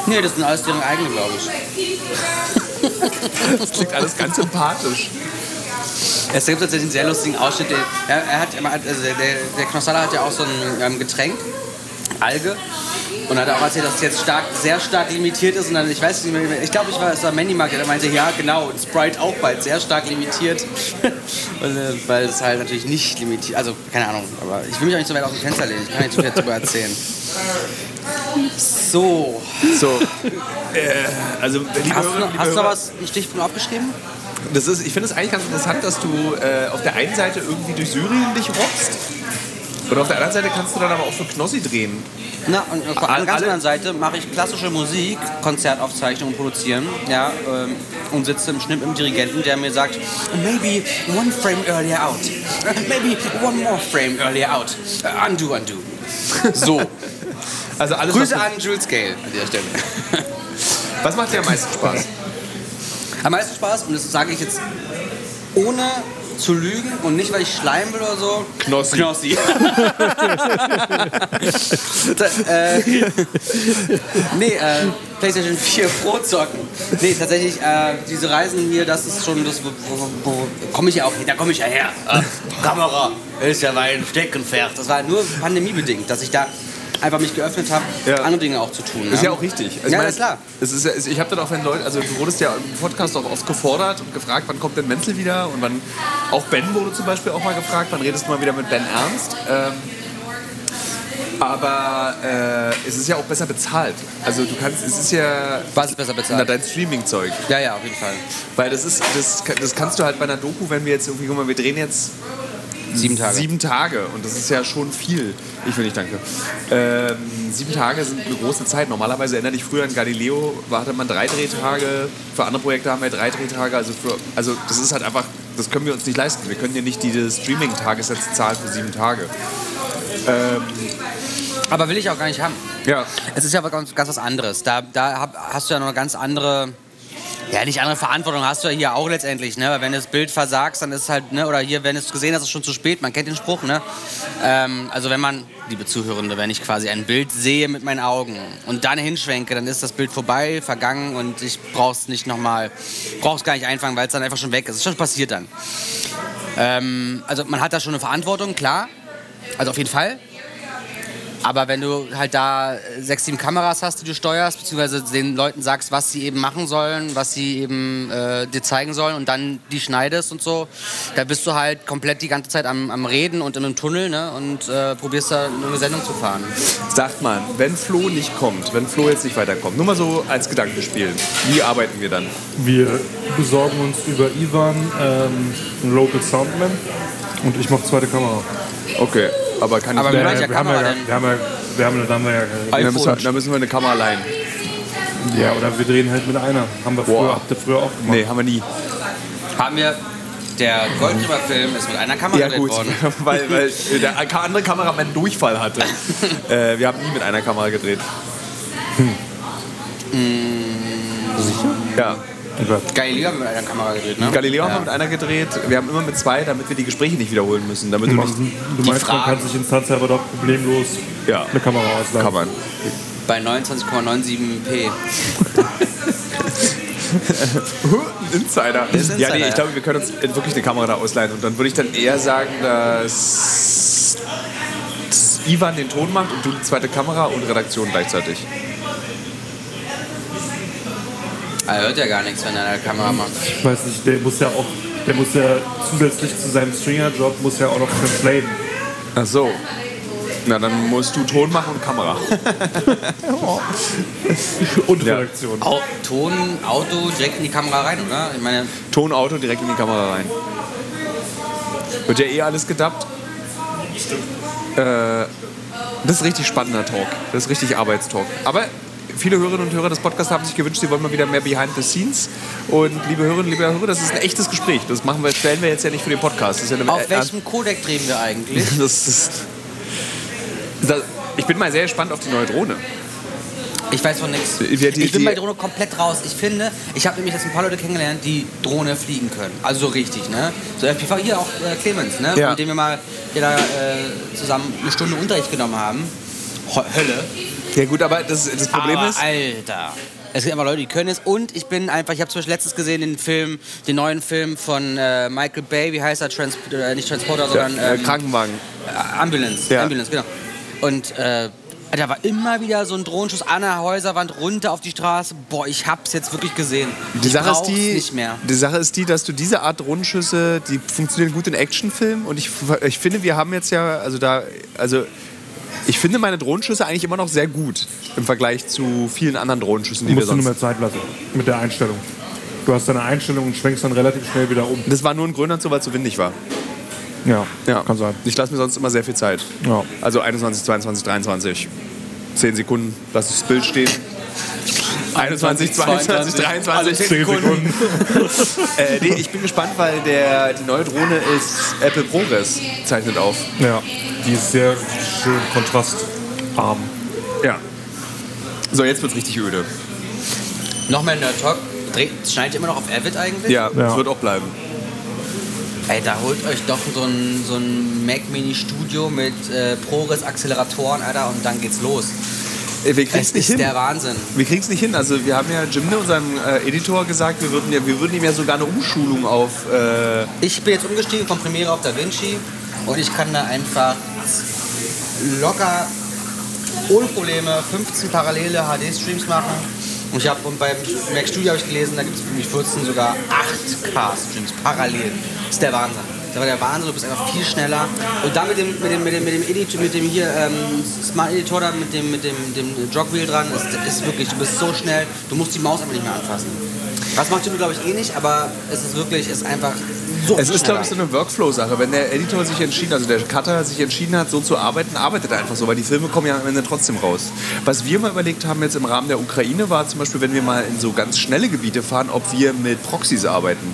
[SPEAKER 2] Nee, das sind alles deren eigene, glaube ich.
[SPEAKER 1] Das klingt alles ganz sympathisch.
[SPEAKER 2] Es gibt tatsächlich einen sehr lustigen Ausschnitt. Der, er, er hat, immer- also der, der, der Knossalla hat ja auch so ein ähm, Getränk, Alge. Und hat auch erzählt, dass es jetzt stark, sehr stark limitiert ist. Und dann, ich weiß nicht mehr, ich glaube, ich war, es war Mandy Market, der meinte, ja, genau, und Sprite auch bald sehr stark limitiert. und, äh, weil es halt natürlich nicht limitiert, also keine Ahnung, aber ich will mich auch nicht so weit aus dem Fenster lehnen, ich kann nicht so viel darüber erzählen. So,
[SPEAKER 1] So. äh, also, liebe Hörerinnen,
[SPEAKER 2] hast, du,
[SPEAKER 1] liebe
[SPEAKER 2] hast du
[SPEAKER 1] Hörer,
[SPEAKER 2] da was, einen Stichpunkt aufgeschrieben?
[SPEAKER 1] Das ist, ich finde es eigentlich ganz interessant, dass du äh, auf der einen Seite irgendwie durch Syrien dich rockst. Und auf der anderen Seite kannst du dann aber auch für Knossi drehen.
[SPEAKER 2] Na, und auf der
[SPEAKER 1] Alle-
[SPEAKER 2] ganz anderen Seite mache ich klassische Musik, Konzertaufzeichnungen produzieren, ja, ähm, und sitze im Schnitt mit dem Dirigenten, der mir sagt, maybe one frame earlier out, maybe one more frame earlier out, Äh, undo, undo. So,
[SPEAKER 1] Also alles,
[SPEAKER 2] Grüße
[SPEAKER 1] was,
[SPEAKER 2] an Jules Gale an der Stelle.
[SPEAKER 1] was macht dir am meisten Spaß?
[SPEAKER 2] Am meisten Spaß, und das sage ich jetzt ohne zu lügen und nicht, weil ich schleimen will oder so.
[SPEAKER 1] Knossi.
[SPEAKER 2] Knossi. da, äh, nee, äh, PlayStation 4 Pro zocken. Nee, tatsächlich, äh, diese Reisen hier, das ist schon das, wo, wo, wo komme ich ja auch Da komme ich ja her. Äh, Kamera ist ja mein Steckenpferd. Das war nur pandemiebedingt, dass ich da einfach mich geöffnet habe,
[SPEAKER 1] Ja.
[SPEAKER 2] andere Dinge auch zu tun.
[SPEAKER 1] Ist ja
[SPEAKER 2] ja
[SPEAKER 1] auch richtig. Also
[SPEAKER 2] Ja,
[SPEAKER 1] ich
[SPEAKER 2] na klar.
[SPEAKER 1] Es ist, ja- es- ich habe dann auch, wenn Leute, also du wurdest ja im Podcast auch oft gefordert und gefragt, wann kommt denn Menzel wieder und wann, auch Ben wurde zum Beispiel auch mal gefragt, wann redest du mal wieder mit Ben Ernst? Ähm, aber äh, es ist ja auch besser bezahlt. Also du kannst, es ist ja
[SPEAKER 2] Was ist besser
[SPEAKER 1] na,
[SPEAKER 2] bezahlt?
[SPEAKER 1] dein Streaming-Zeug.
[SPEAKER 2] Ja, ja, auf jeden Fall.
[SPEAKER 1] Weil das ist, das, kann- das kannst du halt bei einer Doku, wenn wir jetzt irgendwie, guck mal, wir drehen jetzt
[SPEAKER 2] Sieben Tage.
[SPEAKER 1] sieben Tage und das ist ja schon viel. Ich will nicht danke. Ähm, sieben Tage sind eine große Zeit. Normalerweise erinnere dich früher an Galileo, war- hatte man drei Drehtage. Für andere Projekte haben wir drei Drehtage. Also, für, also das ist halt einfach, das können wir uns nicht leisten. Wir können dir nicht diese Streaming-Tagessätze zahlen für sieben Tage.
[SPEAKER 2] Aber will ich auch gar nicht haben.
[SPEAKER 1] Ja.
[SPEAKER 2] Es ist ja aber ganz, ganz was anderes. Da, da hab, hast du ja noch eine ganz andere. Ja, nicht andere Verantwortung hast du ja hier auch letztendlich, ne? Weil wenn du das Bild versagst, dann ist es halt, ne? Oder hier, wenn du es gesehen hast, ist es schon zu spät. Man kennt den Spruch, ne? Ähm, also wenn man, liebe Zuhörende, wenn ich quasi ein Bild sehe mit meinen Augen und dann hinschwenke, dann ist das Bild vorbei, vergangen und ich brauch's nicht nochmal, brauch's gar nicht einfangen, weil es dann einfach schon weg ist. Es ist schon passiert dann. Ähm, also man hat da schon eine Verantwortung, klar. Also auf jeden Fall. Aber wenn du halt da äh, sechs, sieben Kameras hast, die du steuerst, beziehungsweise den Leuten sagst, was sie eben machen sollen, was sie eben äh, dir zeigen sollen und dann die schneidest und so, da bist du halt komplett die ganze Zeit am, am Reden und in einem Tunnel ne? und äh, probierst da nur eine Sendung zu fahren.
[SPEAKER 1] Sagt man, wenn Flo nicht kommt, wenn Flo jetzt nicht weiterkommt, nur mal so als Gedankenspiel, wie arbeiten wir dann?
[SPEAKER 9] Wir besorgen uns über Ivan ähm, einen Local Soundman und ich mache zweite Kamera.
[SPEAKER 1] Okay, aber kann ich
[SPEAKER 2] Aber
[SPEAKER 1] nicht-
[SPEAKER 2] mit welcher
[SPEAKER 9] wir, haben ja,
[SPEAKER 2] Kamera
[SPEAKER 9] gar-
[SPEAKER 2] denn?
[SPEAKER 9] wir haben ja, wir haben ja, dann haben wir ja keine.
[SPEAKER 1] dann müssen, wir, dann müssen wir eine Kamera leihen.
[SPEAKER 9] Ja, oder wir drehen halt mit einer. Haben wir früher,
[SPEAKER 1] Boah.
[SPEAKER 9] habt ihr früher auch gemacht.
[SPEAKER 1] Nee, haben wir nie.
[SPEAKER 2] Haben wir, der Goldgräberfilm ist mit einer Kamera
[SPEAKER 1] Ja
[SPEAKER 2] gedreht
[SPEAKER 1] gut,
[SPEAKER 2] worden.
[SPEAKER 1] weil, weil der andere Kameramann Durchfall hatte. äh, wir haben nie mit einer Kamera gedreht. Sicher? Ja.
[SPEAKER 2] Hm, Galileo haben wir mit einer Kamera gedreht, ne?
[SPEAKER 1] Galileo
[SPEAKER 2] ja.
[SPEAKER 1] haben wir mit einer gedreht. Wir haben immer mit zwei, damit wir die Gespräche nicht wiederholen müssen. Damit du nicht,
[SPEAKER 2] Mhm.
[SPEAKER 9] Du meinst, man kann sich instanzhalber doch problemlos
[SPEAKER 1] Ja.
[SPEAKER 9] eine Kamera ausleihen.
[SPEAKER 1] kann man.
[SPEAKER 2] Bei 29,97p.
[SPEAKER 1] Insider.
[SPEAKER 2] Das ist
[SPEAKER 1] Ja, nee,
[SPEAKER 2] Insider.
[SPEAKER 1] ich glaube, wir können uns wirklich eine Kamera da ausleihen. Und dann würde ich dann eher sagen, dass dass Ivan den Ton macht und du die zweite Kamera und Redaktion gleichzeitig.
[SPEAKER 2] Er hört ja gar nichts, wenn er eine Kamera macht.
[SPEAKER 9] Ich weiß nicht, der muss ja auch, der muss ja zusätzlich zu seinem Stringer-Job, muss ja auch noch translaten.
[SPEAKER 1] Ach so. Na, dann musst du Ton machen und Kamera.
[SPEAKER 9] Und
[SPEAKER 1] Ja.
[SPEAKER 9] Redaktion.
[SPEAKER 2] Au Ton, Auto, direkt in die Kamera rein, oder? Ich meine,
[SPEAKER 1] Ton, Auto, direkt in die Kamera rein. Wird ja eh alles gedappt. Äh, das ist richtig spannender Talk. Das ist richtig Arbeitstalk. Aber viele Hörerinnen und Hörer des Podcasts haben sich gewünscht, sie wollen mal wieder mehr Behind the Scenes. Und liebe Hörerinnen, liebe Hörer, das ist ein echtes Gespräch. Das machen wir, stellen wir jetzt ja nicht für den Podcast. Das ist ja eine äh,
[SPEAKER 2] auf welchem Codec drehen wir eigentlich?
[SPEAKER 1] Das ist, das, ich bin mal sehr gespannt auf die neue Drohne.
[SPEAKER 2] Ich weiß von nichts.
[SPEAKER 1] Die- die-
[SPEAKER 2] Ich bin bei
[SPEAKER 1] die-
[SPEAKER 2] Drohne komplett raus. Ich finde, ich habe nämlich jetzt ein paar Leute kennengelernt, die Drohne fliegen können. Also so richtig, ne? So FPV, hier auch äh, Clemens, ne?
[SPEAKER 1] Ja.
[SPEAKER 2] Mit dem wir mal hier da, äh, zusammen eine Stunde Unterricht genommen haben. Ho Hölle.
[SPEAKER 1] Ja gut, aber das, das Problem
[SPEAKER 2] Aber
[SPEAKER 1] ist...
[SPEAKER 2] Alter. Es gibt einfach Leute, die können es. Und ich bin einfach, ich habe zum Beispiel letztens gesehen den Film, den neuen Film von äh, Michael Bay, wie heißt er? Trans äh, nicht Transporter, sondern.
[SPEAKER 1] Ja, äh,
[SPEAKER 2] ähm,
[SPEAKER 1] Krankenwagen.
[SPEAKER 2] Äh, Ambulance,
[SPEAKER 1] Ja.
[SPEAKER 2] Ambulance, genau. Und äh, da war immer wieder so ein Drohnenschuss an der Häuserwand runter auf die Straße. Boah, ich hab's jetzt wirklich gesehen.
[SPEAKER 1] Die
[SPEAKER 2] ich
[SPEAKER 1] Sache, ist
[SPEAKER 2] brauch's
[SPEAKER 1] die,
[SPEAKER 2] nicht mehr.
[SPEAKER 1] die Sache ist die, dass du diese Art Drohnenschüsse, die funktionieren gut in Actionfilmen und ich, ich finde, wir haben jetzt ja, also da, also ich finde meine Drohnenschüsse eigentlich immer noch sehr gut im Vergleich zu vielen anderen Drohnenschüssen, die wir
[SPEAKER 9] Musst du nur
[SPEAKER 1] sonst...
[SPEAKER 9] mehr Zeit lassen mit der Einstellung. Du hast deine Einstellung und schwenkst dann relativ schnell wieder um.
[SPEAKER 1] Das war nur in Grönland so, weil es so windig war.
[SPEAKER 9] Ja,
[SPEAKER 1] Ja.
[SPEAKER 9] kann sein.
[SPEAKER 1] Ich lasse mir sonst immer sehr viel Zeit.
[SPEAKER 9] Ja.
[SPEAKER 1] Also 21, 22, 23. 10 Sekunden, lass das Bild stehen. 21, 22, 23.
[SPEAKER 9] Zehn Sekunden.
[SPEAKER 1] Äh, nee, ich bin gespannt, weil der, die neue Drohne ist Apple ProRes, zeichnet auf.
[SPEAKER 9] Ja, die ist sehr schön kontrastarm.
[SPEAKER 1] Ja. So, jetzt wird's richtig öde.
[SPEAKER 2] Noch mehr Nerd Talk. Dreht, schneidet ihr immer noch auf Avid eigentlich?
[SPEAKER 1] Ja,
[SPEAKER 9] Ja.
[SPEAKER 1] das wird auch bleiben.
[SPEAKER 2] Ey, da holt euch doch so ein, so ein Mac Mini Studio mit äh, ProRes Acceleratoren, Alter, und dann geht's los.
[SPEAKER 1] Äh, Wir
[SPEAKER 2] Es
[SPEAKER 1] kriegen's
[SPEAKER 2] ist
[SPEAKER 1] nicht hin.
[SPEAKER 2] der Wahnsinn.
[SPEAKER 1] Wir kriegen's nicht hin. Also wir haben ja Jimne, unserem äh, Editor, gesagt, wir würden, ja, wir würden ihm ja sogar eine Umschulung auf. Äh,
[SPEAKER 2] Ich bin jetzt umgestiegen von Premiere auf DaVinci und ich kann da einfach locker ohne Probleme 15 parallele HD-Streams machen. Und ich habe und beim Mac Studio habe ich gelesen, da gibt es irgendwie 14 sogar 8K-Streams parallel. Das ist der Wahnsinn. Das war der Wahnsinn, du bist einfach viel schneller. Und dann mit dem, mit dem, mit dem, mit dem Editor, mit dem hier ähm, Smart Editor da, mit dem, mit dem, dem Jogwheel dran, ist, ist wirklich, du bist so schnell, du musst die Maus einfach nicht mehr anfassen. Das macht du, glaube ich, eh nicht, aber es ist wirklich, es ist einfach so
[SPEAKER 1] Es
[SPEAKER 2] viel
[SPEAKER 1] ist, glaube ich, so
[SPEAKER 2] schneller.
[SPEAKER 1] eine Workflow-Sache. Wenn der Editor sich entschieden, also der Cutter sich entschieden hat, so zu arbeiten, arbeitet er einfach so, weil die Filme kommen ja am Ende trotzdem raus. Was wir mal überlegt haben jetzt im Rahmen der Ukraine war zum Beispiel, wenn wir mal in so ganz schnelle Gebiete fahren, ob wir mit Proxys arbeiten.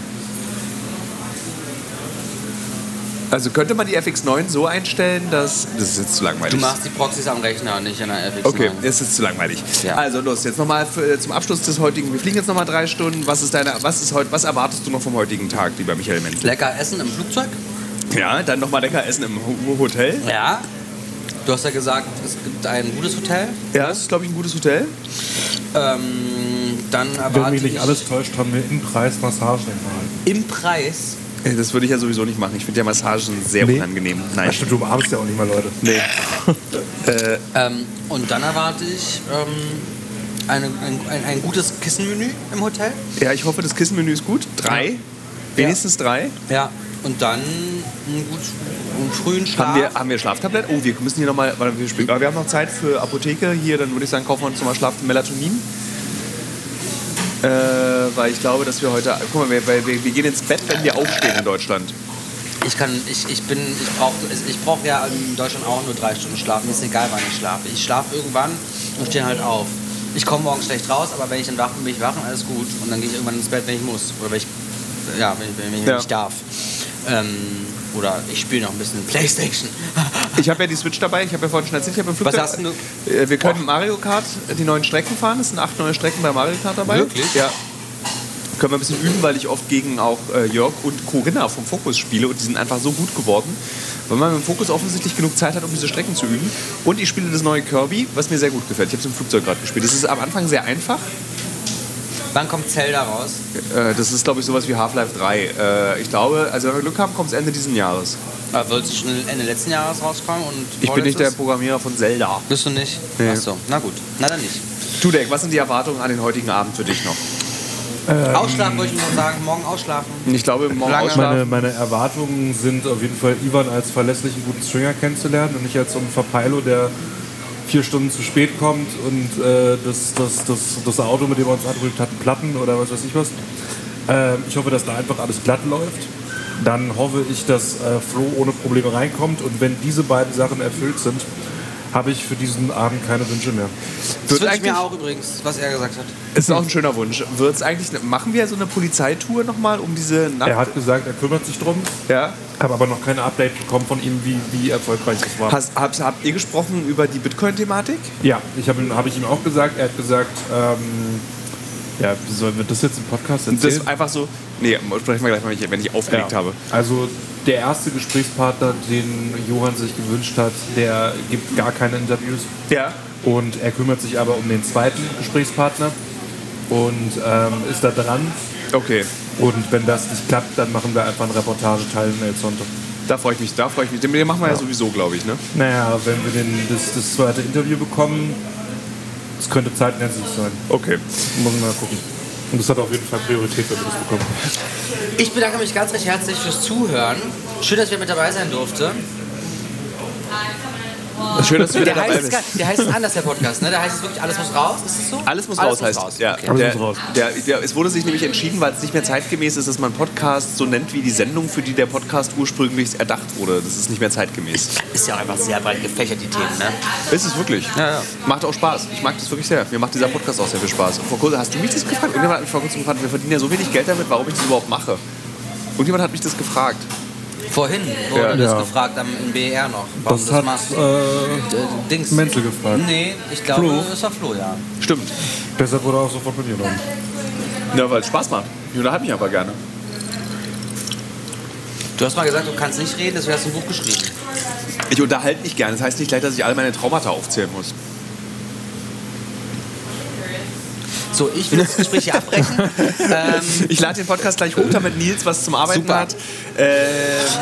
[SPEAKER 1] Also könnte man die FX9 so einstellen, dass... Das ist jetzt zu langweilig.
[SPEAKER 2] Du machst die Proxys am Rechner, nicht an der FX.
[SPEAKER 1] Okay,
[SPEAKER 2] Nein.
[SPEAKER 1] es ist zu langweilig.
[SPEAKER 2] Ja.
[SPEAKER 1] Also los, jetzt nochmal zum Abschluss des heutigen. Wir fliegen jetzt nochmal drei Stunden. Was ist deine, was ist heute, was erwartest du noch vom heutigen Tag, lieber Michael Mendel?
[SPEAKER 2] Lecker Essen im Flugzeug?
[SPEAKER 1] Ja, dann nochmal lecker essen im Ho- Hotel.
[SPEAKER 2] Ja. Du hast ja gesagt, es gibt ein gutes Hotel.
[SPEAKER 1] Ja, es ist, glaube ich, ein gutes Hotel.
[SPEAKER 2] Ähm, dann
[SPEAKER 9] Wenn
[SPEAKER 2] erwarte
[SPEAKER 9] mich
[SPEAKER 2] ich
[SPEAKER 9] nicht alles täuscht, haben wir im Preis Massagen enthalten.
[SPEAKER 2] im Preis
[SPEAKER 1] Äh, Das würde ich ja sowieso nicht machen. Ich finde ja Massagen sehr unangenehm. Nein.
[SPEAKER 9] Stimmt, du umarmst ja auch nicht mal Leute.
[SPEAKER 1] Nee.
[SPEAKER 2] ähm, und dann erwarte ich ähm, eine, ein, ein, ein gutes Kissenmenü im Hotel.
[SPEAKER 1] Ja, ich hoffe, das Kissenmenü ist gut. Drei. Wenigstens drei.
[SPEAKER 2] Ja. Und dann einen, gut, einen frühen Schlaf.
[SPEAKER 1] Haben wir, haben wir Schlaftabletten? Oh, wir müssen hier nochmal, warte, wir, spielen- aber wir haben noch Zeit für Apotheke. Hier, dann würde ich sagen, kaufen wir uns nochmal Schlaf Melatonin. Äh, weil ich glaube, dass wir heute, guck mal, wir, wir, wir wir gehen ins Bett, wenn wir aufstehen in Deutschland.
[SPEAKER 2] Ich kann, ich, ich bin, ich brauche ich brauch ja in Deutschland auch nur drei Stunden Schlaf. Mir ist egal, wann ich schlafe. Ich schlafe irgendwann und stehe halt auf. Ich komme morgens schlecht raus, aber wenn ich dann wach bin, bin ich wach und alles gut. Und dann gehe ich irgendwann ins Bett, wenn ich muss. Oder wenn ich, ja, wenn ich, wenn ich
[SPEAKER 1] Ja.
[SPEAKER 2] nicht darf. Ähm, oder ich spiele noch ein bisschen Playstation.
[SPEAKER 1] Ich habe ja die Switch dabei, ich habe ja vorhin schon erzählt, ich habe im Flugzeug...
[SPEAKER 2] hast denn
[SPEAKER 1] Äh, Wir können Mario Kart, äh, die neuen Strecken fahren. Es sind acht neue Strecken bei Mario Kart dabei.
[SPEAKER 2] Wirklich?
[SPEAKER 1] Ja. Können wir ein bisschen üben, weil ich oft gegen auch äh, Jörg und Corinna vom Fokus spiele und die sind einfach so gut geworden, weil man im Fokus offensichtlich genug Zeit hat, um diese Strecken zu üben. Und ich spiele das neue Kirby, was mir sehr gut gefällt. Ich habe es im Flugzeug gerade gespielt. Das ist am Anfang sehr einfach.
[SPEAKER 2] Wann kommt Zelda raus?
[SPEAKER 1] Äh, das ist, glaube ich, sowas wie Half-Life 3. Äh, ich glaube, also wenn wir Glück haben, kommt es Ende dieses Jahres.
[SPEAKER 2] Äh, Wird es schon Ende letzten Jahres rauskommen? Und
[SPEAKER 1] Ich bin nicht der
[SPEAKER 2] vorletztes?
[SPEAKER 1] Programmierer von Zelda.
[SPEAKER 2] Bist du nicht?
[SPEAKER 1] Nee.
[SPEAKER 2] Achso, na gut. Na dann nicht.
[SPEAKER 1] Tudek, was sind die Erwartungen an den heutigen Abend für dich noch? Ähm.
[SPEAKER 2] Ausschlafen wollte ich nur sagen. Morgen ausschlafen.
[SPEAKER 1] Ich glaube, morgen
[SPEAKER 2] Lange-
[SPEAKER 1] ausschlafen.
[SPEAKER 9] Meine, meine Erwartungen sind auf jeden Fall, Ivan als verlässlichen guten Stringer kennenzulernen und nicht als so ein Verpeilo, der vier Stunden zu spät kommt und äh, das, das, das, das Auto, mit dem er uns anrückt, hat einen Platten oder was weiß ich was. Ähm, ich hoffe, dass da einfach alles glatt läuft. Dann hoffe ich, dass äh, Flo ohne Probleme reinkommt und wenn diese beiden Sachen erfüllt sind, habe ich für diesen Abend keine Wünsche mehr.
[SPEAKER 2] Das wünsche ich
[SPEAKER 1] eigentlich-
[SPEAKER 2] mir auch übrigens, was er gesagt hat.
[SPEAKER 1] Ist auch ein schöner Wunsch. Wird's eigentlich, ne- machen wir so eine Polizeitour nochmal um diese Nacht?
[SPEAKER 9] Er hat gesagt, er kümmert sich drum,
[SPEAKER 1] Ja.
[SPEAKER 9] habe aber noch kein Update bekommen von ihm, wie, wie erfolgreich das war.
[SPEAKER 1] Hast, habt, habt ihr gesprochen über die Bitcoin-Thematik?
[SPEAKER 9] Ja, ich habe ihm- habe ich ihm auch gesagt. Er hat gesagt, ähm, ja, wie sollen wir das jetzt im Podcast
[SPEAKER 1] Das
[SPEAKER 9] erzählen?
[SPEAKER 1] ist einfach so. Nee, sprechen wir gleich mal, wenn ich- wenn ich aufgelegt
[SPEAKER 9] ja.
[SPEAKER 1] habe.
[SPEAKER 9] Also der erste Gesprächspartner, den Johann sich gewünscht hat, der gibt gar keine Interviews
[SPEAKER 1] Ja.
[SPEAKER 9] und er kümmert sich aber um den zweiten Gesprächspartner und ähm, ist da dran.
[SPEAKER 1] Okay.
[SPEAKER 9] Und wenn das nicht klappt, dann machen wir einfach einen Reportageteil in El Zonto.
[SPEAKER 1] Da freue ich mich, da freue ich mich. Den, den machen wir ja, sowieso, glaube ich, ne?
[SPEAKER 9] Naja, wenn wir den, das, das zweite Interview bekommen, es könnte zeitmäßig sein.
[SPEAKER 1] Okay.
[SPEAKER 9] Muss man mal gucken. Und das hat auf jeden Fall Priorität, wenn wir das bekommen.
[SPEAKER 2] Ich bedanke mich ganz recht herzlich fürs Zuhören. Schön, dass wir mit dabei sein durfte.
[SPEAKER 1] Schön, dass du wieder
[SPEAKER 2] Der
[SPEAKER 1] dabei
[SPEAKER 2] heißt, es
[SPEAKER 1] bist.
[SPEAKER 2] gar- der heißt es anders, der Podcast. Ne? Der heißt es wirklich, alles muss raus. Ist es so?
[SPEAKER 1] Alles muss raus heißt. Ja,
[SPEAKER 2] Okay.
[SPEAKER 1] der,
[SPEAKER 9] muss raus.
[SPEAKER 1] Der, der, es wurde sich nämlich entschieden, weil es nicht mehr zeitgemäß ist, dass man Podcast so nennt wie die Sendung, für die der Podcast ursprünglich erdacht wurde. Das ist nicht mehr zeitgemäß.
[SPEAKER 2] Ist ja auch einfach sehr breit gefächert, die Themen. Ne?
[SPEAKER 1] Ist es wirklich. Macht auch Spaß. Ich mag das wirklich sehr. Mir macht dieser Podcast auch sehr viel Spaß. Und vor kurzem, hast du mich das gefragt? Irgendjemand hat mich vor kurzem gefragt, wir verdienen ja so wenig Geld damit, warum ich das überhaupt mache. Irgendjemand hat mich das gefragt.
[SPEAKER 2] Vorhin wurde
[SPEAKER 1] Ja.
[SPEAKER 2] das
[SPEAKER 9] Ja.
[SPEAKER 2] gefragt am im BR noch. Warum
[SPEAKER 9] Das
[SPEAKER 2] du
[SPEAKER 9] hat
[SPEAKER 2] machst.
[SPEAKER 9] äh,
[SPEAKER 2] Äh, Dings.
[SPEAKER 9] Menzel gefragt.
[SPEAKER 2] Nee, ich glaube,
[SPEAKER 9] Flo?
[SPEAKER 2] das war Flo, ja.
[SPEAKER 1] Stimmt.
[SPEAKER 9] Deshalb wurde er auch sofort mit mir genommen.
[SPEAKER 1] Ja, weil es Spaß macht. Ich unterhalte mich aber gerne.
[SPEAKER 2] Du hast mal gesagt, du kannst nicht reden, deswegen hast du ein Buch geschrieben.
[SPEAKER 1] Ich unterhalte mich gerne. Das heißt nicht gleich, dass ich alle meine Traumata aufzählen muss.
[SPEAKER 2] So, ich will das Gespräch hier abbrechen. ähm,
[SPEAKER 1] Ich lade den Podcast gleich hoch, damit Nils was zum Arbeiten
[SPEAKER 2] Super.
[SPEAKER 1] hat. Äh,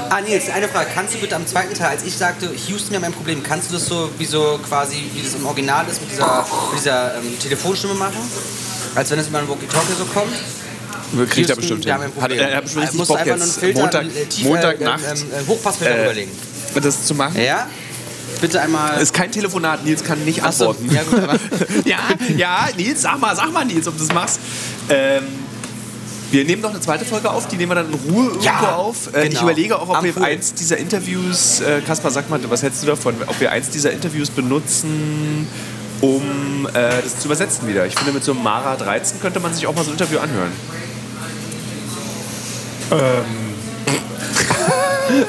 [SPEAKER 2] ah, Nils, eine Frage. Kannst du bitte am zweiten Teil, als ich sagte, Houston, wir haben ein Problem, kannst du das so wie so quasi, wie das im Original ist, mit dieser, mit dieser ähm, Telefonstimme machen? Als wenn es über einen Walkie-Talkie so kommt?
[SPEAKER 1] Kriegt er
[SPEAKER 2] Houston,
[SPEAKER 1] bestimmt hin.
[SPEAKER 2] Wir haben ein
[SPEAKER 1] Hat,
[SPEAKER 2] Problem.
[SPEAKER 1] er hat bestimmt richtig
[SPEAKER 2] Muss
[SPEAKER 1] Bock
[SPEAKER 2] einfach nur
[SPEAKER 1] jetzt.
[SPEAKER 2] einen Filter,
[SPEAKER 1] Montag,
[SPEAKER 2] äh, tiefer,
[SPEAKER 1] Montagnacht
[SPEAKER 2] Ähm, ähm, Hochpassfilter
[SPEAKER 1] Äh,
[SPEAKER 2] drüberlegen.
[SPEAKER 1] das zu machen.
[SPEAKER 2] Ja? Bitte einmal.
[SPEAKER 1] Ist kein Telefonat, Nils kann nicht
[SPEAKER 2] Ach so,
[SPEAKER 1] antworten.
[SPEAKER 2] ja gut, aber-
[SPEAKER 1] ja, ja, Nils, sag mal, sag mal, Nils, ob du das machst. Ähm, wir nehmen noch eine zweite Folge auf, die nehmen wir dann in Ruhe irgendwo
[SPEAKER 2] Ja,
[SPEAKER 1] auf. Äh, Ich
[SPEAKER 2] genau.
[SPEAKER 1] überlege auch, ob
[SPEAKER 2] Am
[SPEAKER 1] wir
[SPEAKER 2] Pool.
[SPEAKER 1] eins dieser Interviews, äh, Kaspar, sag mal, was hältst du davon, ob wir eins dieser Interviews benutzen, um äh, das zu übersetzen wieder. Ich finde, mit so einem Mara 13 könnte man sich auch mal so ein Interview anhören.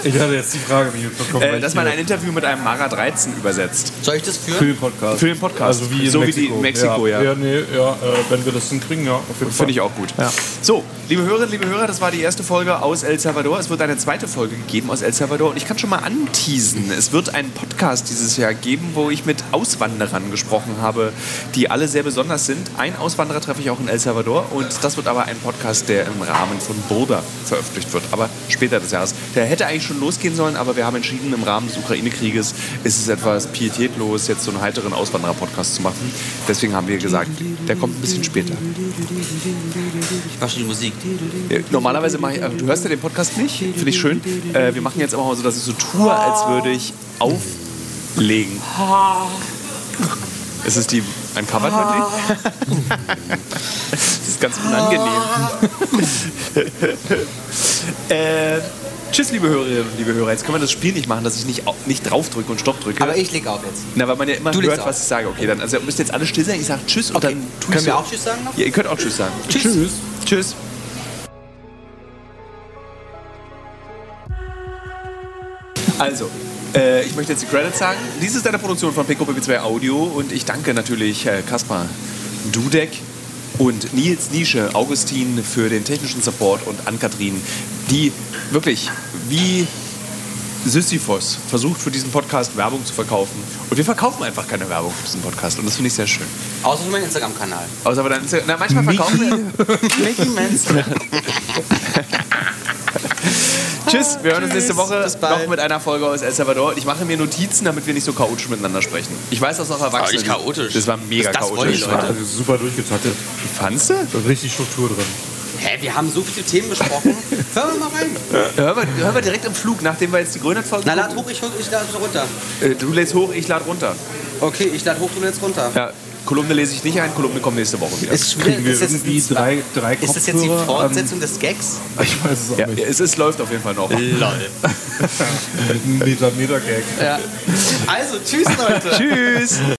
[SPEAKER 9] Ich hatte jetzt die Frage nicht mitbekommen.
[SPEAKER 1] Äh, dass man ein Interview mit einem Mara 13 übersetzt.
[SPEAKER 2] Soll ich das führen?
[SPEAKER 9] Film-Podcast.
[SPEAKER 1] Für den Podcast.
[SPEAKER 9] Also wie in
[SPEAKER 1] so
[SPEAKER 9] Mexiko.
[SPEAKER 1] wie die in Mexiko, ja.
[SPEAKER 9] Ja, nee, ja, äh, wenn wir das hinkriegen, ja, auf jeden Fall.
[SPEAKER 1] Finde ich auch gut. So, liebe Hörerinnen, liebe Hörer, das war die erste Folge aus El Salvador. Es wird eine zweite Folge gegeben aus El Salvador. Und ich kann schon mal anteasen, es wird einen Podcast dieses Jahr geben, wo ich mit Auswanderern gesprochen habe, die alle sehr besonders sind. Ein Auswanderer treffe ich auch in El Salvador. Und das wird aber ein Podcast, der im Rahmen von Burda veröffentlicht wird. Aber später des Jahres. Der hätte eigentlich schon losgehen sollen, aber wir haben entschieden, im Rahmen des Ukraine-Krieges ist es etwas pietätlos, jetzt so einen heiteren Auswanderer-Podcast zu machen. Deswegen haben wir gesagt, der kommt ein bisschen später.
[SPEAKER 2] Ich wasche die Musik.
[SPEAKER 1] Äh, Normalerweise mache ich, äh, du hörst ja den Podcast nicht, finde ich schön. Äh, wir machen jetzt aber mal so, dass ich so tue, als würde ich auflegen. Es ist die ein Cover natürlich. das ist ganz unangenehm. äh, tschüss, liebe Hörerinnen und liebe Hörer. Jetzt können wir das Spiel nicht machen, dass ich nicht, au- nicht drauf drücke und Stopp drücke.
[SPEAKER 2] Aber ich leg auf jetzt.
[SPEAKER 1] Na, weil man ja immer
[SPEAKER 2] Du legst
[SPEAKER 1] hört,
[SPEAKER 2] auf.
[SPEAKER 1] was ich sage. Okay, dann also ihr müsst jetzt alle still sein. Ich sage Tschüss und dann tue ich
[SPEAKER 2] Können wir
[SPEAKER 1] so.
[SPEAKER 2] auch Tschüss sagen noch?
[SPEAKER 1] Ja, ihr könnt auch Tschüss sagen.
[SPEAKER 2] Tschüss.
[SPEAKER 1] Tschüss. Also, äh, ich möchte jetzt die Credits sagen. Dies ist eine Produktion von Pico BB2 Audio und ich danke natürlich äh, Kaspar Dudek und Nils Nische, Augustin für den technischen Support und Ann-Kathrin, die wirklich wie Sisyphos versucht, für diesen Podcast Werbung zu verkaufen. Und wir verkaufen einfach keine Werbung für diesen Podcast und das finde ich sehr schön.
[SPEAKER 2] Außer für meinen Instagram-Kanal.
[SPEAKER 1] Außer aber dann, na, manchmal verkaufen wir.
[SPEAKER 2] Mickey Manson.
[SPEAKER 1] Tschüss, wir hören uns nächste Woche
[SPEAKER 2] bis bald.
[SPEAKER 1] noch mit einer Folge aus El Salvador. Ich mache mir Notizen, damit wir nicht so chaotisch miteinander sprechen. Ich weiß das auch Erwachsene.
[SPEAKER 2] Aber Ah, nicht chaotisch.
[SPEAKER 1] Das war mega
[SPEAKER 2] Das wollen die
[SPEAKER 1] chaotisch.
[SPEAKER 2] Leute.
[SPEAKER 9] Also super durchgetaktet.
[SPEAKER 1] Fandst du?
[SPEAKER 9] Richtig Struktur drin.
[SPEAKER 2] Hä, wir haben so viele Themen besprochen. Hören wir mal rein.
[SPEAKER 1] Hören wir, hören wir direkt im Flug, nachdem wir jetzt die Grönland-Folge
[SPEAKER 2] Na, lad hoch, ich, ich lade es runter.
[SPEAKER 1] Äh, du lädst hoch, ich lade runter.
[SPEAKER 2] Okay, ich lade hoch, du lädst runter.
[SPEAKER 1] Ja, Kolumne lese ich nicht ein, Kolumne kommt nächste Woche wieder.
[SPEAKER 2] Ist,
[SPEAKER 9] Kriegen wir
[SPEAKER 2] ist, das
[SPEAKER 9] irgendwie
[SPEAKER 2] jetzt,
[SPEAKER 9] drei, drei
[SPEAKER 2] ist das jetzt die
[SPEAKER 9] Kopfhörer?
[SPEAKER 2] Fortsetzung des Gags?
[SPEAKER 9] Ähm, ich weiß es auch
[SPEAKER 1] Ja,
[SPEAKER 9] nicht.
[SPEAKER 1] es, es läuft auf jeden Fall noch.
[SPEAKER 9] Ein Meter-Meter-Gag.
[SPEAKER 2] Also, tschüss, Leute.
[SPEAKER 1] Tschüss!